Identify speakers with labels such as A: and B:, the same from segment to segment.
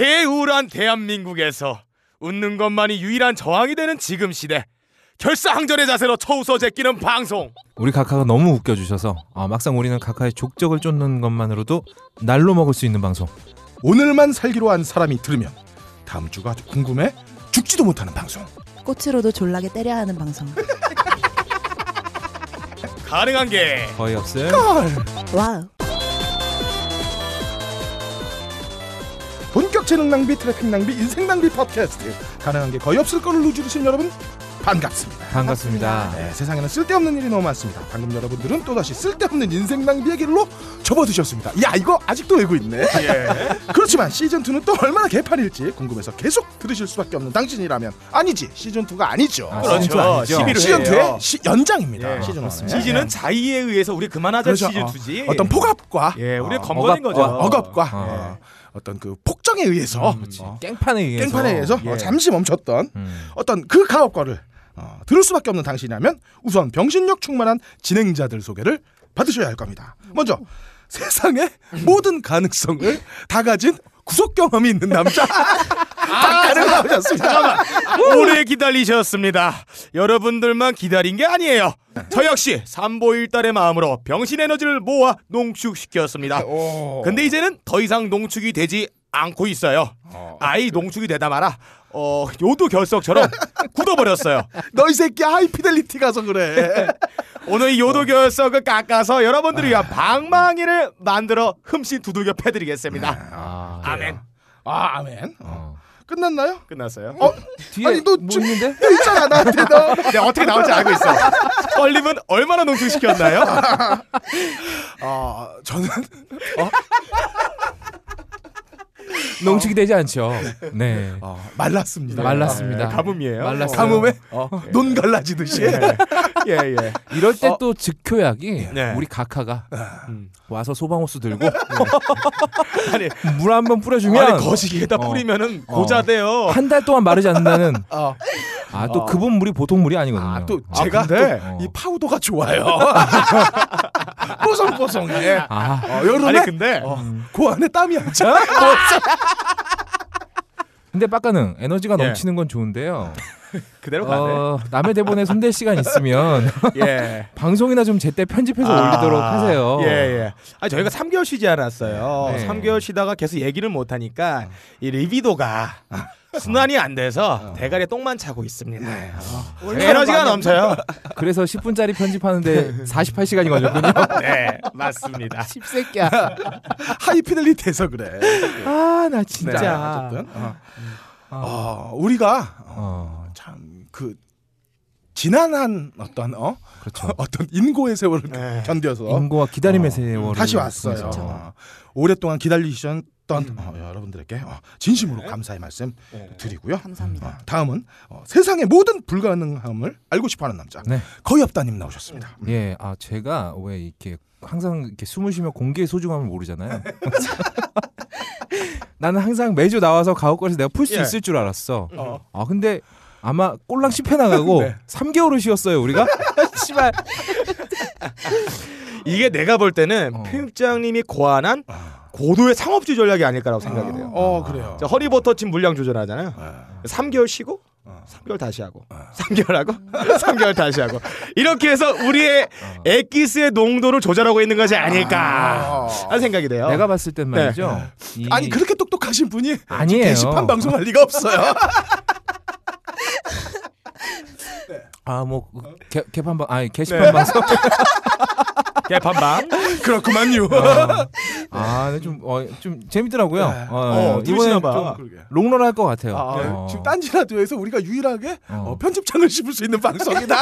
A: 개우울한 대한민국에서 웃는 것만이 유일한 저항이 되는 지금 시대 결사항전의 자세로 처우서 제끼는 방송
B: 우리 카카가 너무 웃겨주셔서 아, 막상 우리는 카카의 족적을 쫓는 것만으로도 날로 먹을 수 있는 방송
C: 오늘만 살기로 한 사람이 들으면 다음 주가 아주 궁금해 죽지도 못하는 방송.
D: 꽃으로도 졸라게 때려야 하는 방송.
A: 가능한 게
B: 거의 없을
C: 헐.
D: 와우.
C: 본격 재능 낭비, 트래핑 낭비, 인생 낭비 팟캐스트. 가능한 게 거의 없을 거를 누주르신 여러분 반갑습니다.
B: 반갑습니다.
C: 네, 세상에는 쓸데없는 일이 너무 많습니다. 방금 여러분들은 또다시 쓸데없는 인생 낭비의 길로 접어드셨습니다. 야 이거 아직도 외고 있네.
A: 예.
C: 그렇지만 시즌 2는 또 얼마나 개판일지 궁금해서 계속 들으실 수밖에 없는 당신이라면 아니지 시즌 2가 아니죠.
B: 아,
A: 그렇죠.
B: 시즌2 아니죠.
A: 11회.
C: 시즌 2의
A: 해요.
C: 시, 연장입니다.
A: 예.
C: 시즌 1.
A: 시즌은 자의에 의해서 우리 그만하자
C: 그렇죠.
A: 시즌
C: 어,
A: 투지
C: 어떤 폭압과
A: 예 우리
B: 어,
A: 건반인 거죠
B: 억압과,
C: 억압과
B: 어.
C: 예, 어떤 그 폭정에 의해서 어,
B: 깽판에 의해서
C: 깽판에 의해서
A: 예.
C: 어, 잠시 멈췄던
B: 음.
C: 어떤 그 가업과를 어, 들을 수밖에 없는 당신이라면 우선 병신력 충만한 진행자들 소개를 받으셔야 할 겁니다. 먼저 세상의 모든 가능성을 다 가진 구속 경험이 있는 남자 아, 박가를 나오셨습니다.
A: 오래 기다리셨습니다 여러분들만 기다린 게 아니에요 저 역시 삼보일달의 마음으로 병신 에너지를 모아 농축시켰습니다
C: 오.
A: 근데 이제는 더 이상 농축이 되지 않고 있어요. 아이 농축이 되다 마라. 어 요도 결석처럼 굳어버렸어요.
C: 너이 새끼 하이피델리티 가서 그래.
A: 오늘 이 요도 결석을 깎아서 여러분들을 위한 방망이를 만들어 흠씬 두들겨 패드리겠습니다.
B: 아,
A: 아멘.
C: 아 아멘.
B: 어.
C: 끝났나요?
A: 끝났어요.
C: 어?
B: 뒤에
C: 아니, 너
B: 뭐
C: 지금-
B: 있는데?
C: 너 있잖아 나한테 너.
A: 내가 어떻게 나올지 알고 있어. 뻘림은 얼마나 농축시켰나요?
C: 아 저는
B: 농축이 되지 않죠 네
C: 어, 말랐습니다.
B: 말랐습니다
A: 네, 가뭄이에요.
B: 말랐어요. 예.
C: 가뭄에
B: 어.
C: 네. 논 갈라지듯이.
B: 네.
A: 예예.
B: 이럴
C: 어.
B: 때 또
C: 예.
B: 즉효약이
A: 네.
B: 우리 카카가
C: 아.
A: 음.
B: 와서 소방호수 들고
C: 네.
B: 음,
A: 아니
B: 물 한 번 뿌려주면
A: 아니 거시기에다
B: 어.
A: 뿌리면은 고자돼요.
B: 한 달 동안 마르지 않는다는
C: 어.
B: 아 또 그분 물이 보통 물이 아니거든요
C: 아 또
B: 아,
C: 제가
A: 근데-
C: 또 이 파우더가 좋아요. 뽀송뽀송해.
B: 아.
C: 어, 여름에
A: 아니 근데
C: 어, 그 안에 땀이 안 차.
B: 근데 빡가능 에너지가
A: 예.
B: 넘치는 건 좋은데요.
A: 그대로 가네.
B: 어, 남의 대본에 손댈 시간 있으면
A: 예. 아.
B: 방송이나 좀 제때 편집해서 올리도록 하세요.
A: 예, 예. 아 저희가 3개월 쉬지 않았어요.
B: 네. 어.
A: 3개월 쉬다가 계속 얘기를 못 하니까 이 리비도가 순환이 안
B: 어.
A: 돼서 대가리에 똥만 차고 있습니다.
B: 네.
A: 어. 에너지가 넘쳐요.
B: 그래서 10분짜리 편집하는데 48시간이 걸렸군요.
A: 네, 맞습니다.
B: 십새끼야.
C: 하이피델리티해서 그래.
B: 아 나 진짜.
A: 네.
C: 어쨌든 어.
B: 음.
C: 어, 우리가
B: 어,
C: 참 그 지난한 어떤 어
B: 그렇죠.
C: 어떤 인고의 세월을
A: 네.
C: 견뎌서
B: 인고와 기다림의
C: 어,
B: 세월을
C: 다시 왔어요.
B: 통해서. 음.
C: 어, 오랫동안 기다리셨던 어, 여러분들에게 어, 진심으로 감사의 말씀 드리고요.
D: 네. 감사합니다.
C: 어, 다음은 어, 세상의 모든 불가능함을 알고 싶어하는 남자
B: 네.
C: 거의 없다님 나오셨습니다. 음.
B: 예, 아 제가 왜 이렇게 항상 이렇게 숨을 쉬면 공기의 소중함을 모르잖아요. 나는 항상 매주 나와서 가옥거리에서 내가 풀 수
A: 예.
B: 있을 줄 알았어.
A: 어.
B: 아 근데 아마 꼴랑 씹혀 나가고 3개월을 쉬었어요 우리가. 씨발.
A: 이게 내가 볼 때는
B: 어.
A: 편집장님이 고안한 고도의 상업주의 전략이 아닐까라고 생각이 돼요.
C: 어 그래요. 네.
A: 저 허리버터칩 물량 조절하잖아요. 3개월 쉬고 3개월 다시 하고 3개월 하고 3개월 다시 하고 이렇게 해서 우리의 엑기스의 농도를 조절하고 있는 것이 아닐까 하는 생각이 돼요. 네.
B: 내가 봤을 땐 말이죠. 이-
C: 아니 그렇게 똑똑하신 분이
B: 아니에요.
C: 게시판 방송할 리가 없어요.
B: 아뭐
A: 어?
B: 개판 방 아니 게시판 방송.
A: 네. 개판방
C: 그렇구만요.
B: 아좀어좀 재밌더라고요.
C: 네.
B: 어,
A: 어,
B: 이번에
A: 들으시나 봐. 네.
B: 좀 롱런 할 것 같아요.
C: 아,
B: 어.
C: 지금 딴지 라디오에서 우리가 유일하게
B: 어.
C: 어, 편집장을 씹을 수 있는 방송이다.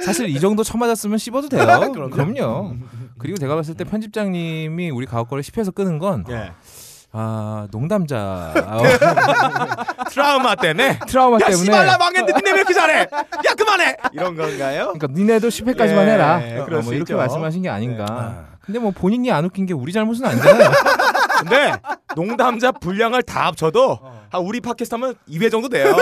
B: 사실 이 정도 쳐맞았으면 씹어도 돼요. 그럼요. 그리고 제가 봤을 때 편집장님이 우리 가옥거를 씹혀서 끄는 건
A: 예.
B: 아, 농담자
A: 트라우마 때문에
B: 트라우마
A: 야
B: 때문에
A: 씨발라 망했는데 니네 왜 이렇게 잘해? 야 그만해 이런 건가요?
B: 그러니까 니네도 10회까지만
A: 예,
B: 해라.
A: 그럴
B: 어, 뭐
A: 수
B: 이렇게
A: 있죠. 네.
B: 말씀하신 게 아닌가. 근데 뭐 본인이 안 웃긴 게 우리 잘못은 아니잖아요.
A: 근데 농담자 분량을 다 합쳐도 한 우리 팟캐스트 하면 2회 정도 돼요.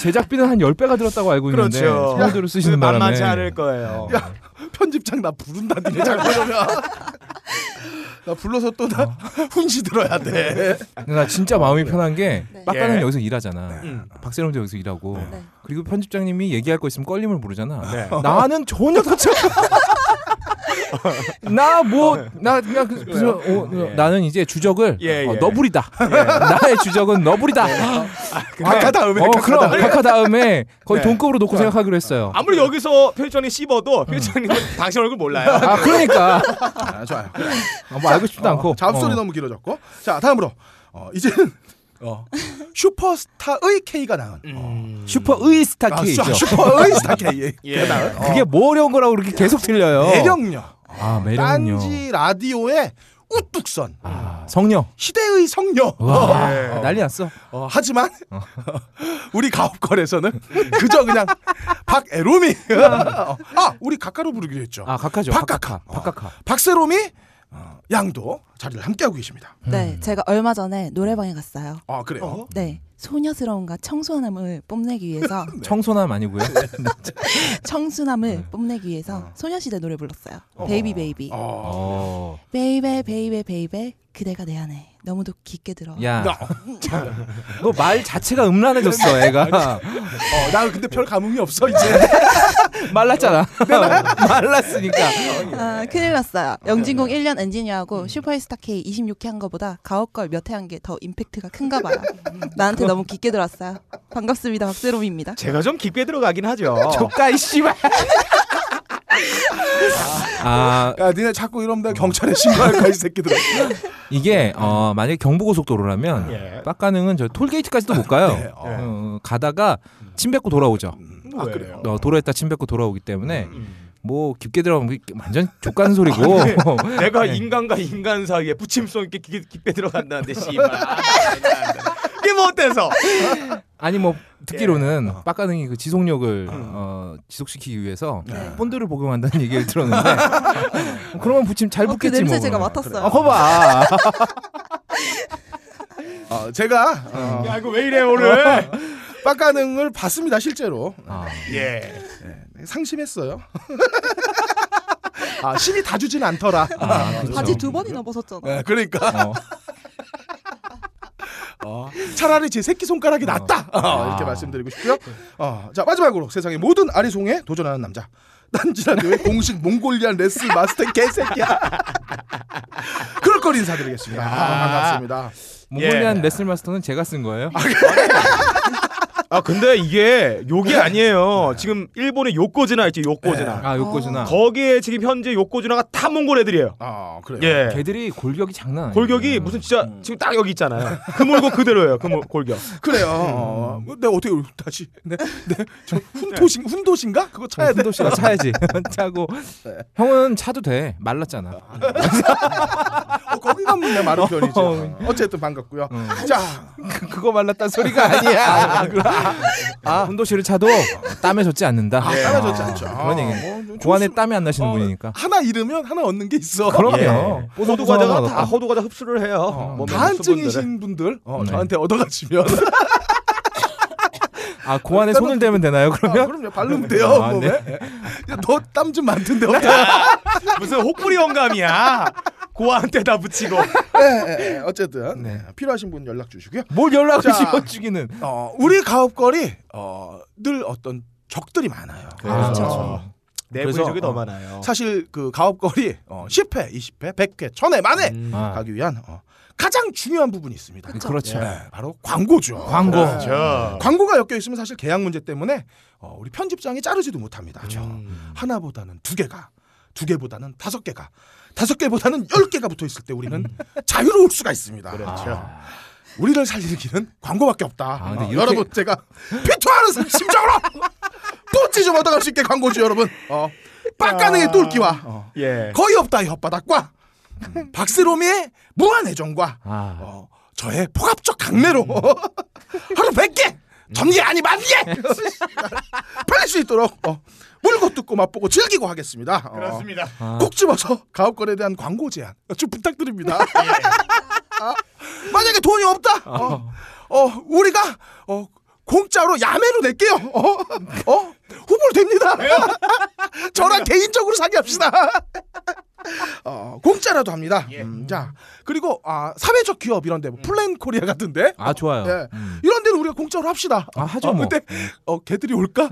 B: 제작비는 한 10배가 들었다고 알고 있는데
A: 그렇죠.
B: 소모들을 쓰시는 바람에
A: 만만치 않을 거예요.
C: 야, 편집장 나 부른다더니 자꾸 이러면 나 불러서 또
B: 어.
C: 나 훈시 들어야 돼.
B: 근데 나 그러니까 진짜 마음이 편한 게
D: 네.
B: 빡가는
A: 예.
B: 여기서 일하잖아.
A: 음.
B: 박세롬도 여기서 일하고
D: 네.
B: 그리고 편집장님이 얘기할 거 있으면 걸림을 부르잖아.
A: 네.
B: 나는 전혀 도처. 나뭐나 그냥 그, 그, 어,
A: 예.
B: 나는 이제 주적을
A: 예,
B: 어,
A: 예.
B: 너부리다. 나의 주적은 너부리다.
C: 아까 다음에
B: 어, 그럼 각하 다음에 거의
A: 네.
B: 돈급으로 놓고 생각하기로 했어요.
A: 아무리 여기서 표정이 씹어도 표정님은 당신 얼굴 몰라요.
B: 아 그러니까
C: 아, 좋아요.
B: 아, 뭐 알고 싶지도 않고
C: 잡소리
B: 어.
C: 너무 길어졌고. 자 다음으로 어, 이제는
A: 어.
C: 슈퍼스타의 K가 나은.
A: 음.
B: 슈퍼 의스타
C: 아,
B: 케이죠.
C: 슈- 슈퍼의 스타 K.
A: 예.
B: 그게 뭐 어려운 거라고 그렇게 계속 들려요.
C: 매력녀.
B: 아 매력은요.
C: 딴지 라디오의 우뚝선.
B: 아 성녀.
C: 시대의 성녀.
B: 와
A: 예.
B: 아, 난리 났어.
C: 어, 하지만 우리 가업거래에서는 그저 그냥 박애롬이 어, 아 우리 각가로 부르기로 했죠.
B: 아 각하죠.
C: 박각하.
B: 박각하. 박각하.
C: 박세롬이 어, 양도 자리를 함께하고 계십니다.
D: 네, 제가 얼마 전에 노래방에 갔어요.
C: 아 그래요.
A: 어?
D: 네, 소녀스러움과 청순함을 뽐내기 위해서
B: 청소남 아니고요.
D: 청순함을 뽐내기 위해서 소녀시대 노래 불렀어요. 베이비 베이비.
C: 어.
B: 어.
D: 베이베 베이베 베이베 그대가 내 안에 너무도 깊게 들어.
B: 야. 너 말 자체가 음란해졌어, 애가.
C: 어, 나 근데 별 감흥이 없어 이제.
B: 말랐잖아. 어, 말랐으니까.
D: 아, 큰일 났어요. 영진공 1년 엔지니어하고 슈퍼스타 K 26회 한 거보다 가옥걸 몇 회 한 게 더 임팩트가 큰가 봐요. 나한테 너무 깊게 들어왔어요. 반갑습니다. 박세롬입니다.
A: 제가 좀 깊게 들어가긴 하죠.
B: 조카 이씨발. 아,
C: 야 니네 자꾸 이러면 내가 경찰에 신고할 거야 이 새끼들.
B: 이게 어, 만약에 경부고속도로라면
A: 예.
B: 빡가능은 저 톨게이트까지도 못 가요.
C: 네, 어.
B: 어, 가다가 침 뱉고 돌아오죠.
C: 아,
A: 왜?
C: 그래요?
B: 어, 도로에다 침 뱉고 돌아오기 때문에
A: 음.
B: 뭐 깊게 들어가면 완전 족가는 소리고
A: 아, 네.
B: 네.
A: 내가 인간과 인간 사이에 부침성 있게 깊게, 깊게 들어간다는데 씨발. 아, 이게 뭐 어때서?
B: 아니 뭐
A: 예.
B: 듣기로는
A: 어.
B: 빡가능이 그 지속력을
A: 음.
B: 어, 지속시키기 위해서
A: 네.
B: 본드를 복용한다는 얘기를 들었는데 그러면 부침 잘
D: 어, 그
B: 붙겠지
D: 냄새
B: 뭐.
D: 제가 맡았어요.
B: 아, 거봐.
C: 어, 제가 어,
A: 야 이거 왜 이래 오늘?
C: 빡가능을 봤습니다 실제로.
B: 아,
A: 예.
C: 네, 상심했어요. 아 신이 다 주진 않더라. 어,
B: 아, 그쵸.
D: 바지 두 번이나 벗었잖아.
C: 네, 그러니까
B: 어,
D: 뭐.
C: 차라리 제 새끼 손가락이 낫다 어,
B: 아.
C: 이렇게 말씀드리고 싶고요. 어, 자 마지막으로 세상의 모든 아리송에 도전하는 남자 딴지라디오의 공식 몽골리안 레슬 마스터 개새끼야. 그럴 걸 인사드리겠습니다. 아, 반갑습니다.
B: 몽골리안
A: 예.
B: 레슬 마스터는 제가 쓴 거예요.
A: 아 근데 이게 욕이 아니에요. 지금 일본의 요코즈나 있지 요코즈나.
B: 아, 욕고주나.
A: 네. 거기에 지금 현재 요코즈나가 다 몽골 애들이에요.
C: 아 그래요.
A: 예. 음.
B: 걔들이 골격이 장난 아니에요. 네.
A: 골격이 무슨 진짜 지금 딱 여기 있잖아요. 그물고 그대로예요. 그물 골격.
C: 그래요. 어,
B: 음.
C: 내가 어떻게 다시 네, 내내저 훈도신 훈도신가
B: 어,
C: 그거 차야 돼.
B: 도시가 차야지. 차고 형은 차도 돼. 말랐잖아.
C: 어, 거기 가면 내 말은 편이죠.
B: 어.
C: 어쨌든 반갑고요.
B: 음.
C: 자
B: 그, 그거 말랐단 소리가 아니야. 아, 혼도시를 차도 땀에 젖지 않는다.
C: 아,
A: 예.
B: 아,
C: 하나 좋지 않죠.
B: 그런 얘기.
C: 어, 좀
B: 고안에 땀이 안 나시는
C: 어,
B: 분이니까. 예.
C: 하나 잃으면 하나 얻는 게 있어. 예.
B: 그럼요. 뭐
A: 호두 과자가 다 어. 호두 과자 흡수를 해요. 몸에 흡수분들을.
C: 다한증이신 분들 어,
B: 네.
C: 저한테 얻어가시면
B: 아 고안에 손을 대면 되나요?
C: 아,
B: 그러면
C: 그럼요 바르면 돼요
B: 아,
C: 몸에 너땀 좀 많던데 어떡해?
A: 무슨 혹부리 영감이야. 고아한테 다 붙이고.
C: 예, 예, 예. 어쨌든 예, 필요하신 분 연락 주시고요
B: 뭘 연락을
C: 자.
B: 네. 씹어 주기는?
C: 어, 우리 가업거리 어, 늘 어떤 적들이 많아요 어,
A: 그렇죠. 내부
B: 그래서,
A: 적이 더
B: 어.
A: 많아요.
C: 사실 그 가업거리 어, 10회 20회 100회 1000회 만에
B: 아,
C: 가기 위한 어, 가장 중요한 부분이 있습니다
B: 그렇죠.
C: 예, 바로 광고죠
B: 광고. 아.
C: 예.
A: 저.
C: 광고가 엮여 있으면 사실 계약 문제 때문에 어, 우리 편집장이 자르지도 못합니다.
B: 그렇죠.
C: 음.
B: 음.
C: 하나보다는 두 개가, 두 개보다는 다섯 개가, 다섯 개보다는 열 개가 붙어 있을 때 우리는 자유로울 수가 있습니다. 아.
A: 그렇죠.
C: 우리를 살리는 길은 광고밖에 없다.
B: 아, 근데
C: 어,
B: 이렇게-
C: 여러분 제가 피투하는 심정으로 뿌찌 좀 얻어갈 수 있게 광고주 여러분. 어,
B: 아.
C: 빡가능의 똘끼와 어,
A: 예.
C: 거의 없다의 혓바닥과 음, 박세롬이의 무한 애정과
B: 아.
C: 어, 저의 폭압적 강매로 하루 100개 점리 아니 만 개! 팔릴 수 있도록 어, 물고 뜯고 맛보고 즐기고 하겠습니다. 어,
A: 그렇습니다.
B: 아.
C: 꼭 집어서 가업권에 대한 광고 제안 어, 좀 부탁드립니다.
B: 예.
C: 아, 만약에 돈이 없다. 어, 어, 우리가 어, 공짜로 야매로 낼게요. 어? 어? 후보로 됩니다. 저랑 개인적으로 사귀합시다. 어, 공짜라도 합니다.
B: 예.
C: 음, 자, 그리고 아, 사회적 기업 이런데 뭐 플랜 코리아 같은데
B: 음. 아 좋아요.
C: 예.
B: 음.
C: 이런 데는 우리가 공짜로 합시다.
B: 아, 하죠,
C: 어,
B: 뭐.
C: 근데 어, 걔들이 올까?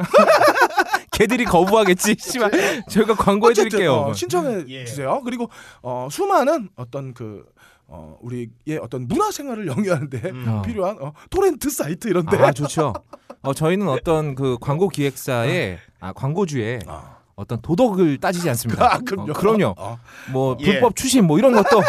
B: 걔들이 거부하겠지. 씨발. 저희가 광고해
C: 어쨌든,
B: 드릴게요. 네.
C: 어,
A: 음,
C: 신청해
A: 예.
C: 주세요. 그리고 어, 수많은 어떤 그 어, 우리의 어떤 문화 생활을 영위하는데
A: 음.
B: 어.
C: 필요한 어, 토렌트 사이트 이런데
B: 아 좋죠. 어, 저희는 어떤 그 광고 기획사의 아, 광고주의 어떤 도덕을 따지지 않습니다.
C: 아, 그럼요.
B: 어, 그럼요.
C: 어.
B: 뭐
A: 예.
B: 불법 추심 뭐 이런 것도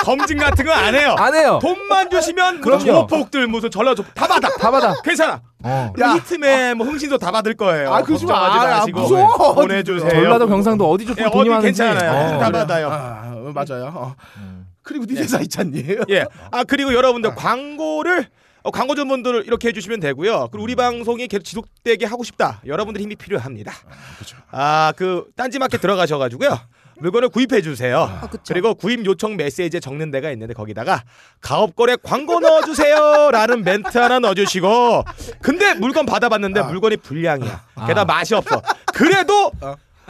A: 검증 같은 거 안 해요.
B: 안 해요.
A: 돈만 주시면 뭐
B: 그럼요.
A: 조폭들 무슨 전라조 다 받아.
B: 다 받아.
A: 괜찮아.
B: 어.
C: 야.
A: 히트맨 뭐 흥신도 다 받을 거예요.
C: 아, 그러지 마.
A: 걱정하지
C: 아,
A: 마시고.
C: 무서워.
A: 보내주세요.
B: 전라도 경상도 어디
A: 예,
B: 조금 돈이
A: 어디
B: 많은지.
A: 괜찮아요.
B: 어,
A: 다
B: 그래요.
A: 받아요.
C: 아, 어, 맞아요. 어.
B: 음.
C: 그리고 니네 회사 있잖니.
A: 예. 아 그리고 여러분들 광고를 어, 광고주분들 이렇게 해주시면 되고요. 그리고 우리 방송이 계속 지속되게 하고 싶다. 여러분들 힘이 필요합니다. 아 그 딴지마켓 들어가셔가지고요. 물건을 구입해 주세요.
D: 그쵸.
A: 그리고 구입 요청 메시지에 적는 데가 있는데 거기다가 가업거래 광고 넣어주세요라는 멘트 하나 넣어주시고 근데 물건 받아봤는데 물건이 불량이야. 게다가 맛이 없어. 그래도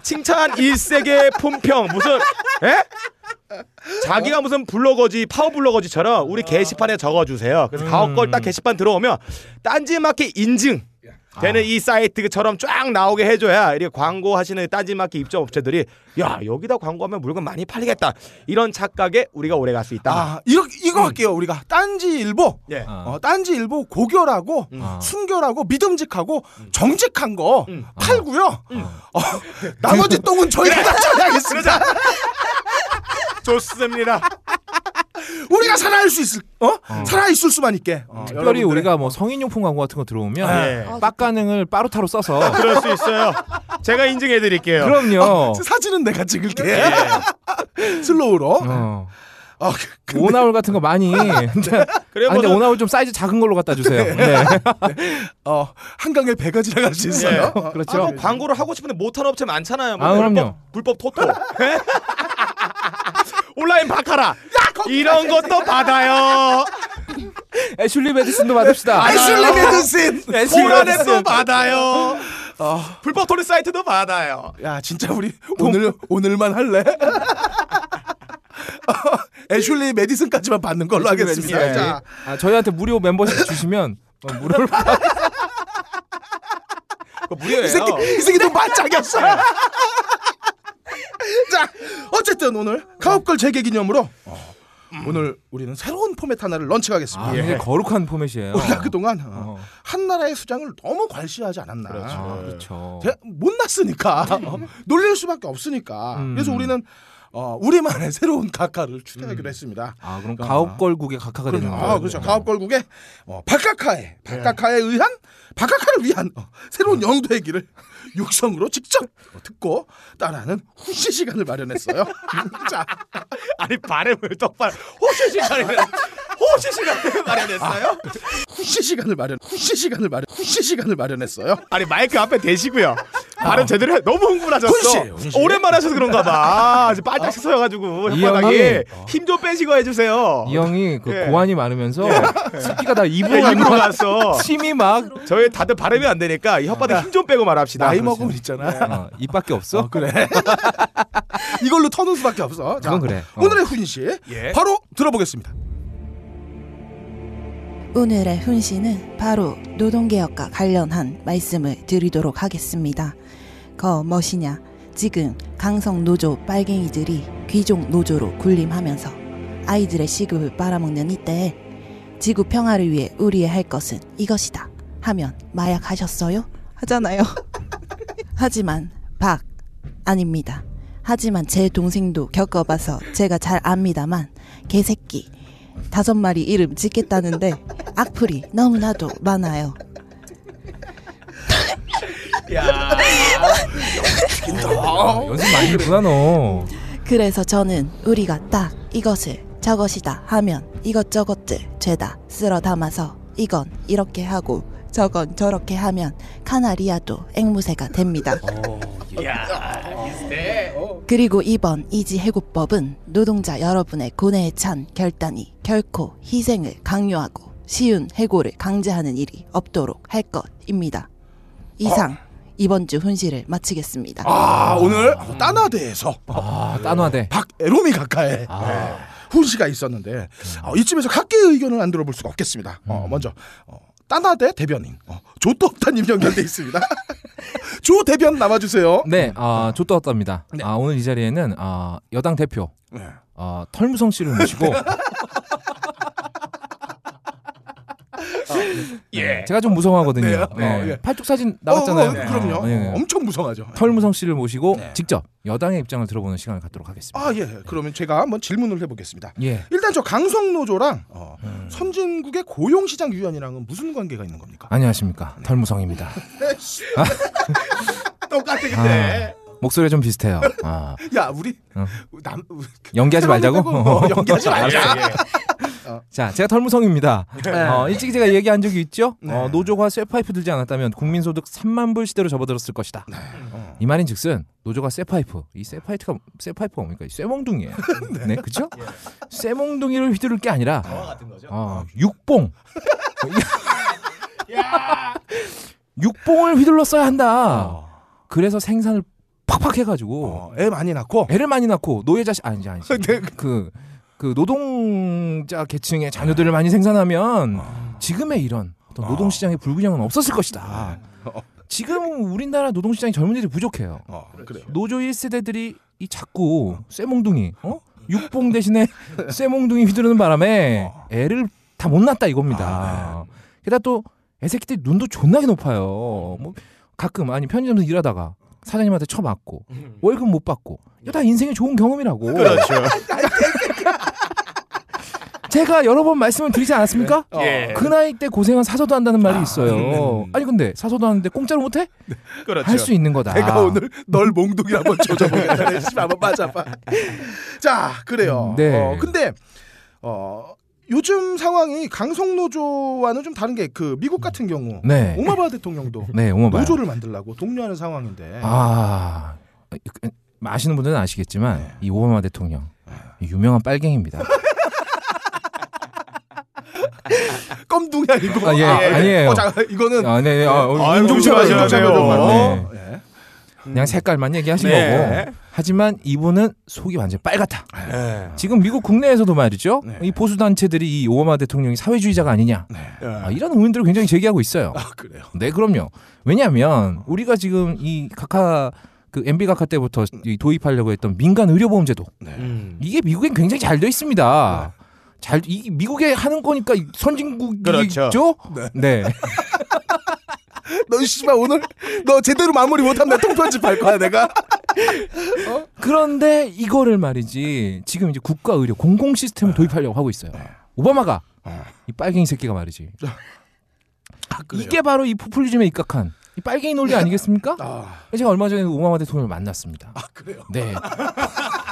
A: 칭찬 일세계 품평 무슨 에? 예? 자기가 무슨 블로거지 파워 블로거지처럼
B: 아.
A: 우리 게시판에 적어주세요.
B: 음.
A: 그래서 가옥걸 딱 게시판 들어오면 딴지마켓 인증. 되는 이 사이트처럼 쫙 나오게 해줘야 이렇게 광고하시는 딴지마켓 입점업체들이 야 여기다 광고하면 물건 많이 팔리겠다 이런 착각에 우리가 오래 갈 수 있다.
C: 아, 이거 이거 할게요. 우리가 딴지 일보.
A: 예.
B: 음. 아.
C: 어, 딴지 일보 고결하고
B: 아.
C: 순결하고 믿음직하고 정직한 거
A: 음.
B: 아.
C: 팔고요. 어, 나머지 똥은 저희가 다 처리하겠습니다.
A: 좋습니다.
C: 우리가 살아날 수 있을, 어? 살아 있을 수만 있게. 어, 네.
B: 특별히
C: 여러분들의-
B: 우리가 뭐 성인용품 광고 같은 거 들어오면
A: 예.
D: 아,
B: 빡가능을 빠루타로 써서
A: 그럴 수 있어요. 제가 인증해 드릴게요. 예.
B: 그럼요.
C: 아,
B: 아,
C: 사진은 내가 찍을게. 슬로우로.
B: 어.
C: 어, 그- 그-
B: 오나홀 같은 거 많이.
A: 그래
B: 아, 근데 오나홀 좀 사이즈 작은 걸로 갖다 주세요. 네.
C: 어, 한강에 배가 지나갈 수 있어요.
A: 예.
C: 어,
B: 그렇죠.
A: 아, 뭐 광고를 하고 싶은데 못하는 업체 많잖아요. 뭐
B: 아,
A: 불법,
B: 그럼요.
A: 불법 토토. 예? 온라인 박하라. 이런 것도 받아요.
B: 애슐리 베드슨도
C: 아,
B: 받읍시다.
C: 애슐리 메드신.
B: 예.
A: 호란앱도 받아요. 어. 불법 토리 사이트도 받아요.
C: 야 진짜 우리 오늘 오늘만 할래? 어, 애슐리 메디슨까지만 받는 걸로 하겠습니다.
A: 메디슨.
C: 자,
B: 아, 저희한테 무료 멤버십 주시면 어, 무료를 받-
A: 그거 무료예요. 어.
C: 이 새끼 이 새끼 좀 반짝였어. 자 어쨌든 오늘 가업걸 재개 기념으로 어, 오늘 우리는 새로운 포맷 하나를 런칭하겠습니다.
B: 아, 굉장히 거룩한 포맷이에요.
C: 우리가 예. 그동안 어,
B: 어,
C: 한나라의 수장을 너무 괄시하지 않았나.
B: 아, 그렇죠.
C: 대- 못났으니까 어, 놀릴 수밖에 없으니까.
B: 아, 음.
C: 그래서 우리는 어, 우리만의 새로운 각하를 출연하기로 했습니다.
B: 아, 그럼 가업걸국의 각하가 되는 거예요. 네.
C: 아, 그렇죠. 가업걸국의 어, 박카카에 박카카에 의한 박카카를 위한 어, 새로운
B: 아.
C: 영도의 길을 육성으로 직접 어, 듣고 따라하는 후시 시간을 마련했어요. 자,
A: 아니 발음을 똑바로 호시 시간을 호시 시간을 마련했어요.
C: 후시 시간을 마련 후시 시간을 마련 후시 시간을 마련했어요.
A: 아니 마이크 앞에 대시고요. 발음 제대로 해. 너무 흥분하셨어.
C: 훈시, 훈시.
A: 어. 오랜만에 하셔서 그런가 봐. 아, 이제 반짝 서여가지고
B: 이
A: 혓바닥에
B: 형이-
A: 힘좀 빼시고 해주세요.
B: 이 형이 그
A: 예.
B: 고환이 많으면서 습기가 다 입으로
A: 예,
B: 간
A: 입으로
B: 거야.
A: 갔어.
B: 침이 막
A: 저희 다들 발음이 안 되니까 이 혓바닥 힘 좀 빼고 말합시다.
C: 아. 나이 먹으면 있잖아.
B: 어, 입밖에 없어.
C: 그래. 이걸로 터는 수밖에 없어. 자,
B: 그건 그래. 어.
C: 오늘의 훈시
A: 예.
C: 바로 들어보겠습니다.
D: 오늘의 훈시는 바로 노동개혁과 관련한 말씀을 드리도록 하겠습니다. 거 멋이냐? 지금 강성 노조 빨갱이들이 귀족 노조로 군림하면서 아이들의 시급을 빨아먹는 이때에 지구 평화를 위해 우리의 할 것은 이것이다. 하면 마약하셨어요? 하잖아요. 하지만 박 아닙니다. 하지만 제 동생도 겪어봐서 제가 잘 압니다만 개새끼 다섯 마리 이름 짓겠다는데 악플이 너무나도 많아요.
B: 아, 연습 많이 했구나 너.
D: 그래서 저는 우리가 딱 이것을 저것이다 하면 이것저것들 죄다 쓸어 담아서 이건 이렇게 하고 저건 저렇게 하면 카나리아도 앵무새가 됩니다.
B: 어, 예.
D: 그리고 이번 이지 해고법은 노동자 여러분의 고뇌에 찬 결단이 결코 희생을 강요하고 쉬운 해고를 강제하는 일이 없도록 할 것입니다. 이상 이번 주 훈시를 마치겠습니다.
C: 아 오늘 따나대에서
B: 아, 딴화대.
C: 박애롬이 각하의
B: 아.
C: 네, 훈시가 있었는데 어, 이쯤에서 각계의 의견을 안 들어볼 수가 없겠습니다.
B: 음.
C: 어, 먼저 어, 따나대 대변인 어, 조또없다님 연결돼 있습니다. 조 대변 남아주세요.
B: 네, 아, 좋다왔답니다. 아, 오늘 이 자리에는 아, 여당 대표
C: 네.
B: 아, 털무성 씨를 모시고
A: 예.
B: 제가 좀 무성하거든요.
C: 네,
B: 네,
C: 어, 예.
B: 팔뚝 사진
C: 어,
B: 나왔잖아요.
C: 그럼요.
B: 아, 예, 예.
C: 엄청 무성하죠.
B: 털무성 씨를 모시고
C: 네.
B: 직접 여당의 입장을 들어보는 시간을 갖도록 하겠습니다.
C: 아 예. 그러면 제가 한번 질문을 해보겠습니다.
B: 예. 음.
C: 일단 저 강성노조랑 어, 선진국의 고용시장 위원이랑은 무슨 관계가 있는 겁니까?
B: 안녕하십니까 털무성입니다.
C: 똑같아
B: 근데. 목소리가 좀 비슷해요. 아,
C: 야 우리
B: 어.
C: 남
B: 연기하지 말자고. 어.
C: 뭐 연기하지 말자.
B: 자, 제가 털무성입니다. 어, 일찍 제가 얘기한 적이 있죠.
C: 네.
B: 어, 노조가 쇠파이프 들지 않았다면 국민소득 3만 불 시대로 접어들었을 것이다.
C: 어.
B: 이 말인즉슨 노조가 쇠파이프, 이 쇠파이프가 쇠파이프가 뭡니까? 이 쇠몽둥이에요. 네, 그렇죠? 쇠몽둥이를 휘두를 게 아니라
A: 같은 거죠.
B: 어, 육봉. 육봉을 휘둘러 써야 한다. 그래서 생산을 팍팍 해가지고
C: 어, 애 많이 낳고
B: 애를 많이 낳고 노예자식 아니지 아니지 그, 그 노동자 계층의 자녀들을 많이 생산하면 지금의 이런 어떤 노동시장의 불균형은 없었을 것이다. 지금 우리나라 노동시장이 젊은이들이 부족해요.
C: 어, 그래요.
B: 노조 1세대들이 이 자꾸 쇠몽둥이 어? 육봉 대신에 쇠몽둥이 휘두르는 바람에 애를 다 못 낳았다 이겁니다.
A: 아, 네.
B: 게다가 또 애새끼들 눈도 존나게 높아요. 뭐 가끔 아니 편의점에서 일하다가 사장님한테 쳐맞고 월급 못 받고 이거 다 인생의 좋은 경험이라고.
A: 음. 그렇죠.
B: 제가 여러 번 말씀을 드리지 않았습니까?
A: 예.
C: 어.
B: 그 나이 때 고생은 사서도 한다는
A: 아,
B: 말이 있어요. 아니 근데 사서도 하는데 공짜로 못해?
A: 음. 그렇죠.
B: 할 수 있는 거다.
C: 내가 오늘 널 몽둥이를 한번 조져보겠다. 씨발 한번 맞아봐. 자, 그래요.
B: 음, 네.
C: 어, 근데 어, 요즘 상황이 강성노조와는 좀 다른 게 그 미국 같은 경우
B: 네.
C: 오마바 대통령도
B: 네, 오마 봐요.
C: 노조를 만들려고 독려하는 상황인데
B: 아 그, 아시는 분들은 아시겠지만 이 오바마 대통령 유명한 빨갱입니다.
C: 껌둥이 아니고
B: 아, 예, 아니에요.
C: 어, 자, 이거는 어.
B: 아, 네, 네, 아,
A: 아이고,
B: 인종 차별, 인종 차별
A: 조심하셔야
B: 정말,
A: 돼요.
C: 음.
B: 네. 그냥 색깔만 얘기하신
A: 네.
B: 거고. 하지만 이분은 속이 완전 빨갛다.
A: 예.
B: 지금 미국 국내에서도 말이죠.
C: 네.
B: 이 보수 단체들이 이 오바마 대통령이 사회주의자가 아니냐.
A: 예.
B: 아, 이런 의원들을 굉장히 제기하고 있어요.
C: 아, 그래요.
B: 네, 그럼요. 왜냐하면 우리가 지금 이 각하 그 MB 각하 때부터 이 도입하려고 했던 민간 의료보험제도
C: 네.
A: 음.
B: 이게 미국엔 굉장히 잘 돼 있습니다.
A: 네.
B: 잘 이, 미국에 하는 거니까 이 선진국이죠.
A: 그렇죠.
B: 네.
C: 너 씨발 오늘 너 제대로 마무리 못하면 나 통편집 할 거야 내가.
A: 네.
B: 어? 그런데 이거를 말이지 지금 이제 국가 의료 공공 시스템을
A: 네.
B: 도입하려고 하고 있어요. 오바마가 이 빨갱이 새끼가 말이지.
A: 아,
C: 아,
B: 이게 바로 이 포퓰리즘에 입각한 이 빨갱이 논리 아니겠습니까?
C: 아,
B: 제가 얼마 전에 오바마 대통령을 만났습니다.
C: 아 그래요.
B: 네.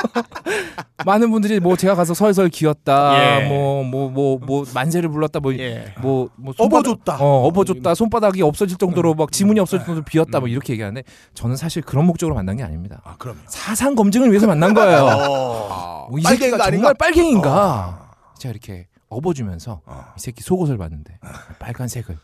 B: 많은 분들이 뭐 제가 가서 설설 기었다,
A: 예.
B: 뭐 뭐 뭐 뭐 만세를 불렀다, 뭐
A: 예.
B: 뭐, 뭐
C: 업어줬다.
B: 어, 업어줬다. 손바닥이 없어질 정도로 막 지문이 없어질 정도로 비었다.
A: 음.
B: 뭐 이렇게 얘기하는데 저는 사실 그런 목적으로 만난 게 아닙니다.
C: 아 그럼요.
B: 사상 검증을 위해서 만난 거예요.
A: 어.
B: 뭐이
C: 빨갱이가
B: 새끼가
C: 아닌가? 어.
B: 정말 빨갱인가? 제가 이렇게 업어주면서 이 새끼 속옷을 봤는데 빨간색을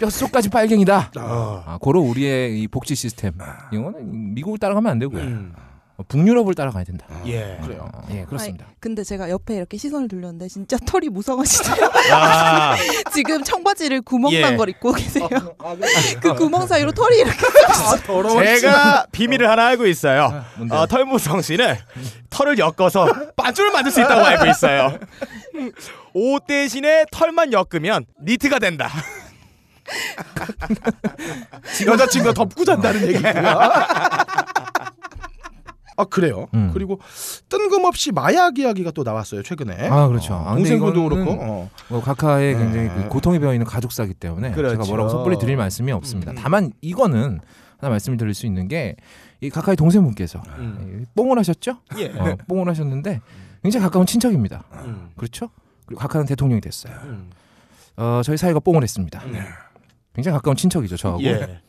B: 뼛속까지 빨갱이다. 아, 고로 우리의 이 복지 시스템 이거는 미국을 따라가면 안 되고요.
A: 아. 음.
B: 어, 북유럽을 따라가야 된다.
A: 예.
C: 그래요.
B: 아, 예, 그렇습니다.
E: 근데 제가 옆에 이렇게 시선을 돌렸는데 진짜 털이 무성하시네요.
A: 아.
E: 지금 청바지를 구멍난
A: 예.
E: 걸 입고 계세요. 아, 그 구멍 사이로 털이 이렇게
C: 더러워. 어. 아,
A: 제가 비밀을 하나 알고 있어요.
B: 뭔데?
A: 어, 털무성 씨는 털을 엮어서 반줄을 만들 수 있다고 알고 있어요. 옷 대신에 털만 엮으면 니트가 된다.
C: 여자친구가 덮고 잔다는 얘기고요. 아 그래요.
B: 음.
C: 그리고 뜬금없이 마약 이야기가 또 나왔어요 최근에.
B: 아, 그렇죠. 아, 근데
C: 동생분도
B: 이거는-
C: 그렇고. 어.
B: 뭐 각하의
C: 네.
B: 굉장히 그 고통이 배어 있는 가족사기 때문에
A: 아. 그렇죠. 음.
B: 제가 뭐라고 섣불리 드릴 말씀이 없습니다. 다만 이거는 하나 말씀을 드릴 수 있는 게 이 각하의 동생분께서
A: 아.
B: 이 뽕을 하셨죠?
A: 음. 예.
B: 어, 뽕을 하셨는데 굉장히 가까운 친척입니다.
A: 음.
B: 그렇죠? 그리고 각하는 대통령이 됐어요.
A: 음.
B: 어, 저희 사이가 뽕을 했습니다. 굉장히 가까운 친척이죠 저하고.
A: 네. 예.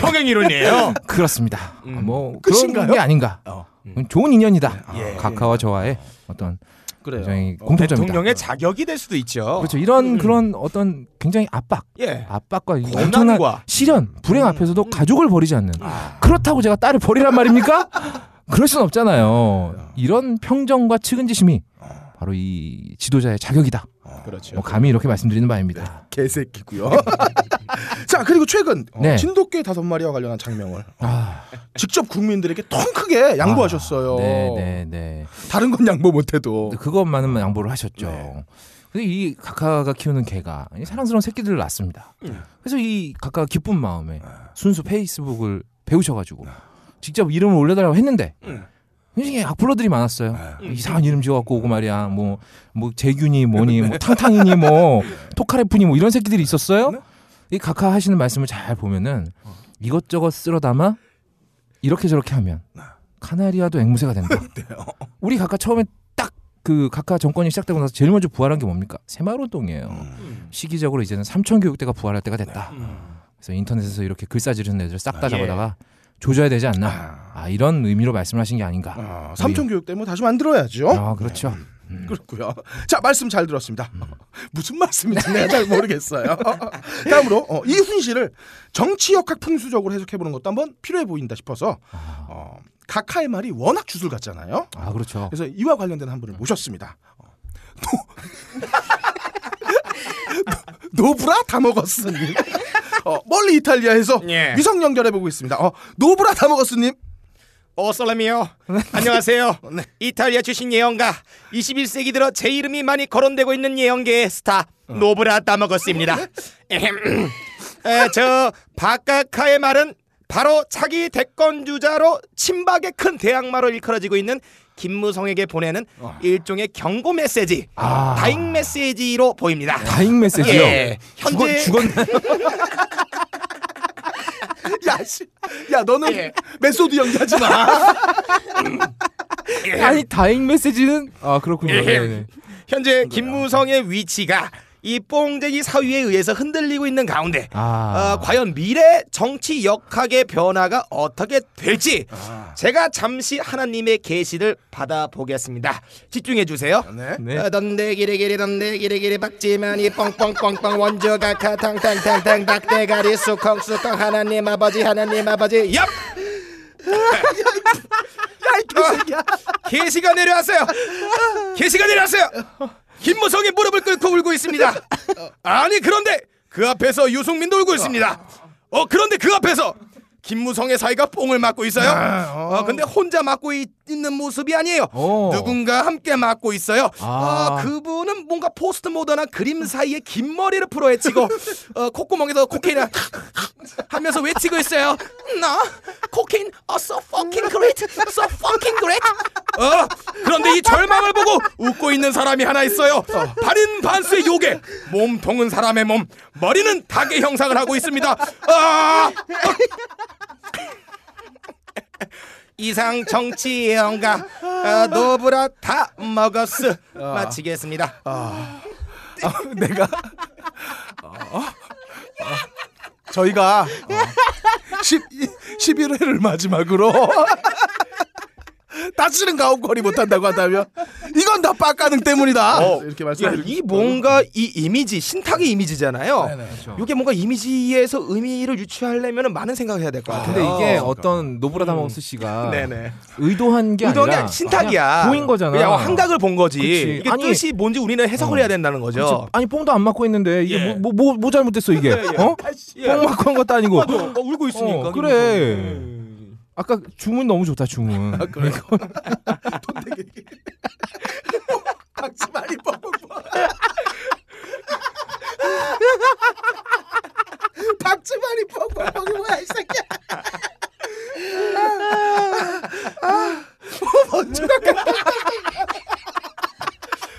A: 평행 이론이에요.
B: 그렇습니다.
A: 음.
B: 아, 뭐
C: 끝인가요?
B: 그런 게 아닌가.
C: 어.
B: 음. 좋은 인연이다.
A: 예.
B: 카카와 저와의 어떤
C: 그래요.
B: 굉장히
C: 어,
B: 공통점이다.
A: 대통령의 자격이 될 수도 있죠.
B: 그렇죠. 이런
A: 음.
B: 그런 어떤 굉장히 압박,
A: 예.
B: 압박과 이 엄청난
A: 엄청난과
B: 시련, 불행
A: 음.
B: 앞에서도 가족을 버리지 않는.
A: 아.
B: 그렇다고 제가 딸을 버리란 말입니까? 그럴 순 없잖아요. 이런 평정과 측은지심이 바로 이 지도자의 자격이다.
A: 그렇죠.
B: 뭐 감히 이렇게 말씀드리는 바입니다.
C: 개새끼고요. 자 그리고 최근 어,
B: 네.
C: 진돗개 다섯 마리와 관련한 장면을
B: 아,
C: 직접 국민들에게 통 크게 양보하셨어요.
B: 네, 네, 네.
C: 다른 건 양보 못해도.
B: 그것만은 양보를 하셨죠. 근데 이 카카가 키우는 개가 이 사랑스러운 새끼들을 낳습니다. 그래서 이 카카가 기쁜 마음에 순수 페이스북을 배우셔가지고 직접 이름을 올려달라고 했는데 굉장히 악플러들이 많았어요. 뭐 이상한 이름 지어갖고 오고 말이야. 뭐, 뭐, 재균이 뭐니, 뭐, 탕탕이니 뭐, 토카레프니 뭐 이런 새끼들이 있었어요. 이 카카 하시는 말씀을 잘 보면은
A: 어.
B: 이것저것 쓸어 담아 이렇게 저렇게 하면
A: 네.
B: 카나리아도 앵무새가 된다.
A: 어.
B: 우리 카카 처음에 딱 그 카카 정권이 시작되고 나서 제일 먼저 부활한 게 뭡니까? 새마을운동이에요.
A: 음.
B: 시기적으로 이제는 삼천 교육대가 부활할 때가 됐다. 그래서 인터넷에서 이렇게 글싸 지르는 애들을 싹 다
A: 네. 아, 예.
B: 잡아다가 조져야 되지 않나. 아, 이런 의미로 말씀하신 게 아닌가.
C: 아, 삼촌 교육 때문에 다시 만들어야죠.
B: 아, 그렇죠.
C: 음. 그렇고요. 자 말씀 잘 들었습니다. 무슨 말씀인지 내가 잘 모르겠어요. 다음으로 어, 이훈 씨를 정치역학 풍수적으로 해석해보는 것도 한번 필요해 보인다 싶어서 어, 각하의 말이 워낙 주술 같잖아요.
B: 아, 그렇죠.
C: 그래서 이와 관련된 한 분을 모셨습니다. 어, 노 노브라 다 먹었으니 어, 멀리 이탈리아에서
A: 예.
C: 위성 연결해 보고 있습니다. 어, 노브라 다 먹었으님
A: 어 설렘이요. 안녕하세요. 이탈리아 출신 예언가 21세기 들어 제 이름이 많이 거론되고 있는 예언계의 스타
B: 어.
A: 노브라 따먹었습니다. 에헴. 에, 저 바카카의 말은 바로 자기 대권 주자로 친박의 큰 대항마로 일컬어지고 있는 김무성에게 보내는 일종의 경고 메시지,
B: 어. 아.
A: 다잉 메시지로 보입니다.
B: 다잉 메시지요.
A: 예. 현재
B: 죽었, 죽었...
C: 야, 씨. 야 너는
A: 예.
C: 메소드 연기하지 마.
B: 아니, 다잉 메시지는 아, 그렇군요.
A: 예.
B: 네네.
A: 현재 김무성의 위치가 이 뽕쟁이 사위에 의해서 흔들리고 있는 가운데
B: 아.
A: 어, 과연 미래 정치 역학의 변화가 어떻게 될지
B: 아.
A: 제가 잠시 하나님의 계시를 받아보겠습니다. 집중해 주세요.
C: 네.
B: 네.
A: 어, 던데 기리기리 던데 기리기리 박지만이 뻥뻥뻥뻥 원조가 카탕탕탕탕 박대가리 수컹수컹 하나님 아버지 하나님 아버지 얍! 야이 개새끼야 계시가 내려왔어요 계시가 내려왔어요 김무성이 무릎을 꿇고 울고 있습니다 아니 그런데 그 앞에서 유승민도 울고 있습니다 어 그런데 그 앞에서 김무성의 사이가 뽕을 맞고 있어요 어 근데 혼자 맞고 있, 는 모습이 아니에요
B: 어.
A: 누군가 함께 맞고 있어요
B: 아.
A: 아 그분은 뭔가 포스트 모던한 그림 사이에 긴 머리를 풀어헤치고 어, 콧구멍에서 코케인을 하면서 외치고 있어요. 나 코케인 어, so fucking great, so fucking great. 어 그런데 이 절망을 보고 웃고 있는 사람이 하나 있어요. 달인 반스의 요괴, 몸통은 사람의 몸, 머리는 닭의 형상을 하고 있습니다. 아 이상 정치 예언가 어, 노브라 다 먹었스
B: 아.
A: 마치겠습니다.
C: 내가 어, 어, 저희가 어, 10, 11회를 마지막으로 다시는 가옥거리 못한다고 하다면 이건 다 빡가능
B: 아,
C: 때문이다
A: 어,
C: 이렇게
A: 야,
C: 말씀드릴
A: 이 뭔가 이 이미지 신탁의 이미지잖아요.
B: 그렇죠.
A: 이게 뭔가 이미지에서 의미를 유추하려면 많은 생각을 해야 될 것 같아요.
B: 근데 이게 어떤 노브라다마우스 씨가
A: 음. 네네.
B: 의도한 게
A: 의도는
B: 아니라
A: 그냥 신탁이야.
B: 그냥 보인 거잖아.
A: 그냥 한각을 본 거지.
B: 그치.
A: 이게
B: 아니, 어.
A: 뜻이 뭔지 우리는 해석을 해야 된다는 거죠.
B: 아니 뽕도 안 맞고 했는데 이게
A: 예.
B: 뭐 뭐 뭐 잘못됐어 이게? 어? 뽕 맞고 한 것도 아니고.
A: 맞아. 예. 어, 울고 있으니까. 예.
B: 어, 그래. 아까 주문 너무 좋다 주문.
A: 아,
C: 박수 많이 뻑뻑뻑 박수 많이 뻑뻑뻑이 뭐야 이 새끼야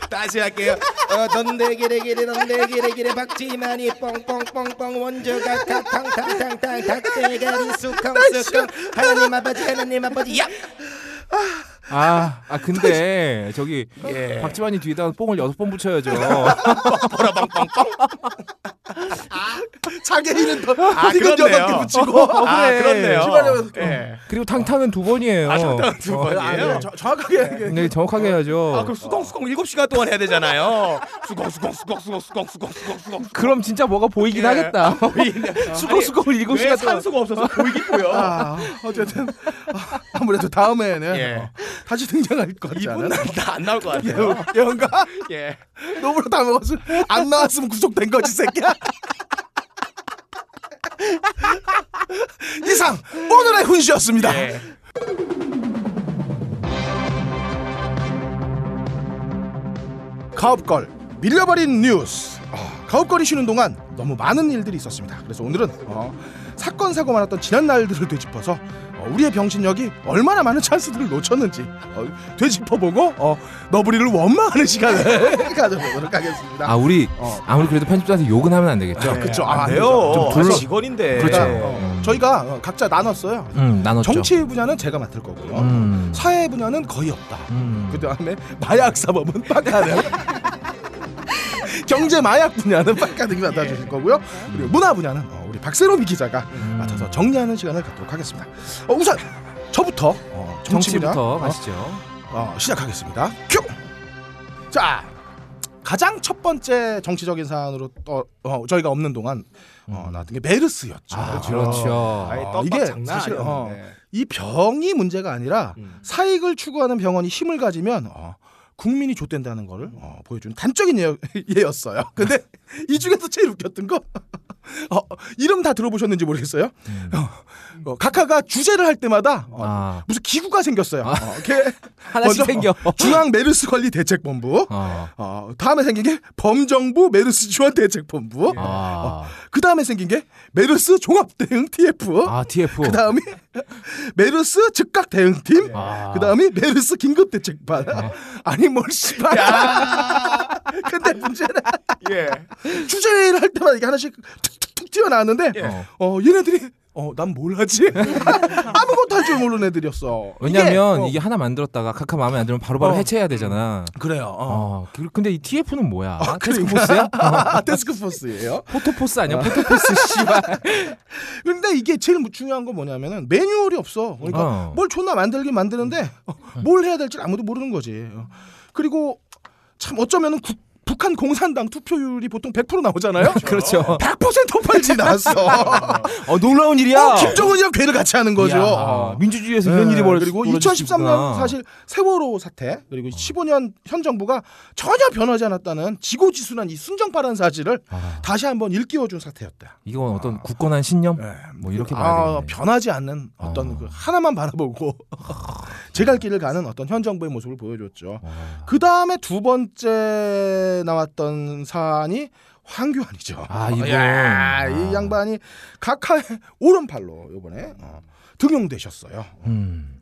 A: 다시 할게요. 어, 던데기레기레 던데기레기레 박지만이 뻥뻥뻥뻥 원조가 탕탕탕탕 닭대가리 수컹수컹 하나님 아버지 하나님 아버지 야!
B: 아, 아 근데 저기
A: 예.
B: 박지환이 뒤에다 가 뽕을 여섯 번 붙여야죠.
C: 자기는 더
A: 아,
C: 이건
A: 그렇네요.
C: 여덟 개 붙이고
A: 아,
B: 그래.
A: 그렇네요.
C: 시발점에서-
A: 예.
B: 그리고 탕탕은 두 번이에요.
A: 아, 잠깐 두
B: 어,
C: 아,
A: 번이에요.
C: 그냥 저- 정확하게 이게-
B: 네, 정확하게 해야죠.
A: 아, 그럼 수공수공 7시간 동안 해야 되잖아요. 수공수공수공수공수공수공수공.
B: 그럼 진짜 뭐가 보이긴
A: 예.
B: 하겠다.
A: 아,
B: 수고수고
A: 왜
B: 일곱 시간 동안
A: 산소가 없어서 보이겠고요.
C: 아, 어쨌든 아, 아무래도 다음에는
A: 예.
C: 어, 다시 등장할 것 같지 않아요?
A: 이분 나안 나올 것 같아요.
C: 예언- 예언가
A: 예.
C: 너무나 다 먹었어. 안 나왔으면 구속된 거지 새끼야. 이상 오늘의 훈시였습니다.
A: 예.
C: 가업걸 밀려버린 뉴스. 아, 가업걸이 쉬는 동안 너무 많은 일들이 있었습니다. 그래서 오늘은 어, 사건 사고 많았던 지난 날들을 되짚어서 어, 우리의 병신력이 얼마나 많은 찬스들을 놓쳤는지 어, 되짚어보고 어, 너부리를 원망하는 시간을 가져보도록 하겠습니다.
B: 아, 우리
C: 어.
B: 아무리 그래도 편집자한테 욕은 하면 안 되겠죠.
C: 그쵸.
A: 안
C: 아,
A: 돼요.
C: 좀
A: 아,
B: 둘러-
A: 직원인데.
B: 그렇죠.
A: 예.
B: 음.
C: 저희가 어, 각자 나눴어요.
B: 음, 나눴죠.
C: 정치 분야는 제가 맡을 거고요.
B: 음.
C: 사회 분야는 거의 없다.
B: 음.
C: 그 다음에 마약 사범은 빡가는 경제 마약 분야는 빡가능이 맡아주실 거고요. 그리고 문화 분야는 어, 우리 박세롬이 기자가
B: 음.
C: 맡아서 정리하는 시간을 갖도록 하겠습니다. 어, 우선 저부터 어, 정치 분야
B: 정치부터
C: 어,
B: 가시죠.
C: 어, 시작하겠습니다. 큐. 자, 가장 첫 번째 정치적인 사안으로 또 어, 저희가 없는 동안 어, 나왔던 게 메르스였죠.
B: 음. 아, 그렇죠.
A: 아이,
C: 어,
A: 떡밥
C: 이게
A: 장난 예.
C: 사실, 어,
A: 아니었는데.
C: 이 병이 문제가 아니라
A: 음.
C: 사익을 추구하는 병원이 힘을 가지면 어, 국민이 좆된다는 거를 어, 보여주는 단적인 예, 예였어요. 근데 이 중에서 제일 웃겼던 거 어, 이름 다 들어보셨는지 모르겠어요. 어, 어, 각하가 주제를 할 때마다 어,
B: 음. 아.
C: 무슨 기구가 생겼어요. 어, 이렇게
B: 하나씩
C: 먼저
B: 생겨.
C: 중앙 메르스 관리 대책본부.
B: 어.
C: 어, 다음에 생긴 게 범정부 메르스 지원 대책본부.
B: 아.
C: 그 다음에 생긴 게 메르스 종합 대응 TF.
B: 아, TF.
C: 그 다음에 메르스 즉각 대응팀.
B: 아. 네.
C: 그 다음에 메르스 긴급 대책반. 아니 뭘 씨발. 근데 문제는
A: 예.
C: 주제를 할 때마다 이게 하나씩 툭툭툭 튀어나왔는데
B: 어.
C: 어 얘네들이 어 난 뭘 하지 아무것도 할 줄 모르는 애들이었어.
B: 왜냐면 이게,
C: 이게, 어,
B: 하나 만들었다가 카카 마음에 안 들면 바로바로
C: 어.
B: 해체해야 되잖아.
C: 그래요. 어.
B: 어. 그- 근데 이 TF는 뭐야?
C: 아,
B: 테스크포스야?
C: 아, 데스크포스예요.
B: 포토포스 아니야? 포토포스 씨발.
C: 근데 이게 제일 중요한 건 뭐냐면은 매뉴얼이 없어. 그러니까
B: 어.
C: 뭘 존나 만들긴 만드는데 어, 뭘 해야 될지 아무도 모르는 거지. 어. 그리고 참 어쩌면은 국- 북한 공산당 투표율이 보통 100% 나오잖아요.
B: 그렇죠.
C: 100% 폭발지 나왔어.
B: 어, 놀라운 일이야.
C: 어, 김정은이랑 괴를 같이 하는 거죠.
B: 이야,
C: 어.
B: 민주주의에서 이런
C: 네,
B: 일이 벌어지
C: 그리고 2013년 사실 세월호 사태 그리고 15년 현 정부가 전혀 변하지 않았다는 지고지순한 이 순정파란 사실을
B: 아.
C: 다시 한번 일깨워준 사태였다.
B: 이건 어떤 굳건한 신념? 뭐 이렇게 봐야
C: 아,
B: 되겠네.
C: 변하지 않는 어떤
B: 어.
C: 그 하나만 바라보고 제 갈 길을 가는 어떤 현 정부의 모습을 보여줬죠.
B: 어.
C: 그 다음에 두 번째 나왔던 사안이 황교안이죠.
B: 아, 이분.
C: 야, 이
B: 아.
C: 양반이 각하의 오른팔로 이번에 어, 등용되셨어요.
B: 음.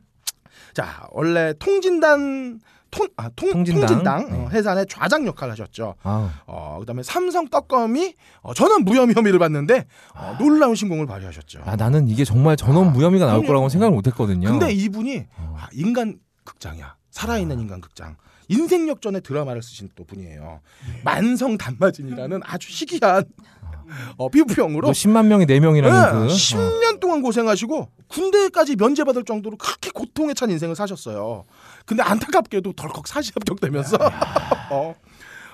C: 자, 원래 통진단 통, 아, 통,
B: 통진당.
C: 통진당,
B: 네.
C: 어, 해산의 좌장 역할을 하셨죠.
B: 아,
C: 어, 그다음에 삼성 떡검이 어, 전원 무혐의 혐의를 받는데 어, 놀라운 신공을 발휘하셨죠.
B: 아, 나는 이게 정말 전원 무혐의가 나올
C: 그럼요.
B: 거라고 생각을 못 했거든요.
C: 근데 이분이
B: 어.
C: 아, 인간 극장이야. 살아있는 인간 극장. 인생 역전의 드라마를 쓰신 또 분이에요. 만성 단마진이라는 아주 희귀한
B: 또
C: 어, 피부병으로
B: 10만 명에 4명이라는 그.
C: 네,
B: 어.
C: 10년 동안 고생하시고 군대까지 면제받을 정도로 그렇게 고통에 찬 인생을 사셨어요. 근데 안타깝게도 덜컥 사시 합격되면서 어.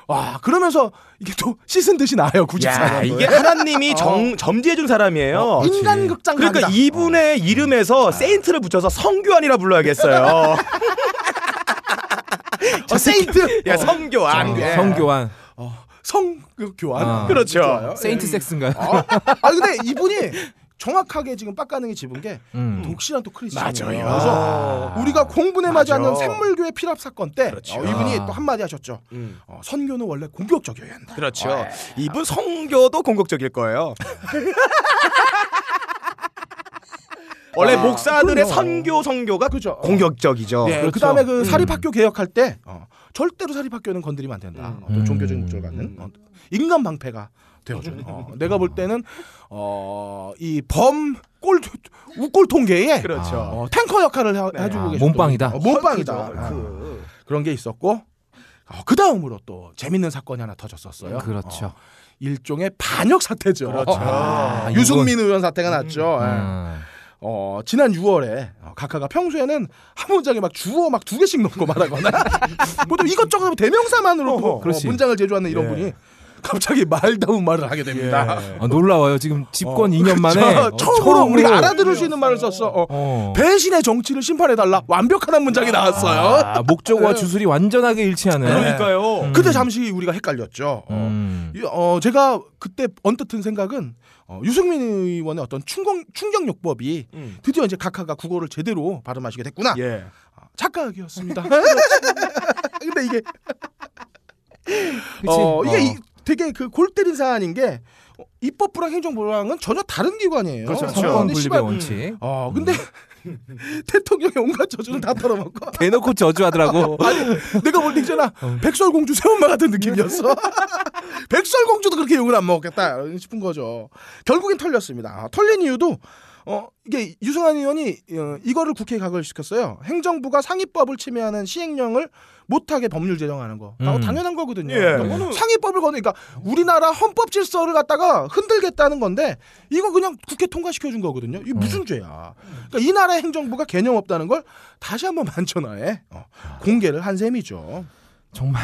C: 와 그러면서 이게 또 씻은 듯이 나요 94년도에.
A: 야, 이게 하나님이 정, 점지해준 사람이에요.
C: 인간 극장
A: 그러니까
C: 간다. 어.
A: 이분의 이름에서 세인트를 붙여서 성교안이라 불러야겠어요.
C: 어, 세인트
A: 야, 성교안. 예.
B: 성교환.
C: 성 그, 교환
B: 아.
A: 그렇죠.
C: 좋아요.
B: 세인트
C: 예.
B: 섹스인가요?
C: 어? 아 근데 이분이 정확하게 지금 빡가능이 집은 게
B: 음.
C: 독실한 또 크리스천이에요.
A: 맞아요.
C: 그래서 우리가 공분에
A: 맞아.
C: 맞지 않는 생물교회 필압 사건 때
A: 그렇죠.
C: 어, 이분이
B: 아.
C: 또 한마디 하셨죠.
A: 음.
C: 어, 선교는 원래 공격적이어야 한다.
A: 그렇죠. 이분 성교도 공격적일 거예요. 원래
C: 아,
A: 목사들의
C: 그럼요.
A: 선교 성교가
C: 그죠. 어.
A: 공격적이죠.
C: 예,
B: 그렇죠.
C: 그다음에그 사립학교 개혁할 때 어, 절대로 사립학교는 건드리면 안 된다.
A: 음.
C: 어떤 종교적인
B: 음.
C: 목적을 갖는 어, 인간 방패가 되어준. 어, 내가 볼 때는 어, 이범골 우골 통계에
A: 그렇죠. 네.
C: 어, 탱커 역할을 해, 해주고
B: 아,
C: 계셨던
B: 몸빵이다.
C: 분이- 어, 몸빵이다. 아,
A: 헐크.
C: 그런 게 있었고 어, 그 다음으로 또 재밌는 사건이 하나 터졌었어요.
B: 그렇죠.
C: 어, 일종의 반역 사태죠. 어,
A: 그렇죠.
B: 아,
C: 유승민 의원 사태가 났죠. 예.
B: 아,
C: 어, 지난 6월에 어, 각하가 평소에는 한 문장에 막 주어 막 두 개씩 넣고 말하거나 보통 이것저것 대명사만으로 도
A: 어허,
C: 어,
B: 그렇지.
C: 문장을 제조하는 이런
A: 예.
C: 분이 갑자기 말다운 말을 하게 됩니다.
A: 예.
B: 아, 놀라워요. 지금 집권 2년 만에
C: 자,
B: 어,
C: 처음으로 우리가 알아들을 수 있는 말을 썼어. 어.
B: 어.
C: 배신의 정치를 심판해달라 완벽한 한 문장이 나왔어요.
B: 아, 목적과
C: 네.
B: 주술이 완전하게
A: 네.
B: 일치하는.
A: 그러니까요.
B: 음.
C: 그때 잠시 우리가 헷갈렸죠. 어.
B: 음.
C: 이- 어, 제가 그때 언뜻 든 생각은 어, 유승민 의원의 어떤 충격, 충격요법이
A: 음.
C: 드디어 이제 각하가 국어를 제대로 발음하시게 됐구나. 아,
A: 예.
C: 착각이었습니다. 근데 이게
B: 그치?
C: 어, 이게
B: 어.
C: 이- 되게 그 골 때린 사안인 게 어, 입법부랑 행정부랑은 전혀 다른 기관이에요.
A: 그렇죠.
B: 성권
C: 근데
B: 분립의
C: 씨발,
B: 원칙. 음.
C: 어 근데 대통령의 온갖 저주는 다 털어먹고
B: 대놓고 저주하더라고.
C: 내가 볼 때 있잖아 백설공주 새엄마 같은 느낌이었어 백설공주도 그렇게 욕을 안 먹었겠다 싶은 거죠 결국엔 털렸습니다 아, 털린 이유도 어 이게 유승환 의원이 어, 이거를 국회에 각을 시켰어요 행정부가 상위법을 침해하는 시행령을 못하게 법률 제정하는 거
B: 음.
C: 음. 당연한 거거든요
A: 예.
C: 그러니까
A: 그거는-
C: 상위법을 거는 그러니까 우리나라 헌법 질서를 갖다가 흔들겠다는 건데 이거 그냥 국회 통과시켜 준 거거든요 이게 무슨 죄야 그러니까 이 나라 의 행정부가 개념 없다는 걸 다시 한번 만천하에 어, 공개를 한 셈이죠.
B: 정말.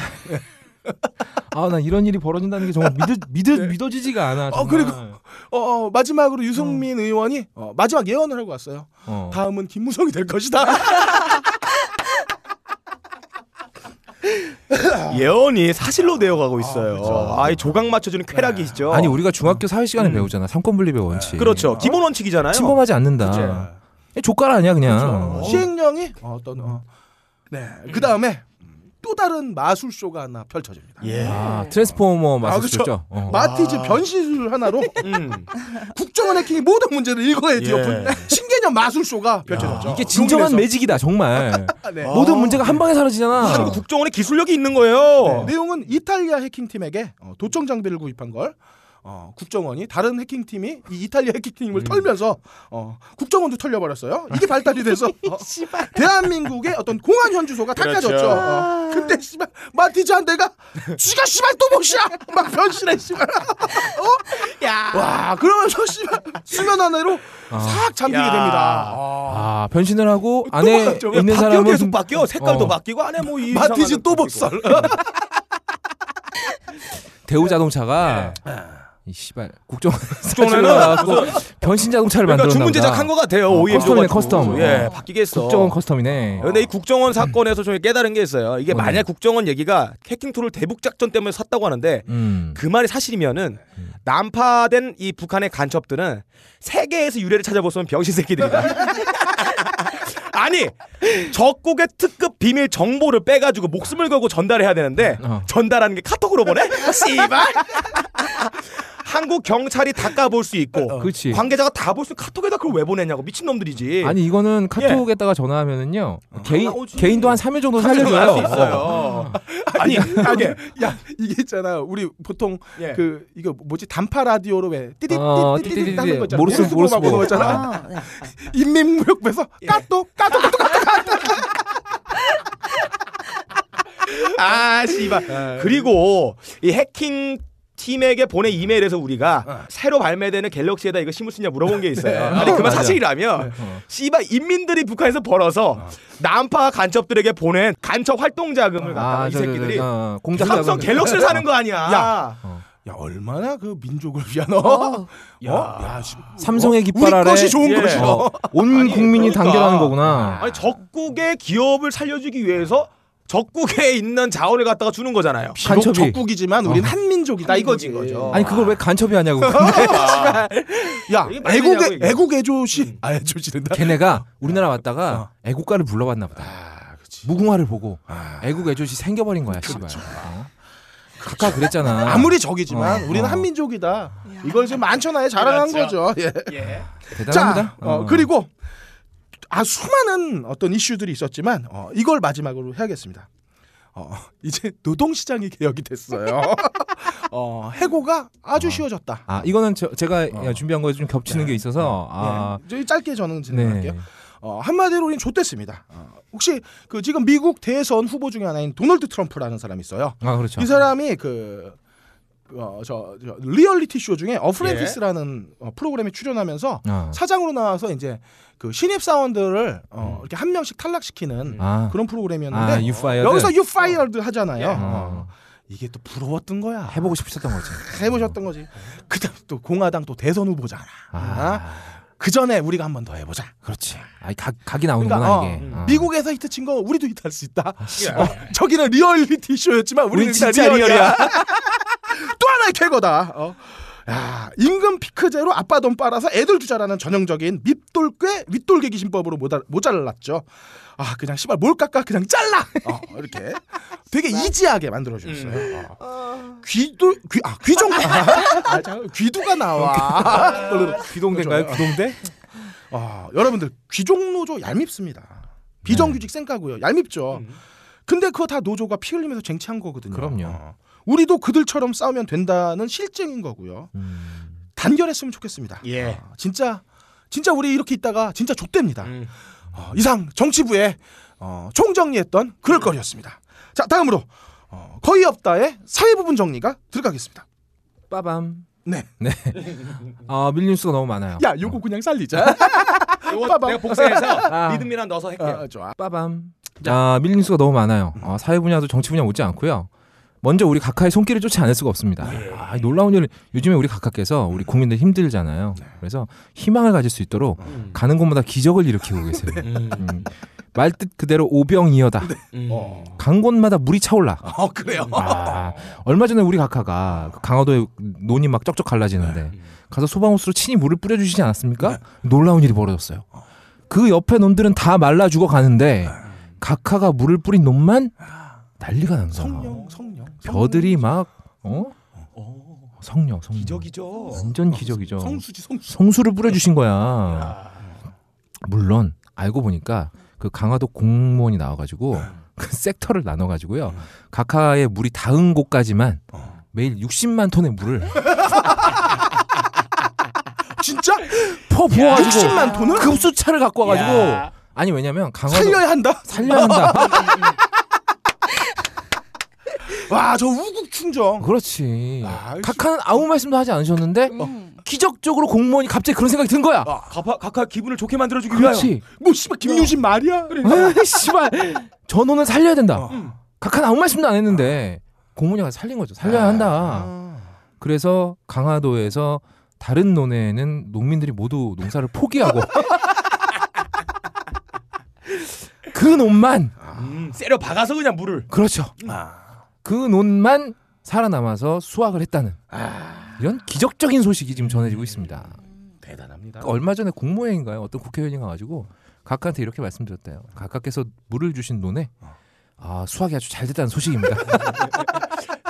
B: 아, 나 이런 일이 벌어진다는 게 정말 믿을, 믿을, 믿어지지가 않아.
C: 네. 어,
B: 정말.
C: 그리고- 어, 어, 마지막으로 유승민 의원이 어, 마지막 예언을 하고 왔어요.
B: 어.
C: 다음은 김무성이 될 것이다.
A: 예언이 사실로 되어가고 있어요.
C: 그렇죠.
A: 아, 이 조각 맞춰주는 쾌락이죠.
B: 네. 아니, 우리가 어. 중학교 사회 시간에
A: 음.
B: 배우잖아. 성권 분립의 원칙.
A: 그렇죠. 기본 원칙이잖아요.
B: 침범하지 않는다. 예, 조카라 아니야, 그냥.
C: 어,
A: 그렇죠.
C: 시행령이 어, 어떤 어. 네, 그 다음에 또 다른 마술쇼가 하나 펼쳐집니다.
A: 예.
B: 아, 트랜스포머
C: 아,
B: 맞을 수
C: 그렇죠.
B: 있죠. 어.
C: 마티즈
A: 아.
C: 변신술 하나로
A: 음.
C: 국정원 해킹이 모든 문제를 일거에 뒤엎은
A: 예.
C: 신개념 마술쇼가 펼쳐졌죠.
B: 이게 진정한
C: 용인에서.
B: 매직이다, 정말.
C: 아, 네.
A: 아.
B: 모든 문제가 한 방에 사라지잖아.
A: 한국 국정원에 기술력이 있는 거예요.
C: 내용은 이탈리아 해킹팀에게 어, 도청 장비를 구입한 걸 어, 국정원이 다른 해킹팀이 이 이탈리아 해킹팀을 털면서 어, 국정원도 털려버렸어요. 이게 발달이 돼서 어, 대한민국의 어떤 공안 현주소가
A: 그렇죠.
C: 닦아졌죠. 어, 근데 씨발 마티즈 한 대가 쥐가 씨발 또 몫이야. 막 변신해 씨발. 어? 와 그러면서 씨발 수면 안으로 싹 잠기게
A: 야.
C: 됩니다.
B: 아, 변신을
A: 그
B: 하고
C: 또
B: 안에
C: 바뀌어. 왜
B: 있는
A: 바뀌어
B: 사람은
A: 계속 바뀌어. 색깔도
B: 어.
A: 바뀌고 안에 뭐 이
C: 마티즈
A: 이상한
C: 또
A: 바뀌고.
C: 법살.
B: 대우 자동차가 이 씨발 국정원
A: 네. 국정원에는
B: 나왔고 변신 자동차를
A: 그러니까
B: 만들었나
A: 주문
B: 보다. 어,
A: 제작한 거 같아요. OEM
B: 커스텀이네,
A: 줘가지고.
B: 커스텀.
A: 예,
B: 어.
A: 바뀌겠어. 예,
B: 국정원 커스텀이네.
A: 근데 이 국정원 사건에서 좀 깨달은 게 있어요. 이게
B: 뭐냐?
A: 만약 국정원 얘기가 해킹 툴을 대북 작전 때문에 샀다고 하는데
B: 음.
A: 그 말이 사실이면은 난파된 이 북한의 간첩들은 세계에서 유래를 찾아보면 병신 새끼들이다. 아니 적국의 특급 비밀 정보를 빼가지고 목숨을 걸고 전달해야 되는데
B: 어.
A: 전달하는 게 카톡으로 보내? 씨발. 한국 경찰이 다 까볼 수 있고
B: 어. 그렇지.
A: 관계자가 다 볼 수 있는 카톡에다 그걸 왜 보내냐고 미친 놈들이지.
B: 아니 이거는 카톡에다가 전화하면은요 개인
A: 예. 아, 나오지.
B: 개인도 한 3일 정도
A: 할수
B: 살려줘요. 어.
A: 있어요. 아니
C: 아니,
A: 그게
C: 야 이게 있잖아. 우리 보통
A: 예.
C: 그 이거 뭐지 단파 라디오로 왜 띠디
B: 어,
C: 띠디 띠디
B: 띠디디디.
C: 는 거잖아.
B: 모르스- 모르스 보고.
C: 거 있잖아.
E: 아, 네.
C: 인민무역부에서 까또 까또 까또 까또.
A: 아 씨발. 그리고 이 해킹 팀에게 보낸 이메일에서 우리가 새로 발매되는 갤럭시에다 이거 심을 수 있냐 물어본 게 아. 네. 있어요. 아니 그만
B: 맞아.
A: 사실이라면 씨발 인민들이 북한에서 벌어서 남파 간첩들에게 보낸 간첩 활동 자금을 갖다가
B: 아,
A: 이
B: 저, 저, 저,
A: 새끼들이
B: 어, 공작
A: 삼성
B: 자금.
A: 갤럭시를 사는 거 아니야.
C: 야. 야 얼마나 그 민족을 위한 어? 어? 야, 씨.
B: 삼성의 깃발
C: 우리
B: 아래
C: 것이 좋은
A: 예.
C: 것이죠.
B: 어, 온 국민이
A: 그러니까.
B: 단결하는 거구나.
A: 아니 적국의 기업을 살려주기 위해서 적국에 있는 자원을 갖다가 주는 거잖아요.
C: 비록
B: 간첩이.
C: 적국이지만 우린 한민족이다 이거지.
A: 한민족이.
C: 거죠.
B: 아니 그걸 왜 간첩이 하냐고. 그러니까 근데
C: 야
A: 이게 말이
C: 애국
A: 되냐고, 이게.
C: 애국 애조시 아 애조시된다.
B: 걔네가 우리나라 왔다가 애국가를 불러봤나 보다.
C: 어. 아 그렇지.
B: 무궁화를 보고
C: 아. 그렇죠.
B: 애국 애조시 생겨버린 거야, 씨발. 어? 아까 그랬잖아.
C: 아무리 적이지만
B: 어,
C: 우리는
B: 어.
C: 한민족이다. 이걸 지금 만천하에 자랑한 거죠. 예.
B: 대단합니다.
C: 자, 어, 그리고 아 수많은 어떤 이슈들이 있었지만 어, 이걸 마지막으로 해야겠습니다. 어, 이제 노동시장이 개혁이 됐어요. 어, 해고가 아주 쉬워졌다.
B: 아 이거는 저, 제가
C: 어.
B: 준비한 거에 좀 겹치는 게 있어서 아
C: 예, 저희 짧게 저는
B: 네.
C: 진행할게요. 어, 한마디로 우린 좆됐습니다. 어, 혹시 그 지금 미국 대선 후보 중에 하나인 도널드 트럼프라는 사람이 있어요.
B: 아 그렇죠.
C: 이 사람이 그 어, 저, 저 리얼리티 쇼 중에 어프렌티스라는 어, 프로그램에 출연하면서
B: 아.
C: 사장으로 나와서 이제 그 신입 사원들을 어, 이렇게 한 명씩 탈락시키는
B: 아.
C: 그런 프로그램이었는데
B: 아, 유파이어.
C: 여기서 you fired 하잖아요.
A: 예.
C: 어. 이게 또 부러웠던 거야.
B: 해 보고 싶었던 거지.
C: 해보셨던 거지. 그다음 또 공화당 또 대선 후보잖아.
B: 아.
C: 그 전에 우리가 한 번 더 해보자.
B: 그렇지. 아, 각 각이 나오는구나
C: 그러니까,
B: 이게.
A: 어,
B: 아.
C: 미국에서 히트 친 거 우리도 히트할 수 있다. 어, 저기는 리얼리티 쇼였지만 우리는
A: 우린
C: 진짜
A: 진짜
C: 리얼이야. 또 하나의 쾌거다. 어. 야, 임금 피크제로 아빠 돈 빨아서 애들 주자라는 전형적인 밑돌괴 윗돌개기 신법으로 모자, 모자랐죠. 아 그냥 씨발 뭘 깎아 그냥 잘라 어, 이렇게 되게
B: 네.
C: 이지하게 만들어
B: 음.
C: 주셨어요. 어. 귀도 귀아 귀종 아, 잠깐, 귀두가 나와
B: 어,
C: 그렇죠.
B: 귀동대인가요? 귀동대?
C: 아, 여러분들 귀족 노조 얄밉습니다.
B: 네.
C: 비정규직 쌩까고요. 얄밉죠. 근데 그거 다 노조가 피 흘리면서 쟁취한 거거든요.
B: 음. 그럼요.
C: 어. 우리도 그들처럼 싸우면 된다는 실증인 거고요.
B: 음.
C: 단결했으면 좋겠습니다.
A: 예.
C: 어, 진짜 진짜 우리 이렇게 있다가 진짜 좆됩니다.
A: 음.
C: 어, 이상 정치부에 어, 총정리했던 그럴 거리였습니다. 자 다음으로 어, 거의 없다의 사회 부분 정리가 들어가겠습니다.
B: 빠밤.
C: 네.
B: 아, 밀린 뉴스가 너무 많아요.
C: 야 요거 그냥 살리자.
A: 요거
C: 빠밤.
A: 내가 복사해서
B: 아.
A: 리듬이랑 아, 넣어서 할게요.
C: 아, 좋아.
B: 빠밤. 아, 밀린 뉴스가 너무 많아요. 아, 사회 분야도 정치 분야 오지 않고요. 먼저 우리 각하의 손길을 쫓지 않을 수가 없습니다.
A: 네.
B: 아, 놀라운 일 요즘에 우리 각하께서 우리 국민들 힘들잖아요. 그래서 희망을 가질 수 있도록
A: 네. 음.
B: 가는 곳마다 기적을 일으키고 계세요.
A: 음.
B: 음. 말뜻 그대로 오병이어다.
A: 음.
C: 어,
B: 간 곳마다 물이 차올라.
C: 어 그래요.
B: 아, 얼마 전에 우리 각하가 그 강화도에 논이 막 쩍쩍 갈라지는데 가서 소방호스로 친히 물을 뿌려주시지 않았습니까? 놀라운 일이 벌어졌어요. 그 옆에 논들은 다 말라 죽어 가는데 각하가 물을 뿌린 논만 난리가 난 거야.
C: 성령 성령.
B: 벼들이 막 어?
A: 어,
B: 성령 성령.
A: 기적이죠.
B: 완전 기적이죠.
C: 성수지 성수.
B: 성수를 뿌려주신 거야. 물론 알고 보니까 그 강화도 공무원이 나와가지고
C: 음.
B: 그 섹터를 나눠가지고요. 각하의 물이 닿은 곳까지만
C: 어.
B: 매일 60만 톤의 물을
C: 진짜
B: 퍼 부어가지고 아,
C: 60만 톤을
B: 급수차를 갖고 와가지고
A: 야.
B: 아니 왜냐면 강화도
C: 살려야 한다.
B: 살려야 한다.
C: 와 저 우국 충정.
B: 그렇지.
C: 아,
B: 각하는 아무 말씀도 하지 않으셨는데
E: 음.
B: 기적적으로 공무원이 갑자기 그런 생각이 든 거야.
C: 어.
A: 아, 각하, 각하 기분을 좋게 만들어주기 위하여.
B: 그렇지.
C: 뭐 씨발 김유신 말이야. 그래.
B: 아, 에이, 씨발 전원을 살려야 된다. 각하는 아무 말씀도 안 했는데 공무원이 가서 살린 거죠. 살려야 한다. 그래서 강화도에서 다른 논에는 농민들이 모두 농사를 포기하고 그 논만
A: 음, 세려 박아서 그냥 물을.
B: 그렇죠. 그 논만 살아남아서 수확을 했다는 이런 기적적인 소식이 지금 전해지고 있습니다.
C: 대단합니다.
B: 그러니까 얼마 전에 국무회의인가요? 어떤 국회의원이 가가지고 각하한테 이렇게 말씀드렸대요. 각하께서 물을 주신 논에
A: 어.
B: 아, 수확이 아주 잘 됐다는 소식입니다.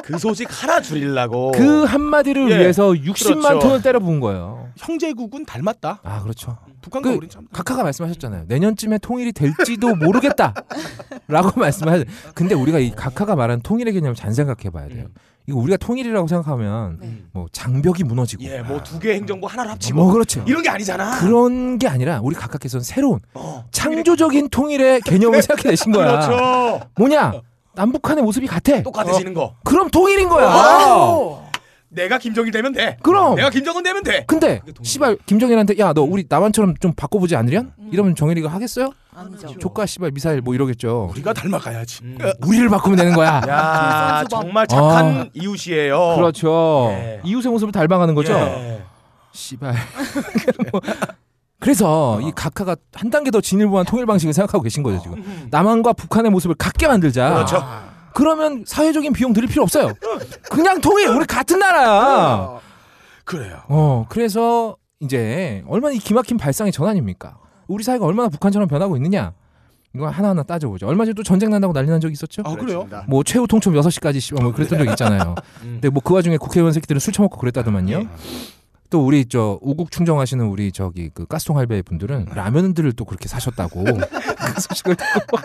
A: 그 소식 하나 줄이려고.
B: 그 한마디를
A: 어. 예.
B: 위해서 60만
A: 그렇죠.
B: 톤을 때려 부은 거예요.
C: 형제국은 닮았다.
B: 아, 그렇죠.
C: 북한과
B: 그-
C: 우린 참.
B: 각하가 말씀하셨잖아요. 내년쯤에 통일이 될지도 모르겠다라고 말씀하셨. 근데 우리가 이 각하가 말한 통일의 개념을 잘 생각해 봐야 돼요.
A: 음.
B: 이거 우리가 통일이라고 생각하면
E: 네.
B: 뭐 장벽이 무너지고
A: 예, 뭐 두 개 행정부 하나를 합치고
B: 뭐 그렇죠.
A: 이런 게 아니잖아.
B: 그런 게 아니라 우리 각하께서는 새로운
A: 어. 네.
B: 창조적인 통일의 개념을 생각해내신 거야.
A: 그렇죠.
B: 뭐냐? 남북한의 모습이 같아. 어.
A: 똑같아지는 거.
B: 그럼 통일인 거야.
A: 어! 내가 김정일 되면 돼.
B: 그럼.
A: 내가 김정은 되면 돼.
B: 근데 씨발 김정일한테 야 너 우리 남한처럼 좀 바꿔보지 않으련?
A: 음.
B: 이러면 정일이가 하겠어요?
E: 아니죠.
B: 조카 씨발 미사일 뭐 이러겠죠.
C: 우리가 닮아가야지.
A: 음.
B: 우리를 바꾸면 되는 거야.
A: 야,
E: 김선수 봐.
A: 정말 착한
B: 어.
A: 아. 이웃이에요.
B: 그렇죠.
A: 예.
B: 이웃의 모습을 닮아가는 거죠.
A: 예.
B: 씨발. 그래서
A: 어.
B: 이 각하가 한 단계 더 진일보한 통일 방식을 생각하고 계신 거죠 지금.
A: 음.
B: 남한과 북한의 모습을 같게 만들자.
A: 그렇죠.
B: 그러면 사회적인 비용 들일 필요 없어요. 그냥 통일. 우리 같은 나라야.
C: 어, 그래요.
B: 어, 그래서 이제 얼마나 이 기막힌 발상의 전환입니까? 우리 사회가 얼마나 북한처럼 변하고 있느냐? 이거 하나하나 따져보죠. 얼마 전에 또 전쟁 난다고 난리 난 적이 있었죠?
C: 아 그래요.
B: 뭐 최후 통첩 6시까지 씨발 뭐 그랬던 어, 적 있잖아요.
A: 음.
B: 근데 뭐 그 와중에 국회의원 새끼들은 술 처먹고 그랬다더만요. 또 우리 저 우국 충정하시는 우리 저기 그 가스통 할배 분들은 라면들을 또 그렇게 사셨다고 그 소식을 듣고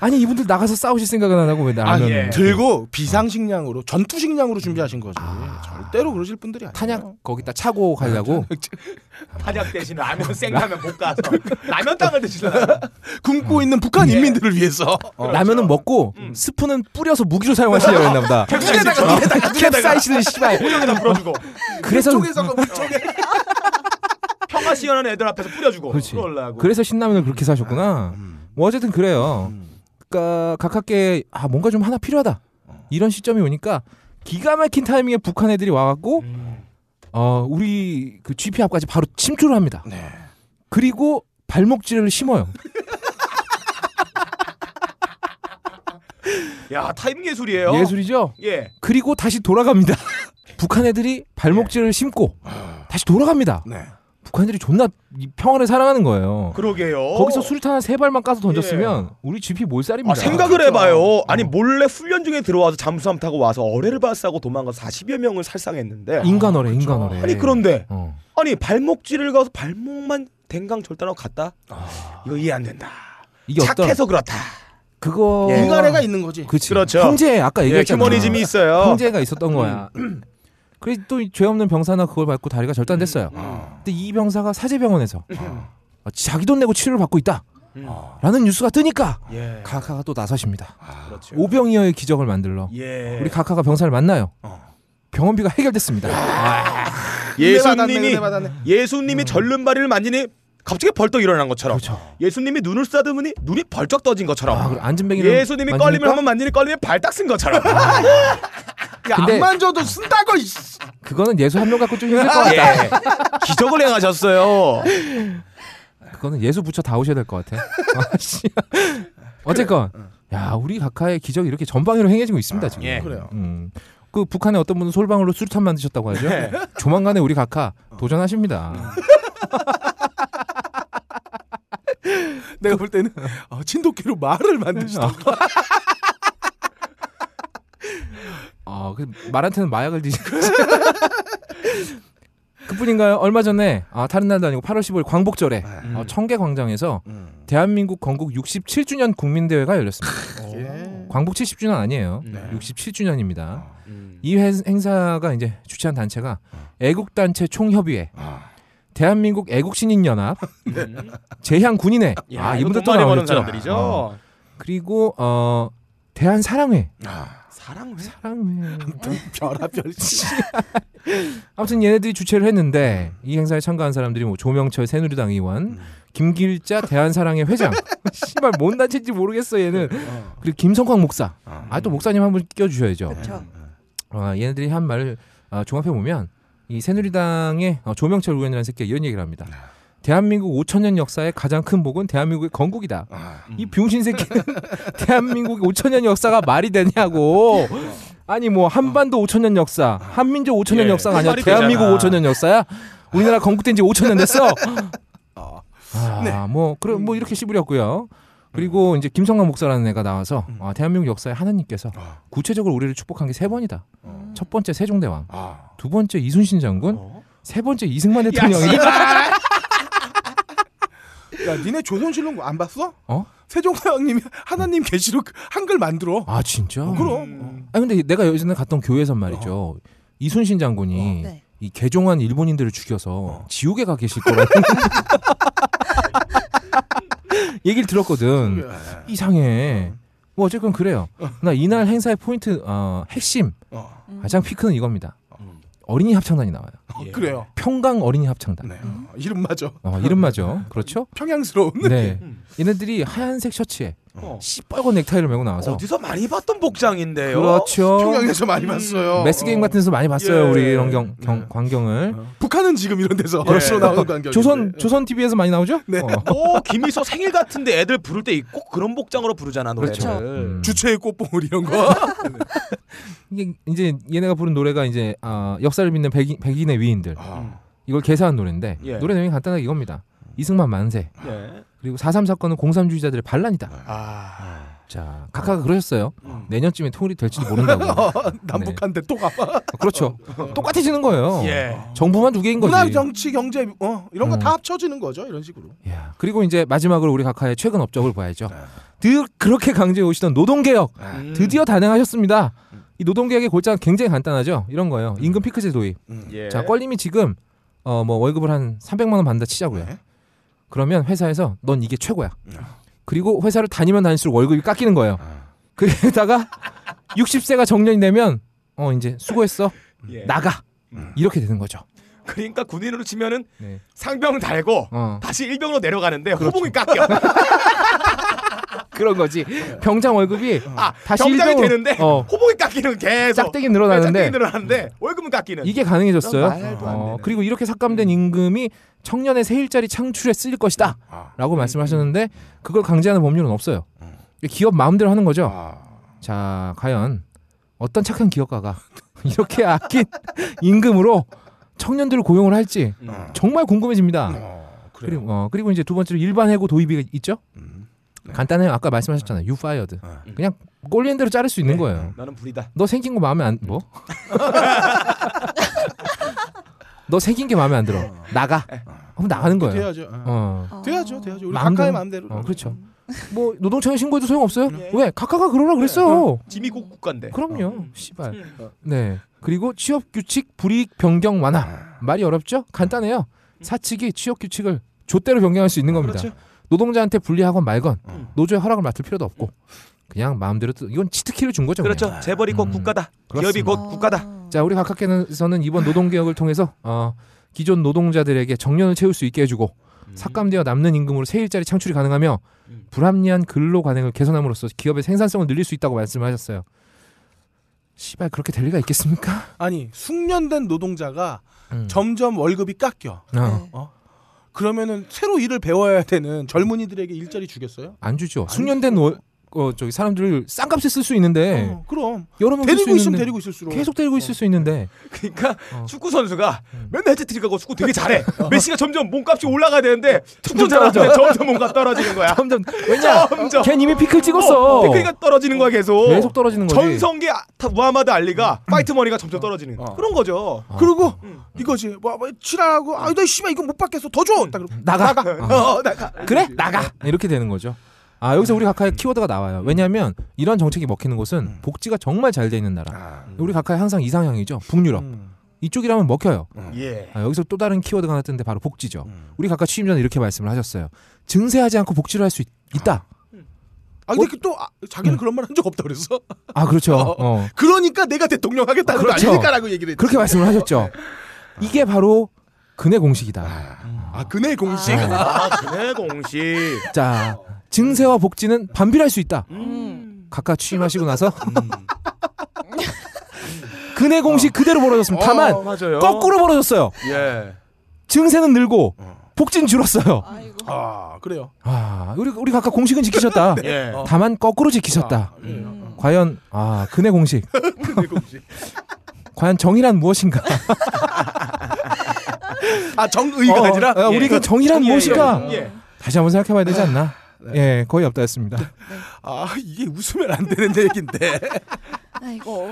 B: 아니 이분들 나가서 싸우실 생각은 안 하고 왜 라면
C: 아니,
A: 예.
C: 들고 비상식량으로 전투식량으로 준비하신 거지.
B: 네. 아.
C: 절대로 그러실 분들이 아니에요.
B: 탄약 거기다 차고 가려고
A: 타작 대신 라면 생라면 못 가서
B: 그
A: 라면 땅을 드시라.
C: 굶고 있는 북한 인민들을 위해서.
B: 어. 라면은 먹고 스프는 뿌려서 무기로 사용하시려고 했나 보다.
A: 캡사이신처럼.
B: 캡사이신처럼. 캡사이신을 씨발.
A: 호정에다 뿌려주고
B: 그래서
A: 평화 시연하는 애들 앞에서 뿌려주고
B: 그렇지.
A: 그러려고.
B: 그래서 신라면을 그렇게 사셨구나.
C: 음.
B: 뭐 어쨌든 그래요.
C: 음.
B: 그러니까 각하께 아 뭔가 좀 하나 필요하다.
A: 어.
B: 이런 시점이 오니까 기가 막힌 타이밍에 북한 애들이 와갖고
A: 음.
B: 어 우리 그 GP 앞까지 바로 침투를 합니다.
C: 네.
B: 그리고 발목질을 심어요.
A: 야 타임 예술이에요.
B: 예술이죠.
A: 예.
B: 그리고 다시 돌아갑니다. 북한 애들이
A: 예.
B: 발목질을 심고
A: 아.
B: 다시 돌아갑니다.
C: 네.
B: 북한 애들이 존나 이 평화를 사랑하는 거예요.
A: 그러게요. 어.
B: 거기서 수류탄 한세 발만 까서 던졌으면 우리 GP
A: 아,
B: 몰살입니다.
A: 생각을 해봐요. 아니
B: 음.
A: 몰래 훈련 중에 들어와서 잠수함 타고 와서 어뢰를 발사하고 도망가서 40여 명을 살상했는데
B: 인간어래, 인간어래.
A: 아니 그런데
B: 어.
A: 아니 발목질을 가서 발목만 댕강 절단하고 갔다? 이거 이해 안 된다.
B: 아. 이게 어떤
A: 착해서 그렇다.
B: 그거
A: 예.
C: 인간애가 있는 거지.
B: 그치.
A: 그렇죠.
B: 형제 아까
A: 예,
B: 얘기했잖아.
A: 휴머니즘이 있어요. 음.
B: 형제가 있었던 거야. 그래서 또 죄 없는 병사나 그걸 밟고 다리가 절단됐어요.
A: 음.
B: 근데 이 병사가 사제병원에서 어, 자기 돈 내고 치료를 받고 있다. 아,
A: 음.
B: 라는 뉴스가 뜨니까
A: 예.
B: 가카가 또 나서십니다.
A: 그렇죠.
B: 오병이어의 기적을 만들러
A: 예.
B: 우리 가카가 병사를 만나요.
A: 어.
B: 병원비가 해결됐습니다.
A: 예수님이
C: 은혜 받았네, 은혜 받았네.
A: 예수님이 절름발이를 만지니 갑자기 벌떡 일어난 것처럼
B: 음. 그렇죠.
A: 예수님이 눈을 쓰다듬으니 눈이 벌쩍 떠진 것처럼
B: 아, 그리고 안진뱅이를
A: 예수님이
B: 만지니까
A: 걸림을 한번 만지니 걸림에 발딱 쓴 것처럼
C: 야,
B: 근데-
C: 안 만져도 쓴다고. 이씨.
B: 그거는 예수 한 명 갖고 좀 힘들 것 같아.
A: 예. 기적을 행하셨어요.
B: 그거는 예수 부처 다 오셔야 될 것 같아. 아, 씨. 어쨌건 야 우리 각하의 기적이 이렇게 전방위로 행해지고
C: 아,
B: 있습니다 지금.
A: 예.
C: 그래요.
B: 음. 그 북한의 어떤 분은 솔방울로 수류탄 만드셨다고 하죠.
C: 네.
B: 조만간에 우리 각하
C: 어. 음.
B: 도전하십니다.
C: 내가 볼 때는 어, 진돗개로 말을 만드시다.
B: 어, 그 말한테는 마약을 드시. 그뿐인가요? 얼마 전에 아, 다른 날도 아니고 8월 15일 광복절에
A: 음.
B: 어, 청계 광장에서
C: 네. 음.
B: 대한민국 건국 67주년 국민대회가 열렸습니다.
A: 아,
B: 어,
C: 예.
E: 네.
B: 광복 70주년 아니에요.
A: 네.
B: 67주년입니다.
C: 어.
A: 음.
B: 이 회- 행사가 이제 주최한 단체가
A: 아.
B: 애국단체 총협의회,
C: 어. 아.
B: 대한민국 애국신인연합, 제향 군인회,
A: 야, 이거
B: 아 음. 이분들 또
A: 돈 음. 예, 많이 버는
B: 나오셨죠.
A: 사람들이죠.
B: 어. 그리고 어 대한 사랑회,
A: 사랑을
B: 사랑회.
C: 아. 별아별 씨.
B: 아무튼 얘네들이 주최를 했는데 이 행사에 참가한 사람들이 뭐 조명철 새누리당 의원, 김길자 대한사랑회 회장, 씨발 뭔 단체인지 모르겠어 얘는. 그리고 김성광 목사, 아 네. 또 목사님 한 분 껴주셔야죠.
E: 그렇죠.
B: 어, 얘네들이 한 말을 어, 종합해 보면 이 새누리당의 어, 조명철 의원이라는 새끼가 이런 얘기를 합니다. 대한민국 5천년 역사의 가장 큰 복은 대한민국의 건국이다.
C: 아.
B: 이 병신 새끼는 대한민국의 5천년 역사가 말이 되냐고. 아니 뭐 한반도 5천년 역사, 한민족 5천년
A: 예,
B: 역사가 아니야.
A: 말이
B: 대한민국
A: 되잖아.
B: 5천년 역사야? 우리나라 건국된 지 5천년 됐어. 아, 뭐 그래 뭐 이렇게 씨부렸고요. 그리고 이제 김성관 목사라는 애가 나와서 아, 대한민국 역사에 하나님께서
C: 아.
B: 구체적으로 우리를 축복한 게 세 번이다. 첫 번째 세종대왕,
C: 아.
B: 두 번째 이순신 장군,
C: 어.
B: 세 번째 이승만 대통령이
C: 야, 니네 조선실록 안 봤어?
B: 어?
C: 세종대왕님이 하나님 계시로 한글 만들어.
B: 아 진짜?
C: 그럼.
B: 아 근데 내가 예전에 갔던 교회에선 말이죠. 이순신 장군이
E: 네.
B: 이 개종한 일본인들을 죽여서 지옥에 가 계실 거라는 얘기를
C: 어.
B: 들었거든.
C: 예.
B: 이상해. 뭐 어쨌건 그래요. 나 이날 행사의 포인트 어, 핵심
C: 어.
B: 가장 피크는 이겁니다.
A: 음.
B: 어린이 합창단이 나와요.
A: 예.
C: 그래요.
B: 평강 어린이 합창단.
C: 네. 어, 이름 맞아.
B: 어, 이름 맞죠? 그렇죠?
C: 평양스러운.
B: 음. 네. 얘네들이 하얀색 셔츠에
A: 어.
B: 시뻘건 넥타이를 메고 나와서
A: 어디서 많이 봤던 복장인데요.
B: 그렇죠.
C: 평양에서 많이 봤어요.
B: 매스 게임 같은 데서 많이 봤어요.
A: 예.
B: 우리 이런 경, 경- 광경을.
C: 어. 북한은 지금 이런 데서 예.
A: 예.
C: 얼씨로 나오는 광경.
B: 조선 조선 TV에서 많이 나오죠?
C: 네.
B: 어.
A: 어 김희서 생일 같은데 애들 부를 때 꼭 그런 복장으로 부르잖아 노래를.
E: 그렇죠.
B: 음.
C: 주체의 꽃봉오리 이런 거.
B: 이게 이제 얘네가 부른 노래가 이제 아, 역사를 믿는 백인, 백인의 위인들
C: 아.
B: 이걸 개사한 노래인데
A: 예.
B: 노래 내용이 간단하게 이겁니다. 이승만 만세
A: 예.
C: 네.
B: 그리고 4.3 사건은 공산주의자들의 반란이다.
A: 아.
B: 자, 각하가 그러셨어요. 내년쯤에 통일이 될지도 모른다고.
C: 음.
B: 네.
C: 남북한데 또 가봐.
B: 그렇죠. 똑같아지는 거예요.
A: 예.
B: 정부만 두 개인 거지.
C: 문화, 정치, 경제 어, 이런 거
B: 음.
C: 다 합쳐지는 거죠. 이런 식으로.
B: 야, 그리고 이제 마지막으로 우리 각하의 최근 업적을 봐야죠.
C: 네.
B: 늘 그렇게 강제해 오시던 노동개혁
A: 음.
B: 아, 드디어 단행하셨습니다. 이 노동개혁의 골자는 굉장히 간단하죠. 이런 거예요. 임금 피크제 도입.
C: 음.
A: 예.
B: 자, 껄림이 지금 어 뭐 월급을 한 300만 원 받는다 치자고요.
C: 네.
B: 그러면 회사에서 넌 이게 최고야.
A: 네.
B: 그리고 회사를 다니면 다닐수록 월급이 깎이는 거예요.
A: 아.
B: 그러다가 60세가 정년이 되면 어 이제 수고했어
A: 예.
B: 나가 이렇게 되는 거죠.
A: 그러니까 군인으로 치면은
B: 네. 그렇죠.
A: 상병 달고
B: 어
A: 다시 일병으로 내려가는데 호봉이
B: 음.
A: 깎여.
B: 그런 거지. 병장 월급이
A: 예. 아,
B: 다시
A: 병장이
B: 일병으로-
A: 되는데
B: 어.
A: 호봉이 깎이는 계속
B: 짝대기 늘어나는데 음.
A: 짝대기 늘어나는데 월급은 깎이는.
B: 이게 가능해졌어요.
A: 그건 말도 안
C: 아,
B: 어,
A: 되네. 음.
B: 그리고 이렇게 삭감된 임금이 청년의 새 일자리 창출에 쓰일 것이다.
C: 아.
A: 음.
B: 라고 말씀하셨는데 그걸 강제하는 법률은 없어요. 기업 마음대로 하는 거죠.
C: 아.
B: 자, 과연 어떤 착한 기업가가 이렇게 아낀 임금으로 청년들을 고용을 할지
A: 음.
B: 정말 궁금해집니다.
C: 어, 그래요.
B: 그리고, 어, 그리고 이제 두 번째로 일반 해고 도입이 있죠.
C: 음.
B: 간단해요. 아까 말씀하셨잖아요. 유 파이어드. 그냥 꼴리는 대로 자를 수 있는 거예요.
A: 나는 불이다.
B: 너 생긴 거 마음에 안 뭐? 너 생긴 게 마음에 안 들어. 나가. 그럼 나가는 거예요.
C: 돼야죠. 어.
B: 어.
D: 아.
C: 돼야죠, 돼야죠. 우리
B: 마음대로-
C: 각하의 마음대로.
B: 어, 그렇죠. 뭐 노동청에 신고해도 소용없어요?
A: 예.
B: 왜? 카카가 그러라 그랬어요.
A: 지미국 국가인데.
B: 그럼요. 씨발.
A: 음.
B: 네. 그리고 취업 규칙 불이익 변경
C: 아.
B: 완화. 말이 어렵죠? 간단해요. 사측이 취업 규칙을 좆대로 변경할 수 있는 겁니다.
A: 음. 그렇죠.
B: 노동자한테 불리하건 말건
C: 음.
B: 노조의 허락을 맡을 필요도 없고 그냥 마음대로 뜯- 이건 치트키를 준 거죠. 그냥.
A: 그렇죠. 재벌이 곧
B: 음.
A: 국가다. 기업이
B: 그렇습니다. 어.
A: 곧 어, 국가다.
D: 아.
B: 자, 우리 각하께서는 이번 노동개혁을 통해서 어, 기존 노동자들에게 정년을 채울 수 있게 해주고 삭감되어 남는 임금으로 새 일자리 창출이 가능하며
A: 음.
B: 불합리한 근로 관행을 개선함으로써 기업의 생산성을 늘릴 수 있다고 말씀하셨어요. 씨발 그렇게 될 리가 있겠습니까?
C: 아니 숙련된 노동자가
B: 음.
C: 점점 월급이 깎여.
D: 네.
B: 어,
C: 그러면은 새로 일을 배워야 되는 젊은이들에게 일자리 주겠어요?
B: 안 주죠. 숙련된 월, 어, 저기 사람들을 싼값에 쓸 수 있는데
C: 어, 그럼
B: 여러 명 쓸 네. 수
C: 데리고 있으면
B: 있는데
C: 데리고 있을수록
B: 계속 데리고 있을 수 있는데
A: 그러니까
B: 어.
A: 축구 선수가
B: 음. 어.
A: 맨날 해트트릭 하고 축구 되게 잘해. 메시가 점점 몸값이 올라가야 되는데 축구 잘하는데 점점 몸값 떨어지는 거야.
B: 점점 왜냐?
A: 점점.
B: 걘 이미 피클 찍었어.
A: 댓글이가 떨어지는 거야 계속.
B: 계속 떨어지는 음. 거지.
A: 전성기 아- 타- 무하마드 알리가 파이트 머니가 점점 떨어지는
C: 어.
A: 그런 거죠.
C: 그리고
B: 어.
C: 이거지 뭐, 뭐 치라고 아나 씨발 이거 못 받겠어 더
B: 음.
C: 줘. 딱 그러고
B: 나가. 어.
C: 어, 나가.
B: 그래 나가 이렇게 되는 거죠. 아 여기서 우리 각하의 키워드가 나와요. 왜냐하면 이런 정책이 먹히는 곳은 복지가 정말 잘 돼 있는 나라.
C: 아,
B: 우리 각하의 항상 이상향이죠. 북유럽
C: 음,
B: 이쪽이라면 먹혀요.
A: 예.
B: 아, 여기서 또 다른 키워드가 하나 뜨는데 바로 복지죠.
C: 음.
B: 우리 각하 취임 전에 이렇게 말씀을 하셨어요. 증세하지 않고 복지를 할 수 있다.
C: 아
B: 어.
C: 근데 또 아, 자기는
B: 음.
C: 그런 말 한 적 없다 그랬어?
B: 아 그렇죠.
C: 어.
B: 어.
C: 그러니까 내가 대통령 하겠다는
B: 그렇죠.
C: 거 아닐까라고 얘기를 했지.
B: 그렇게 말씀을 하셨죠. 이게 바로 근해 공식이다.
C: 네. 아 그네 공식.
B: 어.
A: 아, 그네 공식.
B: 자 증세와 복지는 반비례할 수 있다.
E: 음.
B: 각하 취임하시고 나서
C: 음.
B: 근해 공식 그대로 음, 벌어졌습니다. 다만
A: 어, 맞아요.
B: 거꾸로 벌어졌어요.
A: 예.
B: 증세는 늘고 복진 줄었어요.
E: 아이고.
C: 어. 아 네. 그래요.
B: 아, 우리 우리 각각 공식은 지키셨다.
A: 예.
B: 다만 거꾸로
C: 아.
B: 지키셨다.
E: 음.
B: 과연 아 근해 공식.
A: 네,
B: 과연 정의란 무엇인가?
C: 아 정의가
B: 어,
C: 아니라
B: 어, 우리 그 정의란
A: 예,
B: 무엇인가? 네.
A: 예, 예.
B: 다시 한번 생각해봐야
C: 네.
B: 되지 않나? 예, 거의 없다였습니다.
C: 아 이게 웃으면 안 되는 얘기인데.
E: 아이고.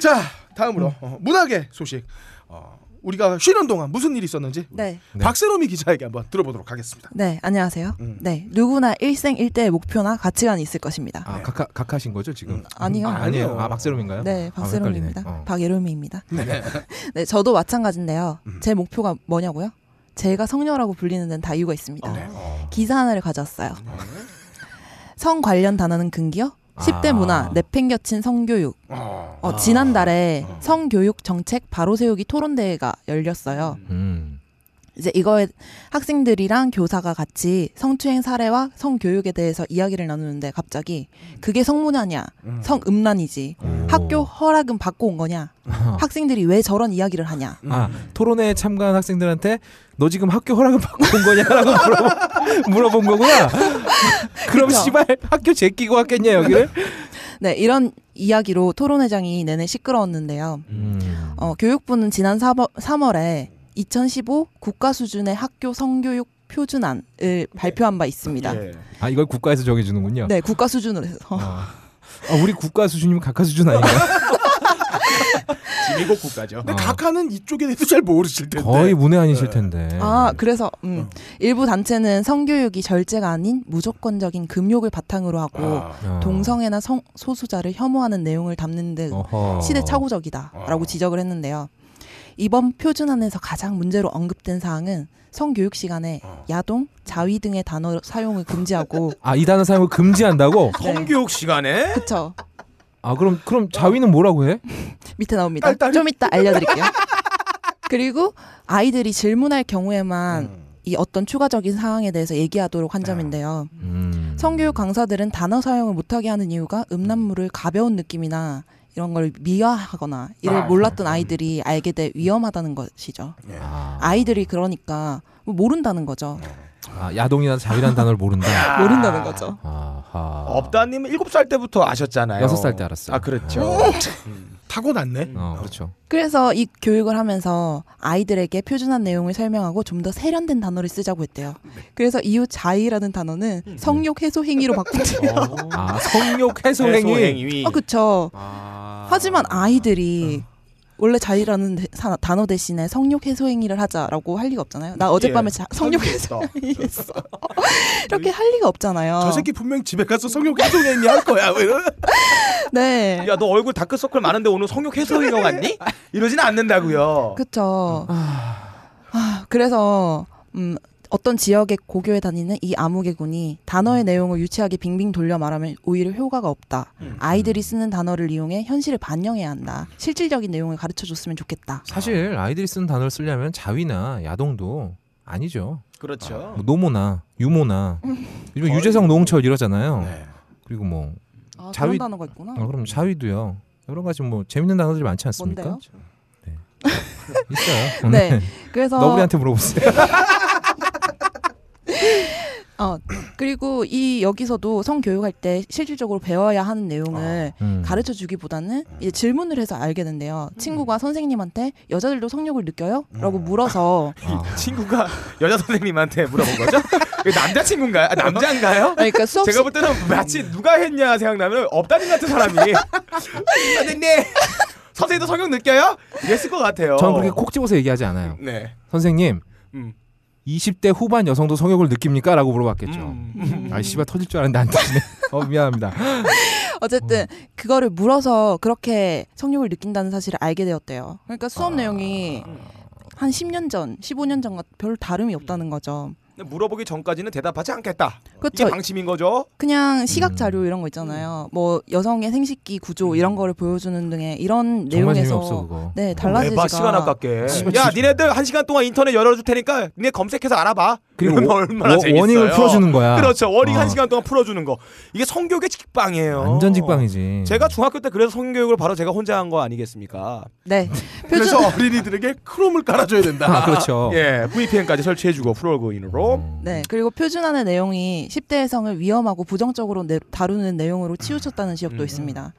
C: 자 다음으로 어, 문학의 소식 어, 우리가 쉬는 동안 무슨 일이 있었는지
D: 네.
B: 네.
C: 박세롬이 기자에게 한번 들어보도록 하겠습니다
D: 네, 안녕하세요.
C: 음.
D: 네, 누구나 일생 일대의 목표나 가치관이 있을 것입니다.
B: 아 각하 각하신 거죠 지금?
D: 네. 음, 아니요.
B: 아, 아니에요. 아 박세롬인가요?
D: 네,
B: 아,
D: 박세롬입니다.
B: 헷갈리네. 어.
D: 박예롬입니다. 네, 저도 마찬가지인데요.
E: 음.
D: 제 목표가 뭐냐고요? 제가 성녀라고 불리는 데는 다 이유가
A: 어.
C: 어.
D: 있습니다.
C: 네.
D: 기사 하나를 가져왔어요.
B: 네.
D: 성 관련 단어는 금기요?
B: 아.
D: 10대 문화, 내팽겨친 성교육.
C: 어,
D: 어, 지난달에 성교육 정책 바로 세우기 토론대회가 열렸어요.
B: 음.
D: 이제 이거에 학생들이랑 교사가 같이 성추행 사례와 성교육에 대해서 이야기를 나누는데 갑자기
B: 음.
D: 그게 성문화냐, 성음란이지, 학교 허락은 받고 온 거냐,
B: 어.
D: 학생들이 왜 저런 이야기를 하냐.
B: 아 토론회에 참가한 학생들한테 너 지금 학교 허락을 받고 온 거냐라고 물어본, 물어본 거구나. 그럼
D: 그쵸.
B: 씨발 학교 제끼고 왔겠냐 여기를?
D: 네, 이런 이야기로 토론회장이 내내 시끄러웠는데요.
B: 음.
D: 어, 교육부는 지난 3월에 2015 국가 수준의 학교 성교육 표준안을 발표한 바 있습니다.
A: 예.
B: 아 이걸 국가에서 정해주는군요.
D: 네, 국가 수준으로 해서.
B: 어. 아, 우리 국가 수준이면 각하 수준 아닌가?
A: 지미고 국가죠.
C: 근데
B: 어.
C: 각하는 이쪽에 대해서 잘 모르실 텐데.
B: 거의 문외 아니실 텐데.
D: 네. 아, 그래서 음, 일부 단체는 성교육이 절제가 아닌 무조건적인 금욕을 바탕으로
C: 아.
D: 하고
A: 뭐.
B: 어.
D: 동성애나 성, 소수자를 혐오하는 내용을 담는 데
B: 어허.
D: 시대착오적이다라고 지적을 했는데요. 이번 표준안에서 가장 문제로 언급된 사항은 성교육 시간에 야동, 자위 등의 단어 사용을 금지하고
B: 아, 이 단어 사용을 금지한다고?
A: 성교육 시간에
D: 그쵸
B: 아, 그럼 그럼 자위는 뭐라고 해?
D: 밑에 나옵니다. 좀 아, 이따 알려드릴게요. 그리고 아이들이 질문할 경우에만
B: 음.
C: 음.
D: 이 어떤 추가적인 사항에 대해서 얘기하도록 한 점인데요.
B: 네. 음.
D: 성교육 강사들은 단어 사용을 못하게 하는 이유가 음란물을 가벼운 느낌이나 이런 걸 미화하거나 이를 몰랐던 아이들이 알게 돼 위험하다는 것이죠.
B: 아,
D: 아이들이 그러니까 모른다는 거죠.
B: 아, 야동이나 자위란 단어를 모른다.
D: 모른다는 거죠.
B: 아하. 어,
A: 업다님 은 7살 때부터 아셨잖아요.
B: 여섯 살때 알았어요.
A: 아, 그렇죠.
C: 타고났네.
B: 어, 그렇죠.
D: 그래서 이 교육을 하면서 아이들에게 표준한 내용을 설명하고 좀 더 세련된 단어를 쓰자고 했대요. 그래서 이후 자의라는 단어는 성욕 해소 행위로 바꾼대요.
B: 아, 어, 성욕 해소 행위.
A: 소행위. 음.
D: 아 그쵸.
A: 아.
D: 하지만 아이들이 원래 자의라는 대- 사- 단어 대신에 성욕 해소 행위를 하자라고 할 리가 없잖아요. 나 어젯밤에 자- 성욕 해소 행위 했어. 이렇게 할 리가 없잖아요.
C: 저 새끼 분명 집에 가서 성욕 해소행위 할 거야. 뭐 이런.
D: 네.
A: 야, 너 얼굴 다크서클 많은데 오늘 성욕 해소행위가 왔니? 이러진
B: 어.
A: 않는다고요.
D: 그쵸.
B: 음.
D: 아, 그래서, 음, 어떤 지역의 고교에 다니는 이 암흑의군이
B: 음.
D: 단어의 내용을 유치하게 빙빙 돌려 말하면 오히려 효과가 없다.
B: 음.
D: 아이들이 쓰는 단어를 이용해 현실을 반영해야 한다. 실질적인 내용을 가르쳐 줬으면 좋겠다.
B: 사실 아이들이 쓰는 단어를 쓰려면 자위나 야동도 아니죠.
A: 그렇죠.
B: 뭐 노모나 유모나 요즘
A: 거의-
B: 유재석 노홍철 이러잖아요.
C: 네.
B: 그리고 뭐
D: 아,
B: 자위-
D: 그런 단어가 있구나.
B: 아, 그럼 자위도요. 여러 가지 뭐 재밌는 단어들이 많지 않습니까?
D: 뭔데요?
B: 네. 있어요.
D: 네. 그래서
B: 너구리한테 물어보세요.
D: 어, 그리고 이 여기서도 성교육할 때 실질적으로 배워야 하는 내용을
B: 음.
D: 가르쳐 주기보다는 이제 질문을 해서 알게 된대요. 친구가 선생님한테 여자들도 성욕을 느껴요? 라고
B: 음.
D: 물어서
B: 아.
A: 친구가 여자 선생님한테 물어본 거죠? 남자 친구인가요? 아, 남자인가요?
D: 아니, 그러니까 수업
A: 제가 볼 때는 마치 누가 했냐 생각나면 업다님 같은 사람이 선생님 선생님도 성욕 느껴요? 이랬을 것 같아요.
B: 저는 그렇게 콕 집어서 얘기하지 않아요.
A: 네.
B: 선생님,
A: 음.
B: 20대 후반 여성도 성욕을 느낍니까? 라고 물어봤겠죠.
A: 음.
B: 아, 씨발 터질 줄 알았는데 안 터지네. 어, 미안합니다.
D: 어쨌든
B: 음.
D: 그거를 물어서 그렇게 성욕을 느낀다는 사실을 알게 되었대요. 그러니까
B: 아.
D: 수업 내용이 한 10년 전, 15년 전과 별 다름이 없다는 거죠.
A: 근데 물어보기 전까지는 대답하지 않겠다. 이게
D: 그렇죠.
A: 방침인 거죠?
D: 그냥 시각
B: 음.
D: 자료 이런 거 있잖아요. 뭐 여성의 생식기 구조 이런 거를 보여주는 등의 이런
B: 정말 재미없어
D: 내용에서
B: 그거.
D: 네,
A: 대박 시간
D: 달라지지가
A: 아깝게.
B: 씨발,
A: 야
B: 진짜.
A: 니네들 한 시간 동안 인터넷 열어줄 테니까 니네 검색해서 알아봐.
B: 그리고
A: 이러면
B: 워-
A: 얼마나
B: 워-
A: 재밌어요.
B: 워닝을 풀어주는 거야.
A: 그렇죠. 워닝
B: 어.
A: 한 시간 동안 풀어주는 거. 이게 성교육의 직방이에요.
B: 완전 직방이지.
A: 제가 중학교 때 그래서 성교육을 바로 제가 혼자 한 거 아니겠습니까?
D: 네.
C: 그래서
D: 표준
C: 어린이들에게 크롬을 깔아줘야 된다.
B: 아, 그렇죠.
A: 예, VPN까지 설치해주고 프로그인으로.
B: 음.
D: 네. 그리고 표준안의 내용이 10대의 성을 위험하고 부정적으로 내- 다루는 내용으로 치우쳤다는 지역도
A: 음.
D: 있습니다.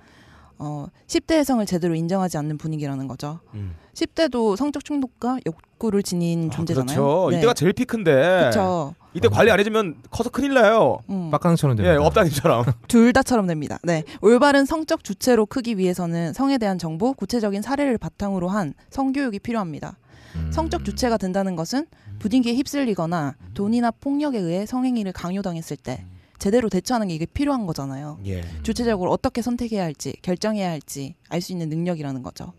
D: 어, 10대의 성을 제대로 인정하지 않는 분위기라는 거죠.
A: 음.
D: 10대도 성적 충동과 욕구를 지닌 존재잖아요. 네.
A: 그렇죠. 이때가 제일 피크인데.
D: 그렇죠.
A: 이때 관리 안 해주면 커서 큰일 나요.
D: 음.
B: 빡가능처럼 됩니다.
A: 예, 업다님처럼.
D: 둘 다처럼 됩니다. 네. 올바른 성적 주체로 크기 위해서는 성에 대한 정보, 구체적인 사례를 바탕으로 한 성교육이 필요합니다.
B: 음.
D: 성적 주체가 된다는 것은 부딩기에 휩쓸리거나 돈이나 폭력에 의해 성행위를 강요당했을 때 제대로 대처하는 게 이게 필요한 거잖아요.
A: 예.
D: 주체적으로 어떻게 선택해야 할지 결정해야 할지 알 수 있는 능력이라는 거죠.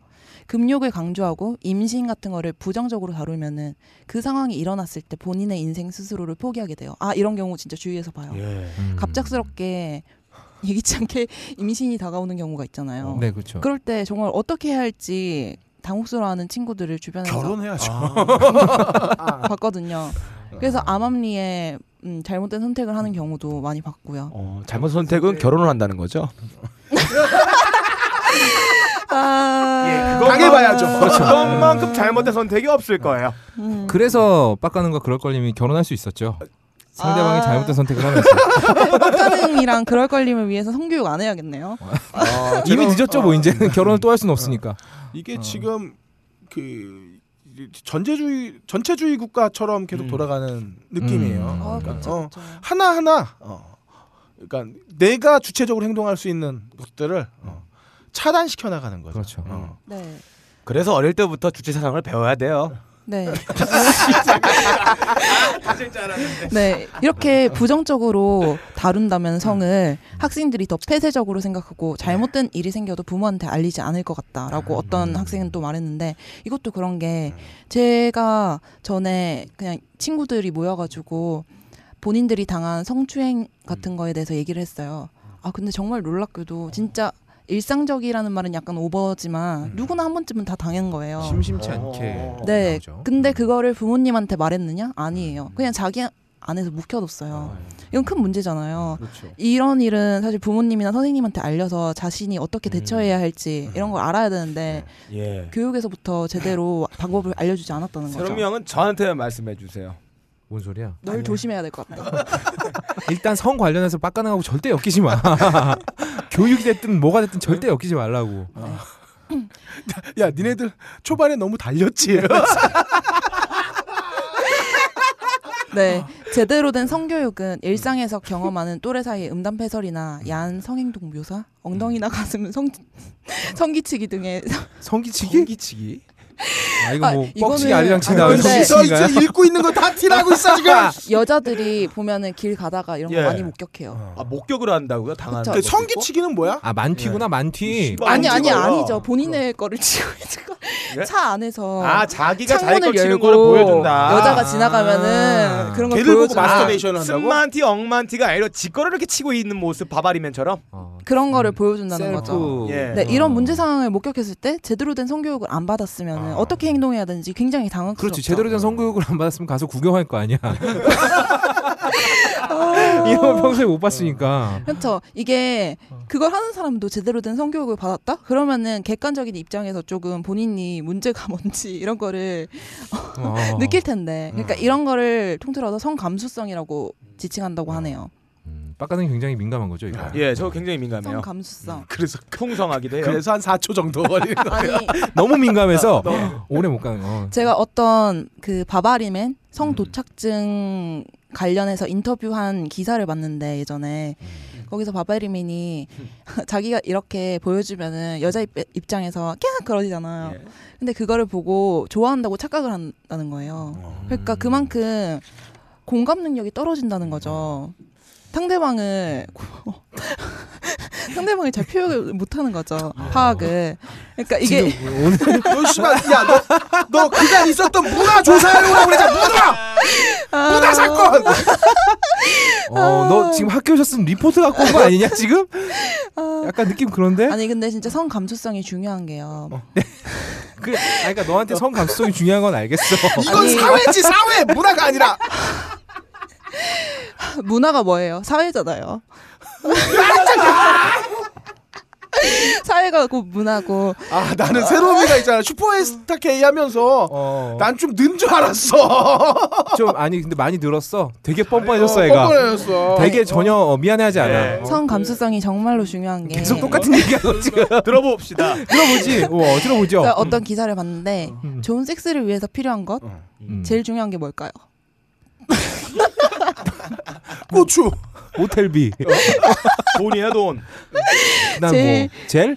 D: 금욕을 강조하고 임신 같은 거를 부정적으로 다루면은 그 상황이 일어났을 때 본인의 인생 스스로를 포기하게 돼요. 아 이런 경우 진짜 주의해서 봐요.
A: 예.
B: 음.
D: 갑작스럽게 예기치 않게 임신이 다가오는 경우가 있잖아요.
B: 네, 그렇죠.
D: 그럴 때 정말 어떻게 해야 할지 당혹스러워하는 친구들을 주변에서
C: 결혼해야죠.
D: 봤거든요. 그래서 암암리에 음, 잘못된 선택을 하는 경우도 많이 봤고요.
A: 어, 잘못
D: 네.
A: 선택은 결혼을 한다는 거죠.
D: 아...
C: 당해봐야죠.
B: 그렇죠.
C: 그렇죠.
A: 그것만큼 잘못된 선택이 없을
B: 네.
A: 거예요.
D: 음.
B: 그래서 빡가는과 그럴 걸림이 결혼할 수 있었죠. 상대방이
D: 아.
B: 잘못된 선택을 하면서
D: 박가능이랑 그럴 걸림을 위해서 성교육 안 해야겠네요.
A: 아, 어.
B: 뭐,
D: 아.
B: 어. 이미 늦었죠, 뭐 이제는 결혼을 또 할 수는 없으니까.
C: 이게 지금 그 전제주의 전체주의 국가처럼 계속
A: 음.
C: 돌아가는 느낌이에요.
B: 음.
D: 어,
B: 그러니까,
D: 그렇죠. 그렇죠.
C: 하나 하나 어, 그러니까 내가 주체적으로 행동할 수 있는 것들을 어, 차단시켜 나가는 거죠.
B: 그렇죠.
C: 어.
D: 네.
A: 그래서 어릴 때부터 주체 사상을 배워야 돼요.
D: 네.
B: 아,
D: 네. 이렇게 부정적으로 다룬다면 성을 학생들이 더 폐쇄적으로 생각하고 잘못된 일이 생겨도 부모한테 알리지 않을 것 같다라고 어떤 학생은 또 말했는데 이것도 그런 게 제가 전에 그냥 친구들이 모여가지고 본인들이 당한 성추행 같은 거에 대해서 얘기를 했어요. 아, 근데 정말 놀랍게도 진짜 일상적이라는 말은 약간 오버지만 누구나 한 번쯤은 다 당한 거예요.
B: 심심치 않게
C: 어.
D: 네.
B: 나오죠. 음.
D: 근데 그거를 부모님한테 말했느냐? 아니에요. 그냥 자기 안에서
B: 아,
D: 묵혀뒀어요.
B: 네.
D: 이건 큰 문제잖아요.
A: 그렇죠.
D: 이런 일은 사실 부모님이나 선생님한테 알려서 자신이
B: 음.
D: 어떻게 대처해야 할지 이런 걸 알아야 되는데
B: 네.
A: 예.
D: 교육에서부터 제대로 방법을 알려주지 않았다는
A: 새롬이
D: 거죠.
A: 형은 저한테 말씀해 주세요.
B: 뭔 소리야?
D: 널 조심해야 될 것 같다.
B: 일단 성 관련해서 빡가능하고 절대 엮이지 마. 교육이 됐든 뭐가 됐든 절대 엮이지 말라고.
C: 야 니네들 초반에 너무 달렸지.
D: 네,
B: 아.
D: 제대로 된 성교육은
B: 음.
D: 일상에서 경험하는 또래 사이의 음담 패설이나 야한 성행동 묘사,
B: 음.
D: 엉덩이나 가슴 성 성기치기 등의
B: 성기치기?
A: 성기치기?
B: 아 이거
D: 아,
B: 뭐
D: 이거는-
B: 뻑치기 아리랑치기
D: 아니,
B: 나오는
D: 근데-
C: 여기서
B: 성기치기인가요?
C: 이제 읽고 있는 거 다 티나고 있어 지금.
D: 여자들이 보면은 길 가다가 이런 거
A: 예.
D: 많이
B: 어.
D: 목격해요.
A: 아 목격을 한다고요? 당하는 것도
D: 그쵸.
C: 근데
A: 있고?
C: 성기치기는 뭐야?
B: 아 만티구나 만티.
A: 씨발.
D: 아니 아니
A: 찍어요.
D: 아니죠 본인의 거를 치고 있는 거.
B: 네?
A: 예?
D: 차 안에서
A: 아 자기가 자기 걸
D: 창문을
A: 치는
D: 열고
A: 걸 보여준다.
D: 여자가
A: 아.
D: 지나가면은
B: 아.
D: 그런 걸
C: 걔를 보고
D: 보여주고
C: 마스터베이션을 한다고?
A: 쓴만티 엉만티가 아니라 지 거를 이렇게 치고 있는 모습 바바리맨처럼.
B: 어,
D: 그런 거를 보여준다는 거죠.
B: 셀프.
A: 예.
D: 네, 이런 문제 상황을 목격했을 때 제대로 된 성교육을 안 받았으면 은
B: 아.
D: 어떻게 행동해야 되는지 굉장히 당황스럽죠.
B: 그렇지 제대로 된 성교육을 안 받았으면 가서 구경할 거 아니야. 이런 거 평소에 못 봤으니까.
D: 그렇죠. 이게
B: 어.
D: 그걸 하는 사람도 제대로 된 성교육을 받았다? 그러면은 객관적인 입장에서 조금 본인이 문제가 뭔지 이런 거를
B: 어. 음.
D: 느낄 텐데. 그러니까 이런 거를 통틀어서 성감수성이라고 지칭한다고 하네요.
B: 음, 빡가는 굉장히 민감한 거죠 이거.
A: 예, 저 굉장히 민감해요.
D: 성감수성.
C: 그래서
A: 풍성하기도
B: 네.
A: 해요.
C: 그래서 한 4초 정도 걸리는
B: 음.
C: 거.
D: 아니
B: 너무 민감해서 오래 못 가는. 거.
D: 제가 어떤 그 바바리맨
B: 음.
D: 성도착증 관련해서 인터뷰한 기사를 봤는데 예전에
B: 음.
D: 거기서 바바리맨이 자기가 이렇게 보여주면은 여자 입, 입장에서 캬 그러잖아요.
A: 예.
D: 근데 그거를 보고 좋아한다고 착각을 한다는 거예요.
B: 음.
D: 그러니까 그만큼 공감 능력이 떨어진다는 거죠.
B: 음.
D: 상대방을 상대방을 잘 표현을 못하는 거죠 파악을. 그러니까 이게
B: 아. 지금 오늘
C: 너 씨발 야너 너 그간 있었던 문화 조사하려고 그러자 문화
D: 아.
C: 문화 사건.
B: 어, 너 지금 학교 오셨으면 리포트 갖고 온 거 아니냐 지금? 약간 느낌 그런데?
D: 아니 근데 진짜 성 감수성이 중요한 게요.
B: 어. 그, 아니, 그러니까 너한테 성 감수성이 중요한 건 알겠어.
C: 이건
D: 아니.
C: 사회지 사회 문화가 아니라
D: 문화가 뭐예요? 사회잖아요. 사회가 곧 문화고
C: 아 나는 새로미가 있잖아 슈퍼스타 K 하면서
B: 어,
C: 난 좀 는 줄 알았어
B: 좀 아니 근데 많이 늘었어. 되게 뻔뻔해졌어 애가.
C: 뻔뻔해졌어
B: 되게 전혀 어, 미안해하지 않아. 어,
D: 성 감수성이 정말로 중요한 게
B: 계속 똑같은 얘기하고 지금
A: 들어봅시다.
B: 들어보지. 어, 들어보죠.
D: 제가 어떤 기사를 봤는데 좋은 섹스를 위해서 필요한 것
B: 음.
D: 제일 중요한 게 뭘까요?
C: 고추
B: 모텔비.
A: 돈이야 돈.
B: 그다음
D: 제일-
B: 뭐 젤?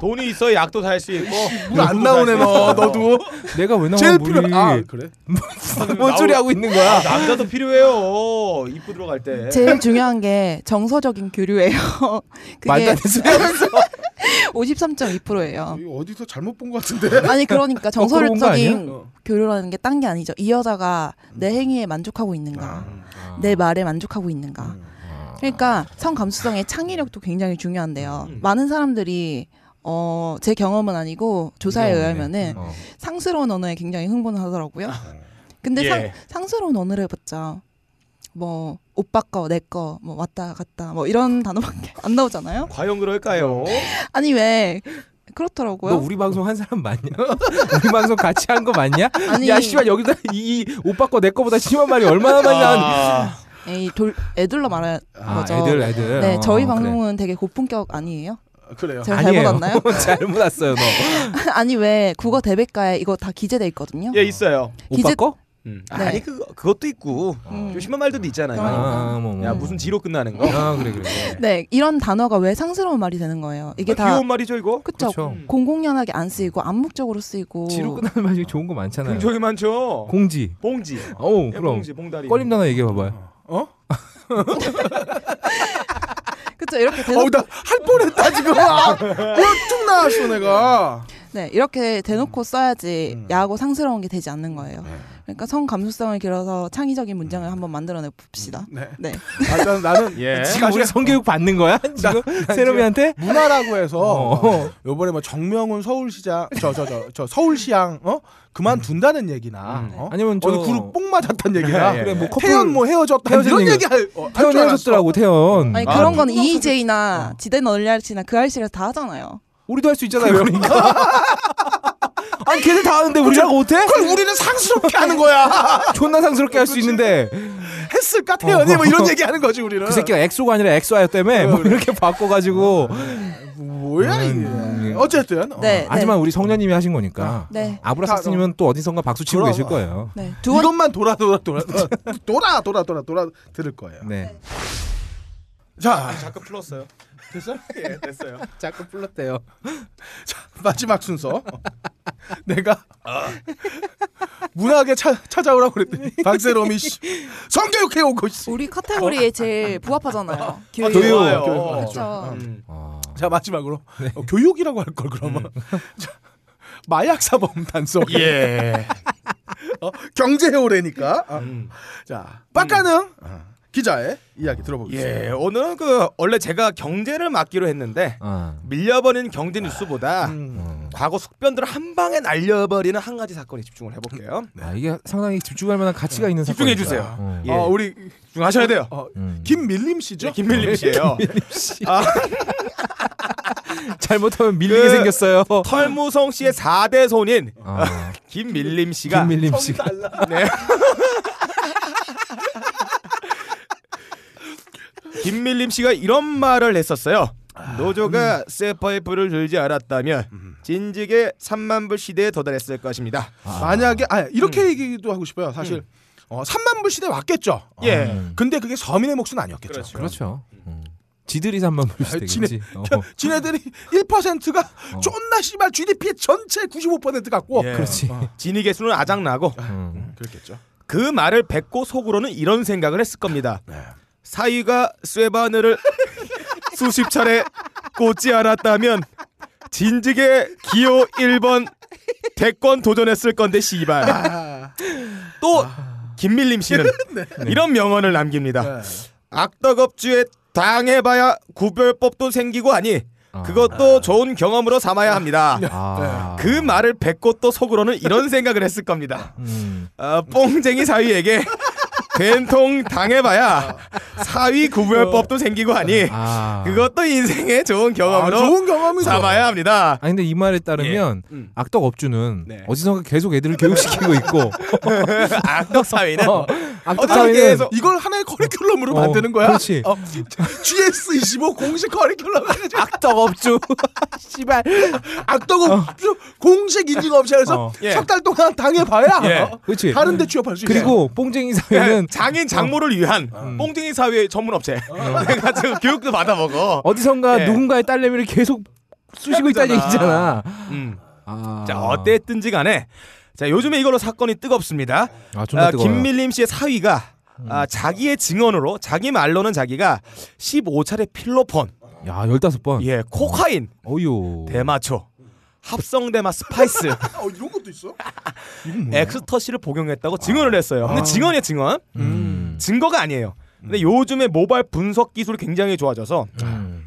A: 돈이 있어야 약도 살 수 있고.
C: 물안 나오네
A: 아,
C: 너 너도
B: 내가 왜 나와
C: 제일
B: 물이?
C: 필요 아 그래
B: 뭔 소리 하고 있는 거야?
A: 남자도 필요해요. 입고 들어갈
B: 네.
A: 때.
D: 제일 중요한 게 정서적인 교류예요.
B: 말도
D: 그게
B: 안 되면서
D: 53.2%예요.
C: 아, 이거 어디서 잘못 본 것 같은데
D: 아니 그러니까
B: 어, 거꾸로 온거
D: 정서적인 교류라는 게 딴 게 아니죠. 이 여자가 내
B: 음.
D: 행위에 만족하고
C: 아.
D: 있는가, 내
B: 아.
D: 말에 만족하고
B: 음.
D: 있는가. 그러니까 성 감수성의 창의력도 굉장히 중요한데요.
B: 음.
D: 많은 사람들이 어, 제 경험은 아니고 조사에 의하면은
B: 어.
D: 상스러운 언어에 굉장히 흥분을 하더라고요.
B: 아.
D: 근데
A: 예.
D: 상, 스러운 언어를 해봤자 뭐 오빠 거, 내 거, 뭐 왔다 갔다 뭐 이런 단어밖에 안 나오잖아요.
A: 과연 그럴까요?
D: 아니 왜
B: 너
D: 그렇더라고요.
B: 우리 방송 한 사람 맞냐? 우리 방송 같이 한 거 맞냐?
D: 아니.
B: 야 씨발 여기다 이, 이 오빠 거 내 거보다 심한 말이
A: 어,
B: 얼마나 많이 나는
A: 아,
D: 에이 돌 애들로 말한
B: 아,
D: 거죠.
B: 애들 애들.
D: 네,
B: 어,
D: 저희
B: 그래.
D: 방송은 되게 고품격 아니에요?
C: 그래요.
E: 제가 잘못 왔나요?
B: 잘못 왔어요, 너.
E: 아니 왜 국어 대백과에 이거 다 기재돼 있거든요.
A: 예 있어요.
B: 오빠
E: 기재-
B: 거?
A: 음.
E: 네.
A: 아니 그 그것도 있고
E: 음.
A: 좀 심한 말들도 있잖아요.
E: 그러니까.
B: 아, 뭐, 뭐.
A: 야 무슨 지로 끝나는 거?
B: 아, 그래, 그래.
E: 네 이런 단어가 왜 상스러운 말이 되는 거예요? 이게
A: 아,
E: 다
A: 귀여운 말이죠 이거.
E: 그쵸?
B: 그렇죠.
E: 공공연하게 안 쓰이고 암묵적으로 쓰이고
B: 지로 끝나는 말이 좋은 거 많잖아요.
A: 굉장히 많죠.
B: 네. 공지.
A: 봉지.
B: 어우,
A: 예,
B: 그럼.
A: 봉지 봉다리.
B: 꺼림 단어 얘기해 봐봐요.
E: 그쵸 이렇게 대놓고
C: 어우 나할 뻔했다 지금. 와쭉 나왔어 내가.
E: 네 이렇게 대놓고 써야지
C: 음.
E: 야하고 상스러운 게 되지 않는 거예요. 그러니까 성 감수성을 길어서 창의적인 문장을 한번 만들어내 봅시다.
C: 네.
E: 네.
C: 아, 난, 나는
A: 예.
B: 지금 우리 성교육 받는 거야? 지금 세롬이한테?
C: 문화라고 해서
B: 어.
C: 요번에 뭐 정명훈 서울시장 저 저 저 저 서울시장 어 그만둔다는 얘기나
A: 음.
C: 어?
B: 아니면 저
C: 어느 그룹 뽕 맞았다는 얘기나
A: 예, 예.
B: 그래, 뭐 커플
C: 태연 뭐 헤어졌다
B: 헤어진
C: 이런
B: 얘기.
C: 얘기 할, 어, 할줄
B: 태연
C: 알았어.
B: 헤어졌더라고, 태연.
E: 아니
A: 아,
E: 그런 건 EJ나 지대 널리알치나 그 알씨에서 다 하잖아요.
B: 우리도 할 수 있잖아요. 그러니까. 아니 걔들 다 하는데 우리랑 못해?
C: 그걸 우리는 상스럽게 하는 거야
B: 존나 상스럽게 할 수 있는데
C: 했을까 태연이 뭐 이런
B: 어.
C: 얘기 하는 거지 우리는
B: 그 새끼가 엑소가 아니라 엑소하였다며 뭐 이렇게 바꿔가지고
C: 뭐야
B: 음,
C: 이게
B: 예.
C: 어쨌든 어.
E: 네.
B: 하지만 우리 성녀님이 하신 거니까
E: 네.
B: 아브라삭스님은 또 어디선가 박수 치고
C: 그럼.
B: 계실 거예요.
E: 네. 두어
C: 이것만 돌아 돌아 돌아 돌아 돌아 돌아 돌아 돌아 들을 거예요
B: 네.
C: 아, 자
A: 자꾸 풀었어요.
C: 됐어
A: 예 됐어요.
B: 자꾸 불렀대요.
C: 자, 마지막 순서. 내가 문학에 차, 찾아오라고 그랬더니 박세롬이 씨, 성교육해 오고 있어.
E: 우리 카테고리에 제일 부합하잖아요. 교육.
A: 교육.
C: 교육,
A: 교육.
C: 교육.
E: 그쵸.
C: 어.
A: 음.
C: 자 마지막으로
A: 네.
C: 어, 교육이라고 할 걸 그러면
A: 음.
C: 자, 마약 사범 단속
A: 예.
C: 어, 경제 호래니까 아,
A: 음. 아.
C: 자 빡가능 기자의 이야기 들어보겠습니다.
A: 예. 오늘은 그 원래 제가 경제를 맡기로 했는데
B: 아,
A: 밀려버린 경제 뉴스보다
C: 음,
A: 과거 속변들을 한 방에 날려버리는 한 가지 사건에 집중을 해볼게요.
B: 아, 이게 상당히 집중할 만한 가치가 있는
A: 집중해
B: 사건이다.
A: 주세요.
B: 어.
A: 예.
C: 어, 우리
A: 집중하셔야 돼요.
C: 어,
B: 음.
C: 김밀림 씨죠?
A: 예, 김밀림 씨예요. 아,
B: 잘못하면 밀리게
A: 그-
B: 생겼어요.
A: 털무성 씨의 4대 손인
B: 아,
A: 김밀림 씨가
B: 김밀림 씨가
A: 네. 김밀림 씨가 이런 말을 했었어요. 노조가 세파이프를 들지 않았다면 진즉에 3만 불 시대에 도달했을 것입니다.
C: 만약에 아 이렇게
A: 음.
C: 얘기도 하고 싶어요. 사실 어, 3만 불 시대 왔겠죠. 음.
A: 예.
C: 근데 그게 서민의 몫은 아니었겠죠.
A: 그렇죠.
B: 그렇죠. 음. 지들이 산만 불수
C: 아,
B: 되겠지. 어.
C: 지네들이 1%가
B: 어.
C: 존나 씨발 GDP 의 전체 95% 갖고 어,
A: 예.
B: 그렇지.
A: 진위 개수는 아작나고
B: 음.
C: 그렇겠죠.
A: 그 말을 뱉고 속으로는 이런 생각을 했을 겁니다.
C: 네.
A: 사위가 쇠바늘을 수십 차례 꽂지 않았다면 진즉에 기호 1번 대권 도전했을 건데 씨발.
C: 아.
A: 또 김밀림 씨는
C: 네.
A: 이런 명언을 남깁니다. 악덕업주에 당해봐야 구별법도 생기고 하니
B: 아.
A: 그것도 좋은 경험으로 삼아야 합니다.
B: 아.
A: 그 말을 뱉고 또 속으로는 이런 생각을 했을 겁니다.
B: 음.
A: 어, 뽕쟁이 사위에게 된통 당해봐야 사위 구별법도 생기고 하니
B: 아.
A: 그것도 인생의 좋은
C: 아,
A: 경험으로
C: 좋은 경험이
A: 삼아야 합니다.
B: 아 근데 이 말에 따르면
A: 예. 음.
B: 악덕 업주는
A: 네.
B: 어디선가 계속 애들을 교육시키고 있고
A: 악덕 사위는
B: 어, 악덕
A: 어떻게
B: 사회는
A: 해서-
C: 이걸 하나의 커리큘럼으로
B: 어,
C: 만드는 거야.
B: 그렇지.
C: 어, GS25 공식 커리큘럼 해가지고
B: 악덕 업주 씨발
C: 악덕업 공식 인증 업체에서
B: 어.
A: 예.
C: 석 달 동안 당해봐야
A: 예.
C: 어,
B: 그렇지.
C: 다른 데 취업할 수 있어.
B: 그리고 뽕쟁이 사회는 어.
A: 그냥 네, 장인 장모를 위한 뽕쟁이 사회 전문 업체 내가 지금 교육도 받아먹어.
B: 어디선가
A: 예.
B: 누군가의 딸내미를 계속 쑤시고 있다는
A: 그렇잖아.
B: 얘기잖아.
A: 음.
B: 아.
A: 자 어땠든지간에 자 요즘에 이걸로 사건이 뜨겁습니다.
B: 아, 존나
A: 아,
B: 뜨거워요. 음.
A: 김밀림 씨의 사위가 아, 자기의 증언으로 자기 말로는 자기가 15차례 필로폰,
B: 야, 15번. 음,
A: 예, 코카인,
B: 어유.
A: 대마초, 합성대마 스파이스,
C: 어, 이런 것도 있어?
A: 엑스터시를 복용했다고 증언을 했어요. 근데 증언이에요, 증언.
B: 아. 음.
A: 증거가 아니에요. 근데 요즘에 모발 분석 기술이 굉장히 좋아져서 네.
B: 음.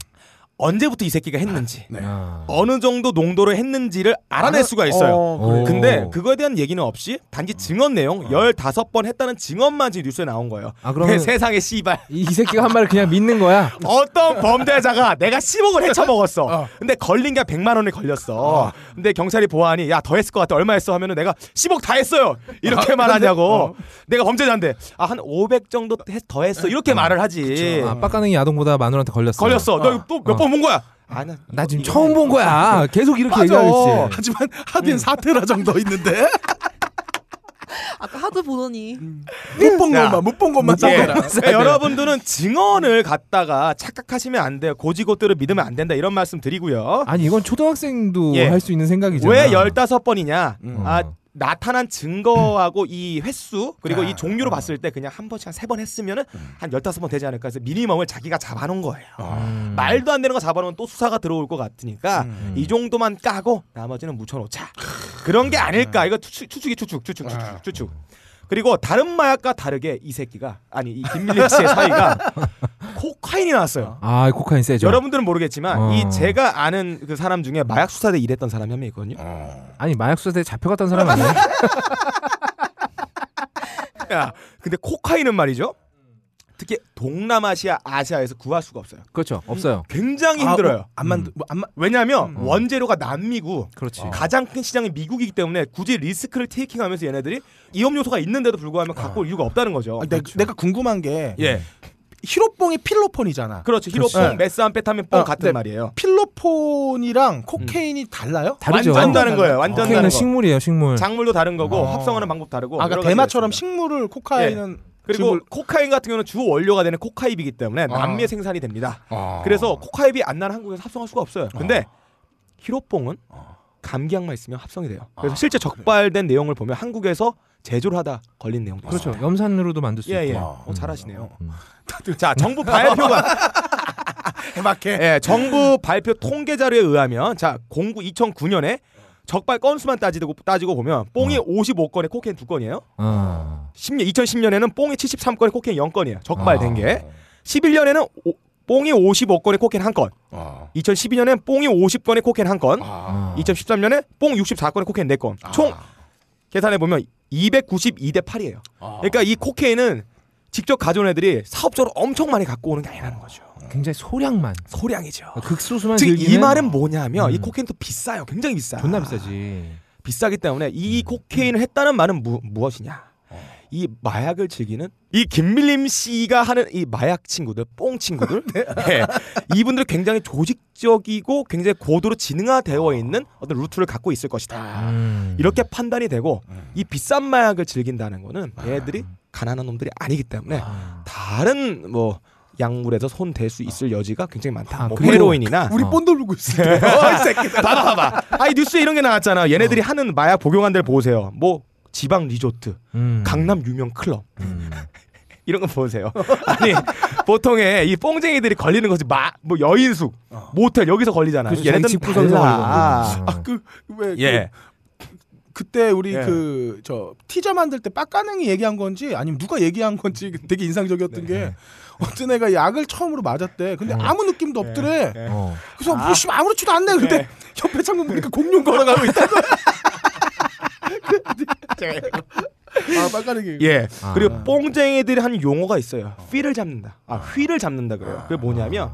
A: 언제부터 이 새끼가 했는지
B: 야.
A: 어느 정도 농도로 했는지를 알아낼 수가 있어요.
C: 어, 그래요.
B: 오.
A: 근데 그거에 대한 얘기는 없이 단지 증언 내용 15번 했다는 증언만 지금 뉴스에 나온 거예요.
B: 아, 그러면-
A: 세상에 씨발
B: 이, 이 새끼가 한 말을 그냥 믿는 거야.
A: 어떤 범죄자가 내가 10억을 헤쳐먹었어.
B: 아.
C: 어.
A: 근데 걸린 게 100만 원에 걸렸어. 근데 경찰이 보아하니 야 더 했을 것 같아. 얼마 했어 하면은 내가 10억 다 했어요.
B: 아,
A: 이렇게 말하냐고.
B: 어.
A: 내가 범죄자인데 아 한 500 정도 했- 더 했어. 이렇게 말을 하지.
B: 아, 빡가능이 야동보다 마누라한테 걸렸어.
A: 걸렸어. 너 또 몇 번 본 거야? 아나
B: 나 지금 처음 본 거야. 계속 이렇게 얘기하고 있지.
C: 하지만 하딘 사태라장 더 있는데
E: 아까 하드 보더니
C: 못 본
A: 야.
C: 것만 못 본 것만
A: 예.
C: 싸워라.
A: 자, 여러분들은 증언을 갖다가 착각하시면 안 돼요. 고지고대로 믿으면 안 된다 이런 말씀 드리고요.
B: 아니 이건 초등학생도
A: 예.
B: 할 수 있는 생각이잖아. 어.
A: 왜 열다섯 번이냐?
C: 음.
A: 아 나타난 증거하고 이 횟수 그리고
C: 아,
A: 이
B: 어.
A: 종류로 봤을 때 그냥 한 번씩 한 세 번 했으면은 한 열다섯 번 되지 않을까 해서 미니멈을 자기가 잡아놓은 거예요.
B: 음.
A: 말도 안 되는 거 잡아놓으면 또 수사가 들어올 것 같으니까
C: 음.
A: 이 정도만 까고 나머지는 묻혀놓자. 그런 게 아닐까. 이거 추측, 추측이 추측, 추측,
C: 아.
A: 추측, 추측. 그리고 다른 마약과 다르게 이 새끼가 아니 이 김밀린 씨의 사이가 코카인이 나왔어요.
B: 아 코카인 세죠.
A: 여러분들은 모르겠지만
B: 어.
A: 이 제가 아는 그 사람 중에 마약 수사대 일했던 사람이 한 명 있거든요.
B: 아니 마약 수사대 잡혀갔다는 사람 아니야?
A: 야, 근데 코카인은 말이죠. 특히 동남아시아, 아시아에서 구할 수가 없어요.
B: 그렇죠. 없어요.
A: 굉장히
C: 아,
A: 힘들어요.
C: 뭐, 안 만들 뭐안 만.
A: 왜냐하면
C: 음.
A: 원재료가 남미고
B: 그렇지.
A: 가장 큰 시장이 미국이기 때문에 굳이 리스크를 테이킹하면서 얘네들이 위험 요소가 있는데도 불구하고 갖고 올 이유가 없다는 거죠.
C: 아, 내, 내가 궁금한 게
A: 예,
C: 히로뽕이 필로폰이잖아.
A: 그렇죠.
C: 그렇지.
A: 히로폰, 메스암페타민, 뽕
C: 어,
A: 같은
C: 네.
A: 말이에요.
C: 필로폰이랑 코케인이 달라요?
B: 다르죠.
A: 음. 완전 다른 거예요. 완전
B: 코카인은
A: 다른 거.
B: 식물이에요. 식물.
A: 작물도 다른 거고
C: 어.
A: 합성하는 방법 다르고.
C: 네. 아, 그러니까
A: 여러 가지가
C: 대마처럼
A: 있습니다. 예.
C: 식물을 코카인은
A: 그리고
C: 지금-
A: 코카인 같은 경우는 주 원료가 되는 코카잎이기 때문에 남미에
C: 아.
A: 생산이 됩니다.
C: 아.
A: 그래서 코카잎이 안 나는 한국에서 합성할 수가 없어요. 근데 히로뽕은
C: 아.
A: 감기약만 있으면 합성이 돼요. 그래서 실제 적발된 내용을 보면 한국에서 제조를 하다 걸린 내용도 있어요.
B: 그렇죠. 염산으로도 만들 수
A: 아. 예, 예.
B: 있고.
A: 어, 잘하시네요.
B: 음.
A: 자, 정부 발표가
C: 해박해.
A: 예, 정부 발표 통계 자료에 의하면 자, 공구 2009년에 적발 건수만 따지고 따지고 보면 뽕이 55건에 코케인 2건이에요.
B: 어.
A: 10년 2010년에는 뽕이 73건에 코케인 0건이에요. 적발된 게. 11년에는 뽕이 55건에 코케인 1건. 아. 2012년엔 뽕이 50건에 코케인 1건.
B: 어.
A: 2013년에 뽕 64건에 코케인 4건. 아. 총 계산해 보면 292대 8이에요. 그러니까 이 코케인은 직접 가져온 애들이 사업적으로 엄청 많이 갖고 오는 게 아니라는 거죠.
B: 굉장히 소량만.
A: 소량이죠.
B: 어, 극소수만
A: 즉
B: 즐기는
A: 이 말은 뭐냐면 이
B: 음.
A: 코케인도 비싸요. 굉장히 비싸.
B: 존나 비싸지. 음.
A: 비싸기 때문에 이 코케인을 했다는 말은 무, 무엇이냐?
B: 어.
A: 이 마약을 즐기는 이 김밀림 씨가 하는 이 마약 친구들, 뽕 친구들, 네. 이분들 굉장히 조직적이고 굉장히 고도로 지능화되어 있는 어떤 루트를 갖고 있을 것이다.
B: 음.
A: 아, 이렇게 판단이 되고 이 비싼 마약을 즐긴다는 거는 얘들이 가난한 놈들이 아니기 때문에
B: 아.
A: 다른 뭐 약물에서 손 댈 수 있을 여지가 굉장히 많다.
B: 아,
A: 뭐
B: 그리고
A: 헤로인이나
C: 우리
B: 어.
C: 본 돌리고 있어.
A: 어이 새끼 봐봐 봐봐 아이 뉴스에 이런 게 나왔잖아 얘네들이 하는 마약 복용한 데를 보세요 뭐 지방 리조트
B: 음.
A: 강남 유명 클럽
B: 음.
A: 이런 거 보세요 아니 보통의 이 뽕쟁이들이 걸리는 거지 마 뭐 여인숙 모텔 여기서 아, 걸리잖아
B: 그래서 자기 집 구석에서 걸리는 거지.
C: 아그왜
A: 예
C: 그, 때 우리
A: 예.
C: 그 저 티저 만들 때 빡가능이 얘기한 건지 아니면 누가 얘기한 건지 되게 인상적이었던 게 어떤 애가 약을 처음으로 맞았대. 근데 아무 느낌도
A: 예.
C: 없더래.
B: 어.
C: 그래서 뭐 씨, 아무렇지도 않네. 근데
A: 네.
C: 옆에 창문 보니까 공룡 걸어가고 있다. 아 빡가능이.
A: 예.
B: 아.
A: 그리고 뽕쟁이들이 하는 용어가 있어요. 휘를 잡는다. 아, 휘를 잡는다 그래요.
B: 아.
A: 그게 뭐냐면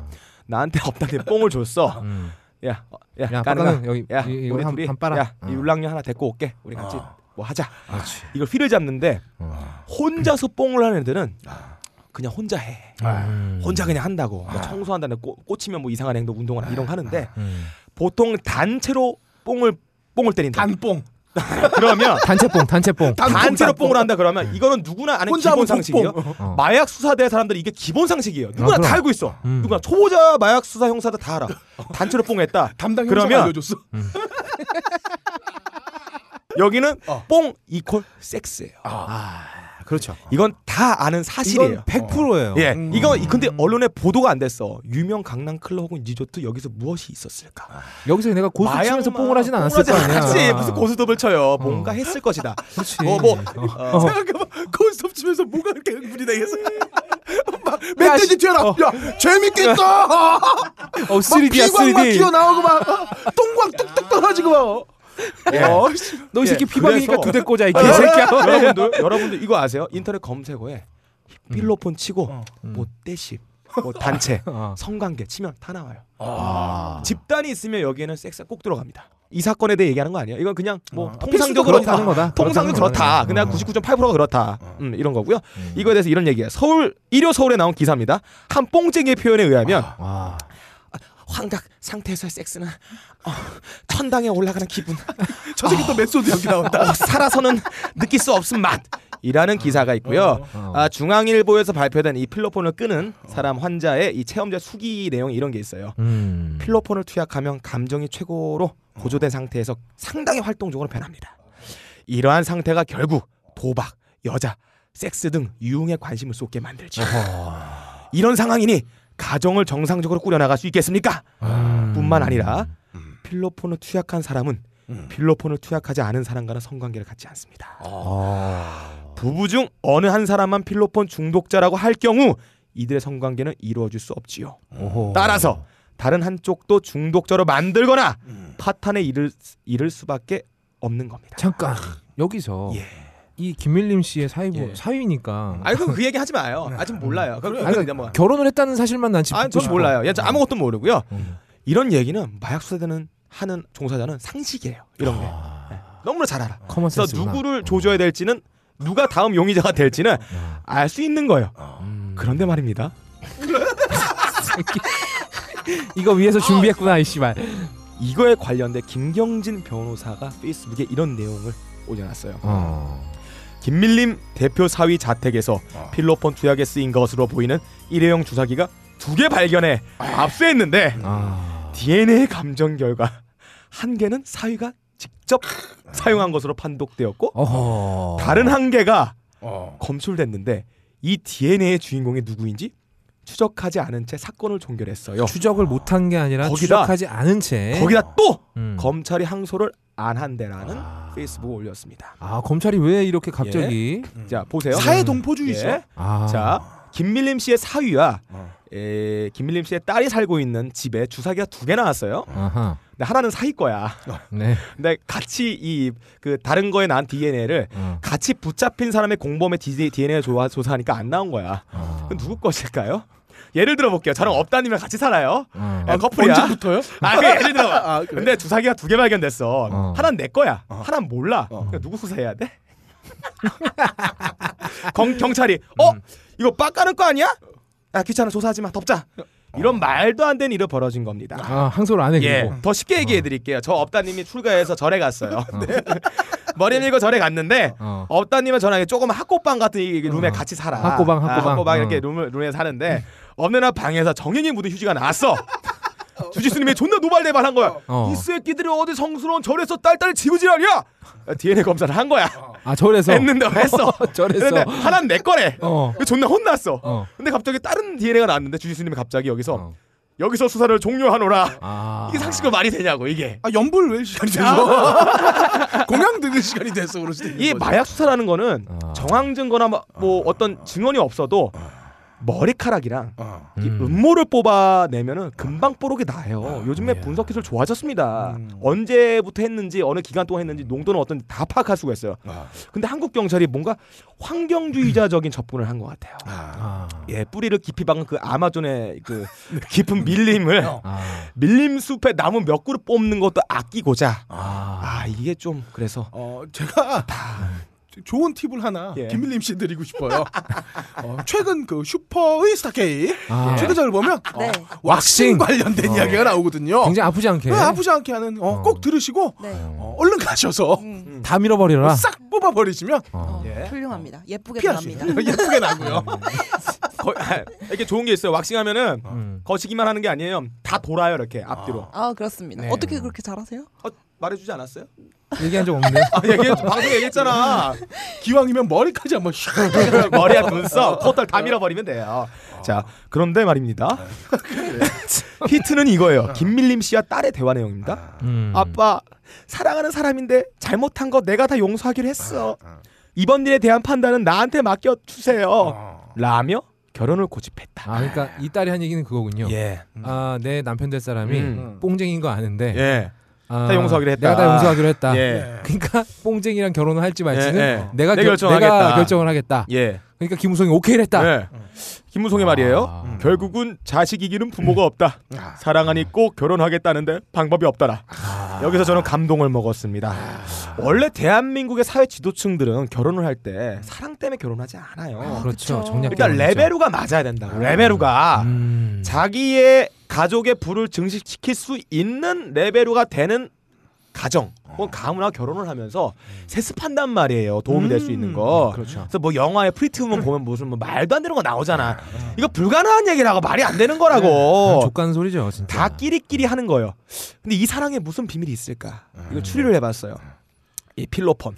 A: 나한테 없다는 뽕을 줬어.
B: 음.
A: 야, 어, 야,
B: 야,
A: 까는
B: 빡가는
A: 거.
B: 여기
A: 야,
B: 이-
A: 우리
B: 이거 한-
A: 둘이
B: 한 빨아. 아.
A: 야, 이
B: 어.
A: 울랑류 하나 데리고 올게. 우리 같이 뭐 하자.
B: 그렇지.
A: 이걸 휘를 잡는데
B: 어.
A: 혼자서 뽕을 하는 애들은
B: 아.
A: 그냥 혼자 해.
B: 음.
A: 혼자 그냥 한다고. 뭐 청소한다는 꼬, 꽂히면 뭐 이상한 행동,
B: 아.
A: 운동을 이런 거 하는데
B: 음.
A: 보통 단체로 뽕을 뽕을 때린다.
C: 단뽕.
A: 그러면
B: 단체뽕, 단체뽕.
A: 단체로 뽕을 한다 그러면 이거는 누구나 아는
C: 혼자
A: 기본
C: 하면
A: 상식이에요.
C: 폭풍.
B: 어.
A: 마약 수사대 사람들 이게 기본 상식이에요. 누구나
B: 아, 그럼.
A: 다 알고 있어.
B: 음.
A: 누구나 초보자 마약 수사 형사들 다 알아. 단체로 뽕했다.
C: 담당 형사
A: 그러면
C: 알려줬어.
A: 여기는
C: 어.
A: 뽕 이퀄 섹스예요.
B: 아, 그렇죠.
A: 이건 다 아는 사실이에요.
B: 100%예요.
A: 예,
C: 음.
A: 이건 근데 언론에 보도가 안 됐어. 유명 강남 클럽 혹은 리조트 여기서 무엇이 있었을까?
B: 여기서 내가 고수
A: 마약만
B: 치면서 뭐 뽕을 하진 않았을 거 아니야.
A: 않았지. 무슨 고스톱을 쳐요. 뭔가 했을 것이다.
B: 그렇지.
A: 뭐, 뭐,
B: 어.
C: 잠깐만 거기서 치면서 뭐가 이렇게 흥분이 되겠어? 막 멧돼지 튀어나. 야 재밌겠다.
B: 어,
C: 막
B: 3D야,
C: 피광 막
B: 3D.
C: 튀어나오고 막 어, 똥광 뚝뚝 떨어지고 막. 어.
A: 예.
C: 어, 씨.
B: 너 이 새끼
A: 예,
B: 피박이니까
A: 그래서-
B: 두 대 꽂아, 이
C: 어.
A: 아,
B: 개새끼야.
A: 여러분들, 여러분들 이거 아세요? 인터넷 검색어에 필로폰 치고 뭐 떼십, 뭐 단체,
B: 어.
A: 성관계 치면 다 나와요. 집단이 있으면 여기에는 섹스 꼭 들어갑니다. 이 사건에 대해 얘기하는 거 아니에요? 이건 그냥 뭐 통상적으로
B: 필수적으로
A: 그렇다.
B: 하는 거다.
A: 통상은
B: 그렇다는
A: 그렇다.
B: 거네.
A: 그냥
B: 어.
A: 99.8%가 그렇다. 음, 이런 거고요. 이거에 대해서 이런 얘기예요. 서울 일요 서울에 나온 기사입니다. 한 뽕쟁이의 표현에 의하면
B: 와.
A: 환각 상태에서의 섹스는 어, 천당에 올라가는 기분.
C: 저 새끼 또 메소드 여기 나온다.
A: 어, 살아서는 느낄 수 없은 맛. 이라는 기사가 있고요.
C: 어,
A: 아, 중앙일보에서 발표된 이 필로폰을 끄는 사람 환자의 이 체험자 수기 내용 이런 게 있어요.
B: 음.
A: 필로폰을 투약하면 감정이 최고로 고조된 상태에서 상당히 활동적으로 변합니다. 이러한 상태가 결국 도박, 여자, 섹스 등 유흥에 관심을 쏟게 만들죠. 이런 상황이니 가정을 정상적으로 꾸려나갈 수 있겠습니까? 뿐만 아니라 필로폰을 투약한 사람은 필로폰을 투약하지 않은 사람과는 성관계를 갖지 않습니다. 부부 중 어느 한 사람만 필로폰 중독자라고 할 경우 이들의 성관계는 이루어질 수 없지요.
B: 오호.
A: 따라서 다른 한쪽도 중독자로 만들거나
B: 음.
A: 파탄에 이를 이를 수밖에 없는 겁니다.
B: 잠깐 여기서
A: 예.
B: 이 김밀림 씨의 사위부
A: 예.
B: 사위니까
A: 아니 그럼 그 얘기 하지 마요. 아직 몰라요. 그럼
B: 아니,
A: 그건 뭐.
B: 결혼을 했다는 사실만 난 짚고
A: 아니 저는
B: 싶어.
A: 몰라요. 예, 저 아무것도 모르고요.
B: 음.
A: 이런 얘기는 마약 수사되는 하는 종사자는 상식이에요. 이런 게 예. 너무나 잘 알아.
B: 커먼
A: 그래서
B: 아. 센스구나.
A: 누구를 조져야 될지는 누가 다음 용의자가 될지는 알 수 있는 거예요.
B: 음.
A: 그런데 말입니다.
B: 이거 위해서 준비했구나 이 씨발.
A: 이거에 관련된 김경진 변호사가 페이스북에 이런 내용을 올려놨어요.
B: 어.
A: 김밀림 대표 사위 자택에서 필로폰 투약에 쓰인 것으로 보이는 일회용 주사기가 두 개 발견해 압수했는데
B: 아.
A: DNA 감정 결과 한 개는 사위가 직접 사용한 것으로 판독되었고
B: 어허.
A: 다른 한 개가
C: 어.
A: 검출됐는데 이 DNA의 주인공이 누구인지 추적하지 않은 채 사건을 종결했어요.
B: 추적을 못한 게 아니라
A: 거기다-
B: 추적하지 않은 채
A: 거기다 또
B: 네. 음.
A: 검찰이 항소를 안 한대라는 페이스북 올렸습니다.
B: 아 검찰이 왜 이렇게 갑자기
A: 음. 자 보세요.
C: 사회 동포주의죠.
A: 예.
B: 아.
A: 자 김밀림 씨의 사위와
C: 어.
A: 에, 김밀림 씨의 딸이 살고 있는 집에 주사기가 두 개 나왔어요.
B: 아하.
A: 근데 하나는 사위 거야.
B: 네.
A: 근데 같이 이 그 다른 거에 난 DNA를
B: 어.
A: 같이 붙잡힌 사람의 공범의 DNA 조사, 조사하니까 안 나온 거야.
B: 아.
A: 그건 누구 것일까요? 예를 들어 볼게요. 저랑 업다님이랑 같이 살아요.
B: 어.
A: 아, 커플이야.
C: 언제부터요?
A: 아, 그 예를 들어.
C: 아, 그래?
A: 근데 주사기가 두 개 발견됐어.
B: 어.
A: 하나는 내 거야. 하나는 몰라. 그럼 누구 수사해야 돼? 경, 경찰이 어 이거 빡가는 거 아니야? 아 귀찮아 조사하지 마 덮자. 이런 말도 안 되는 일이 벌어진 겁니다.
B: 어. 아, 항소를 안해
A: 예,
B: 그리고. 어.
A: 더 쉽게 얘기해 드릴게요. 저 업다님이 출가해서 절에 갔어요. 네. 머리 밀고 절에 갔는데
B: 어.
A: 업다님은 저랑 조금 학고방 같은 이 룸에 같이 살아.
B: 학고방, 학고방.
A: 아, 학고방
B: 어.
A: 이렇게 룸을, 룸에 사는데 어느 날 방에서 정인이 묻은 휴지가 나왔어. 주지스님이 존나 노발대발한 거야.
B: 어.
A: 이 새끼들이 어디 성스러운 절에서 딸딸이 지구질환이야. DNA 검사를 한 거야.
B: 아 절에서.
A: 했는데 했어.
B: 절에서.
A: 했는데 하나는 내 거래.
B: 어.
A: 그래서 존나 혼났어.
B: 어.
A: 근데 갑자기 다른 DNA가 나왔는데 주지스님이 갑자기 여기서
B: 어.
A: 여기서 수사를 종료하노라.
B: 아.
A: 이게 상식으로 말이 되냐고 이게.
C: 아 연불 왜 시간이 돼서 공양 듣는 시간이 돼서 그럴 수도 있는
A: 이
C: 거죠.
A: 마약 수사라는 거는
B: 아.
A: 정황 증거나 뭐- 뭐 어떤 증언이 없어도 머리카락이랑
C: 어.
A: 이 아. 음모를 아, 뽑아내면은 금방 뽀록이 나요. 요즘에
B: 예.
A: 분석 기술 좋아졌습니다. 언제부터 했는지 어느 기간 동안 했는지 농도는 어떤지 다 파악할 수가 있어요.
C: 아.
A: 근데 한국 경찰이 뭔가 환경주의자적인 접근을 한 것 같아요.
C: 아.
B: 아.
A: 예, 뿌리를 깊이 박은 그 아마존의 그 깊은 밀림을
B: 아.
A: 밀림 숲에 나무 몇 그루 뽑는 것도 아끼고자.
B: 아.
A: 아 이게 좀 그래서
C: 어 제가 좋은 팁을 하나
A: 예.
C: 김밀림 씨 드리고 싶어요. 어, 최근 그 슈퍼의 스타케이
A: 예.
B: 아.
C: 최근작을 보면
E: 네.
C: 어, 왁싱 관련된
B: 어.
C: 이야기가 나오거든요.
B: 굉장히 아프지 않게.
C: 네, 아프지 않게 하는 어,
B: 어.
C: 꼭 들으시고
E: 네. 음.
C: 어, 얼른 가셔서
B: 다 밀어버려라.
C: 싹 뽑아 버리시면
B: 어.
E: 어, 훌륭합니다. 예쁘게
C: 예. 피할 수 있어요.
E: 나옵니다.
C: 예쁘게 나고요.
A: 거, 아, 이렇게 좋은 게 있어요. 왁싱하면은
B: 음.
A: 거시기만 하는 게 아니에요. 다 돌아요 이렇게 앞뒤로.
E: 아 그렇습니다.
B: 네.
E: 어떻게 그렇게 잘하세요?
A: 어, 말해주지 않았어요?
B: 얘기한 적 없네요.
A: 아, 얘기 방송 얘기했잖아.
C: 기왕이면 머리까지 한번 샥.
A: 머리에 눈썹, 코털 다 밀어버리면 돼요. 자, 그런데 말입니다. 히트는 이거예요. 김밀림 씨와 딸의 대화 내용입니다.
B: 음.
A: 아. 아빠, 사랑하는 사람인데 잘못한 거 내가 다 용서하기로 했어. 이번 일에 대한 판단은 나한테 맡겨
C: 어.
A: 주세요. 라며 결혼을 고집했다.
B: 아, 그러니까 이 딸이 한 얘기는 그거군요.
A: 예.
B: 아, 내 남편 될 사람이
A: 음.
B: 뽕쟁인 거 아는데
A: 예.
B: 아,
A: 다 용서하기로 했다.
B: 내가 다 용서하기로 했다.
A: 예.
B: 그러니까 뽕쟁이랑 결혼을 할지 말지는
A: 예, 예.
B: 내가
A: 내
B: 결,
A: 결정하겠다.
B: 내가 결정을 하겠다.
A: 예.
B: 그러니까 김우성이 오케이를 했다.
A: 네. 김무성의 말이에요.
B: 아.
A: 음. 아. 결국은 자식 이기는 부모가 없다. 사랑하니 꼭 결혼하겠다는데 방법이 없다라. 여기서 저는 감동을 먹었습니다. 원래 대한민국의 사회 지도층들은 결혼을 할 때 사랑 때문에 결혼하지 않아요. 그러니까 아.
B: 그렇죠.
E: 그쵸.
B: 정략
A: 일단
B: 결혼이죠.
A: 레베루가 맞아야 된다고. 레베루가
B: 음.
A: 자기의 가족의 부를 증식시킬 수 있는 레벨로가 되는 가정
C: 어.
A: 혹은 가문하고 결혼을 하면서 세습한단 말이에요 도움이 될 수 있는 거
C: 음. 그렇죠.
A: 그래서 뭐 영화에 프리티우먼 보면 무슨 뭐 말도 안 되는 거 나오잖아
C: 어.
A: 이거 불가능한 얘기라고 말이 안 되는
C: 네. 아,
B: 어.
A: 거라고
B: 족간 소리죠 진짜.
A: 다 끼리끼리 하는 거예요 근데 이 사랑에 무슨 비밀이 있을까
C: 아.
A: 이걸 추리를 해봤어요 이 필로폰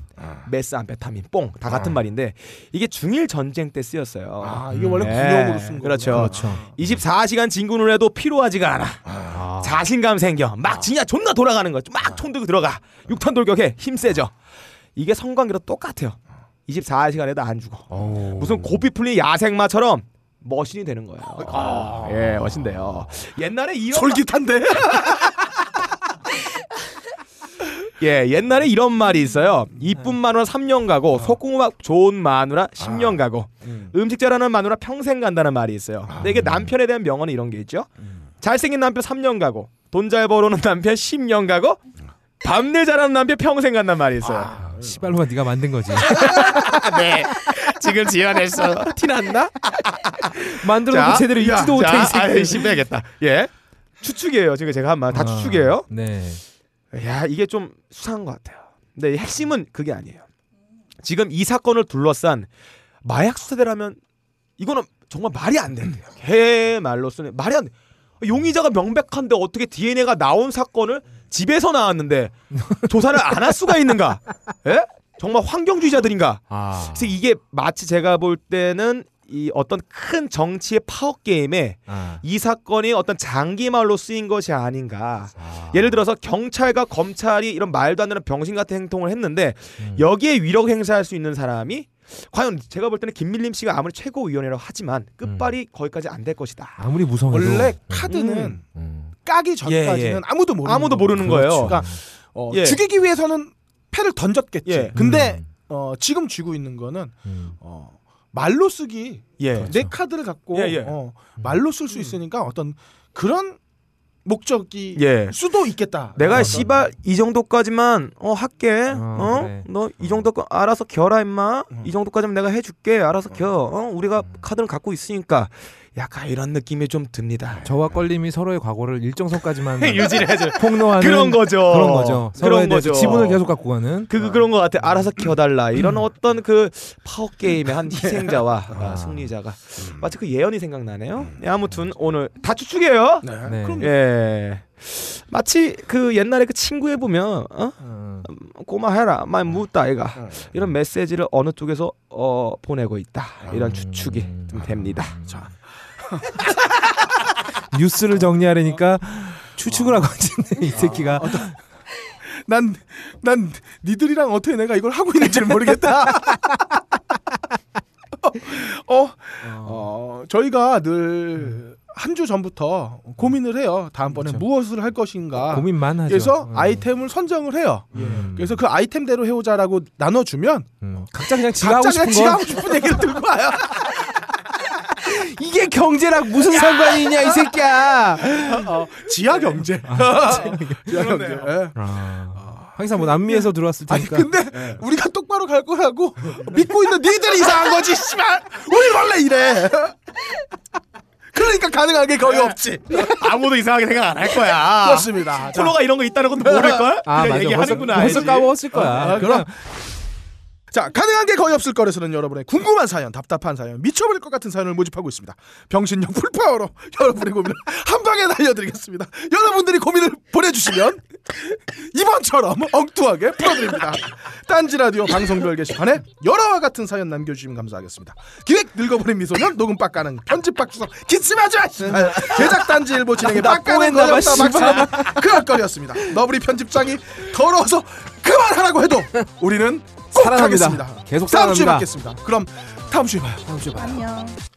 A: 메스 암페타민 뽕 다 같은 말인데 이게 중일 전쟁 때 쓰였어요
C: 아 이게 원래
A: 네.
C: 군용으로 쓴 거.
A: 그렇죠.
B: 그렇죠.
A: 24시간 진군을 해도 피로하지가 않아. 자신감 생겨. 막 진야 존나 돌아가는 거지. 막 총 들고 들어가. 육탄 돌격해. 힘 세져. 이게 성관계로 똑같아요. 24시간 해도 안 죽어. 무슨 고삐 풀린 야생마처럼 머신이 되는 거예요. 예, 머신데요. 옛날에 이런
C: 솔깃한데.
A: 예, 옛날에 이런 말이 있어요. 이쁜 마누라 3년 가고 소꿉음악 좋은 마누라 10년 가고 아. 음식 아. 잘하는 마누라 평생 간다는 말이 있어요. 근데 이게 남편에 대한 명언은 이런 게 있죠. 잘생긴 남편 3년 가고 돈 잘 벌어오는 남편 10년 가고 밤일 잘하는 남편 평생 간단 말이 있어요.
B: 시발로가 네가 만든 거지.
A: 아, 네. 지금 지어냈어. 티났나?
B: 만들어놓고 제대로 읽지도 못해 이 새끼.
A: 아이씨 빼겠다. 예. 아. 추측이에요. 지금 제가 한 말 다 추측이에요.
B: 아, 네.
A: 야 이게 좀 수상한 것 같아요. 근데 이 핵심은 그게 아니에요. 지금 이 사건을 둘러싼 마약 수사대라면 이거는 정말 말이 안 된대요. 개 말로쓰는 말이 안 돼. 용의자가 명백한데 어떻게 DNA가 나온 사건을 집에서 나왔는데 조사를 안 할 수가 있는가? 예? 정말 환경주의자들인가?
B: 아.
A: 그래서 이게 마치 제가 볼 때는 이 어떤 큰 정치의 파업 게임에
B: 아.
A: 이 사건이 어떤 장기말로 쓰인 것이 아닌가. 예를 들어서 경찰과 검찰이 이런 말도 안 되는 병신 같은 행동을 했는데 여기에 위력 행사할 수 있는 사람이 과연 제가 볼 때는 김밀림 씨가 아무리 최고위원이라고 하지만 끝발이 거기까지 안 될 것이다.
B: 아무리 무서워도
C: 원래 카드는
A: 어. 음.
B: 음.
C: 까기 전까지는
A: 예, 예.
C: 아무도 모르는
A: 아무도
C: 거고.
A: 모르는 거예요.
C: 그러니까 어,
A: 예.
C: 죽이기 위해서는 패를 던졌겠지.
A: 예.
C: 근데 어, 지금 쥐고 있는 거는
B: 음.
C: 어, 말로 쓰기
A: 예.
C: 내 카드를 갖고
A: 예, 음. 예.
C: 어, 말로 쓸 수 있으니까 어떤 그런 목적이
A: 예.
C: 수도 있겠다.
A: 내가
C: 어떤-
A: 씨발 이 정도까지만 어 할게.
B: 어,
A: 어?
B: 그래.
A: 너 이 정도 거- 알아서 겨라 임마. 이 정도까지만 내가 해 줄게. 알아서 겨. 어? 우리가 카드를 갖고 있으니까 약간 이런 느낌이 좀 듭니다.
B: 저와 껄림이 서로의 과거를 일정 선까지만
A: 유지를 해줘.
B: 폭로하는
A: 그런 거죠.
B: 아, 네. 그런 거죠. 서로에
A: 그런
B: 대해서
A: 거죠.
B: 지분을 계속 음. 갖고 가는
A: 그, 그 그런 것 같아. 알아서 키워달라. 이런 어떤 그 파워 게임의 한 희생자와 아, 승리자가
C: 음.
A: 마치 그 예언이 생각나네요.
B: 음.
A: 예, 아무튼 오늘 다 추측이에요.
C: 네.
B: 네.
C: 그럼
A: 예. 마치 그 옛날에 그 친구에 보면 어?
B: 음.
A: 꼬마 해라 많이 묻다 아이가 이런 메시지를 어느 쪽에서 어, 보내고 있다
B: 아.
A: 이런 추측이 좀 됩니다.
C: 자,
B: 뉴스를 정리하려니까 추측을 하고 있는데 이
A: 아,
B: 새끼가
C: 난, 난 니들이랑 어떻게 내가 이걸 하고 있는지 를 모르겠다. 어, 어, 저희가 늘. 한 주 전부터 고민을 해요. 다음번에
B: 음. 그렇죠.
C: 무엇을 할 것인가.
B: 고민만 하죠.
C: 그래서
B: 음.
C: 아이템을 선정을 해요.
B: 음.
C: 그래서 그 아이템대로 해오자라고 나눠주면
B: 음. 각자 그냥 지가 하고
C: 각자
B: 싶은
C: 그냥 지가
B: 거
C: 하고 싶은 얘기를 들고 와요.
B: 이게 경제랑 무슨 상관이 있냐 이 새끼야.
C: 어, 지하 경제. 지하 경제.
B: 어.
C: 예.
B: 아. 하기사 뭐 남미에서 들어왔을
C: 아니
B: 테니까
C: 근데
A: 예.
C: 우리가 똑바로 갈 거라고 믿고 있는 니들이 이상한 거지. 씨발. 우리 원래 이래. 그러니까 가능한 게 거의 없지.
A: 예. 아무도 이상하게 생각 안 할 거야.
C: 그렇습니다. 자,
A: 콜로가 이런 거 있다는 것도 모를 걸.
B: 아 맞아 벌써, 벌써 까먹었을 거야.
C: 아,
B: 그럼
C: 자, 가능한 게 거의 없을 거래서는 여러분의 궁금한 사연, 답답한 사연, 미쳐버릴 것 같은 사연을 모집하고 있습니다. 병신력 풀파워로 여러분의 고민을 한 방에 날려드리겠습니다. 여러분들이 고민을 보내주시면 이번처럼 엉뚱하게 풀어드립니다. 딴지라디오 방송별 게시판에 열화와 같은 사연 남겨주시면 감사하겠습니다. 기획 늙어버린 미소년, 녹음빡 가능, 편집빡 주석, 기침하지 마! 씨발. 제작 딴지 일보 진행에
B: 나
C: 빡 가능
B: 보냈나 봐,
C: 걸렸다
B: 씨발.
C: 막상 그럴 거리였습니다. 너브리 편집장이 더러워서 그만하라고 해도 우리는 꼭
B: 살아납니다.
C: 하겠습니다.
B: 계속
C: 다음 주에
B: 살아납니다.
C: 뵙겠습니다. 그럼 다음 주에 봐요.
D: 안녕.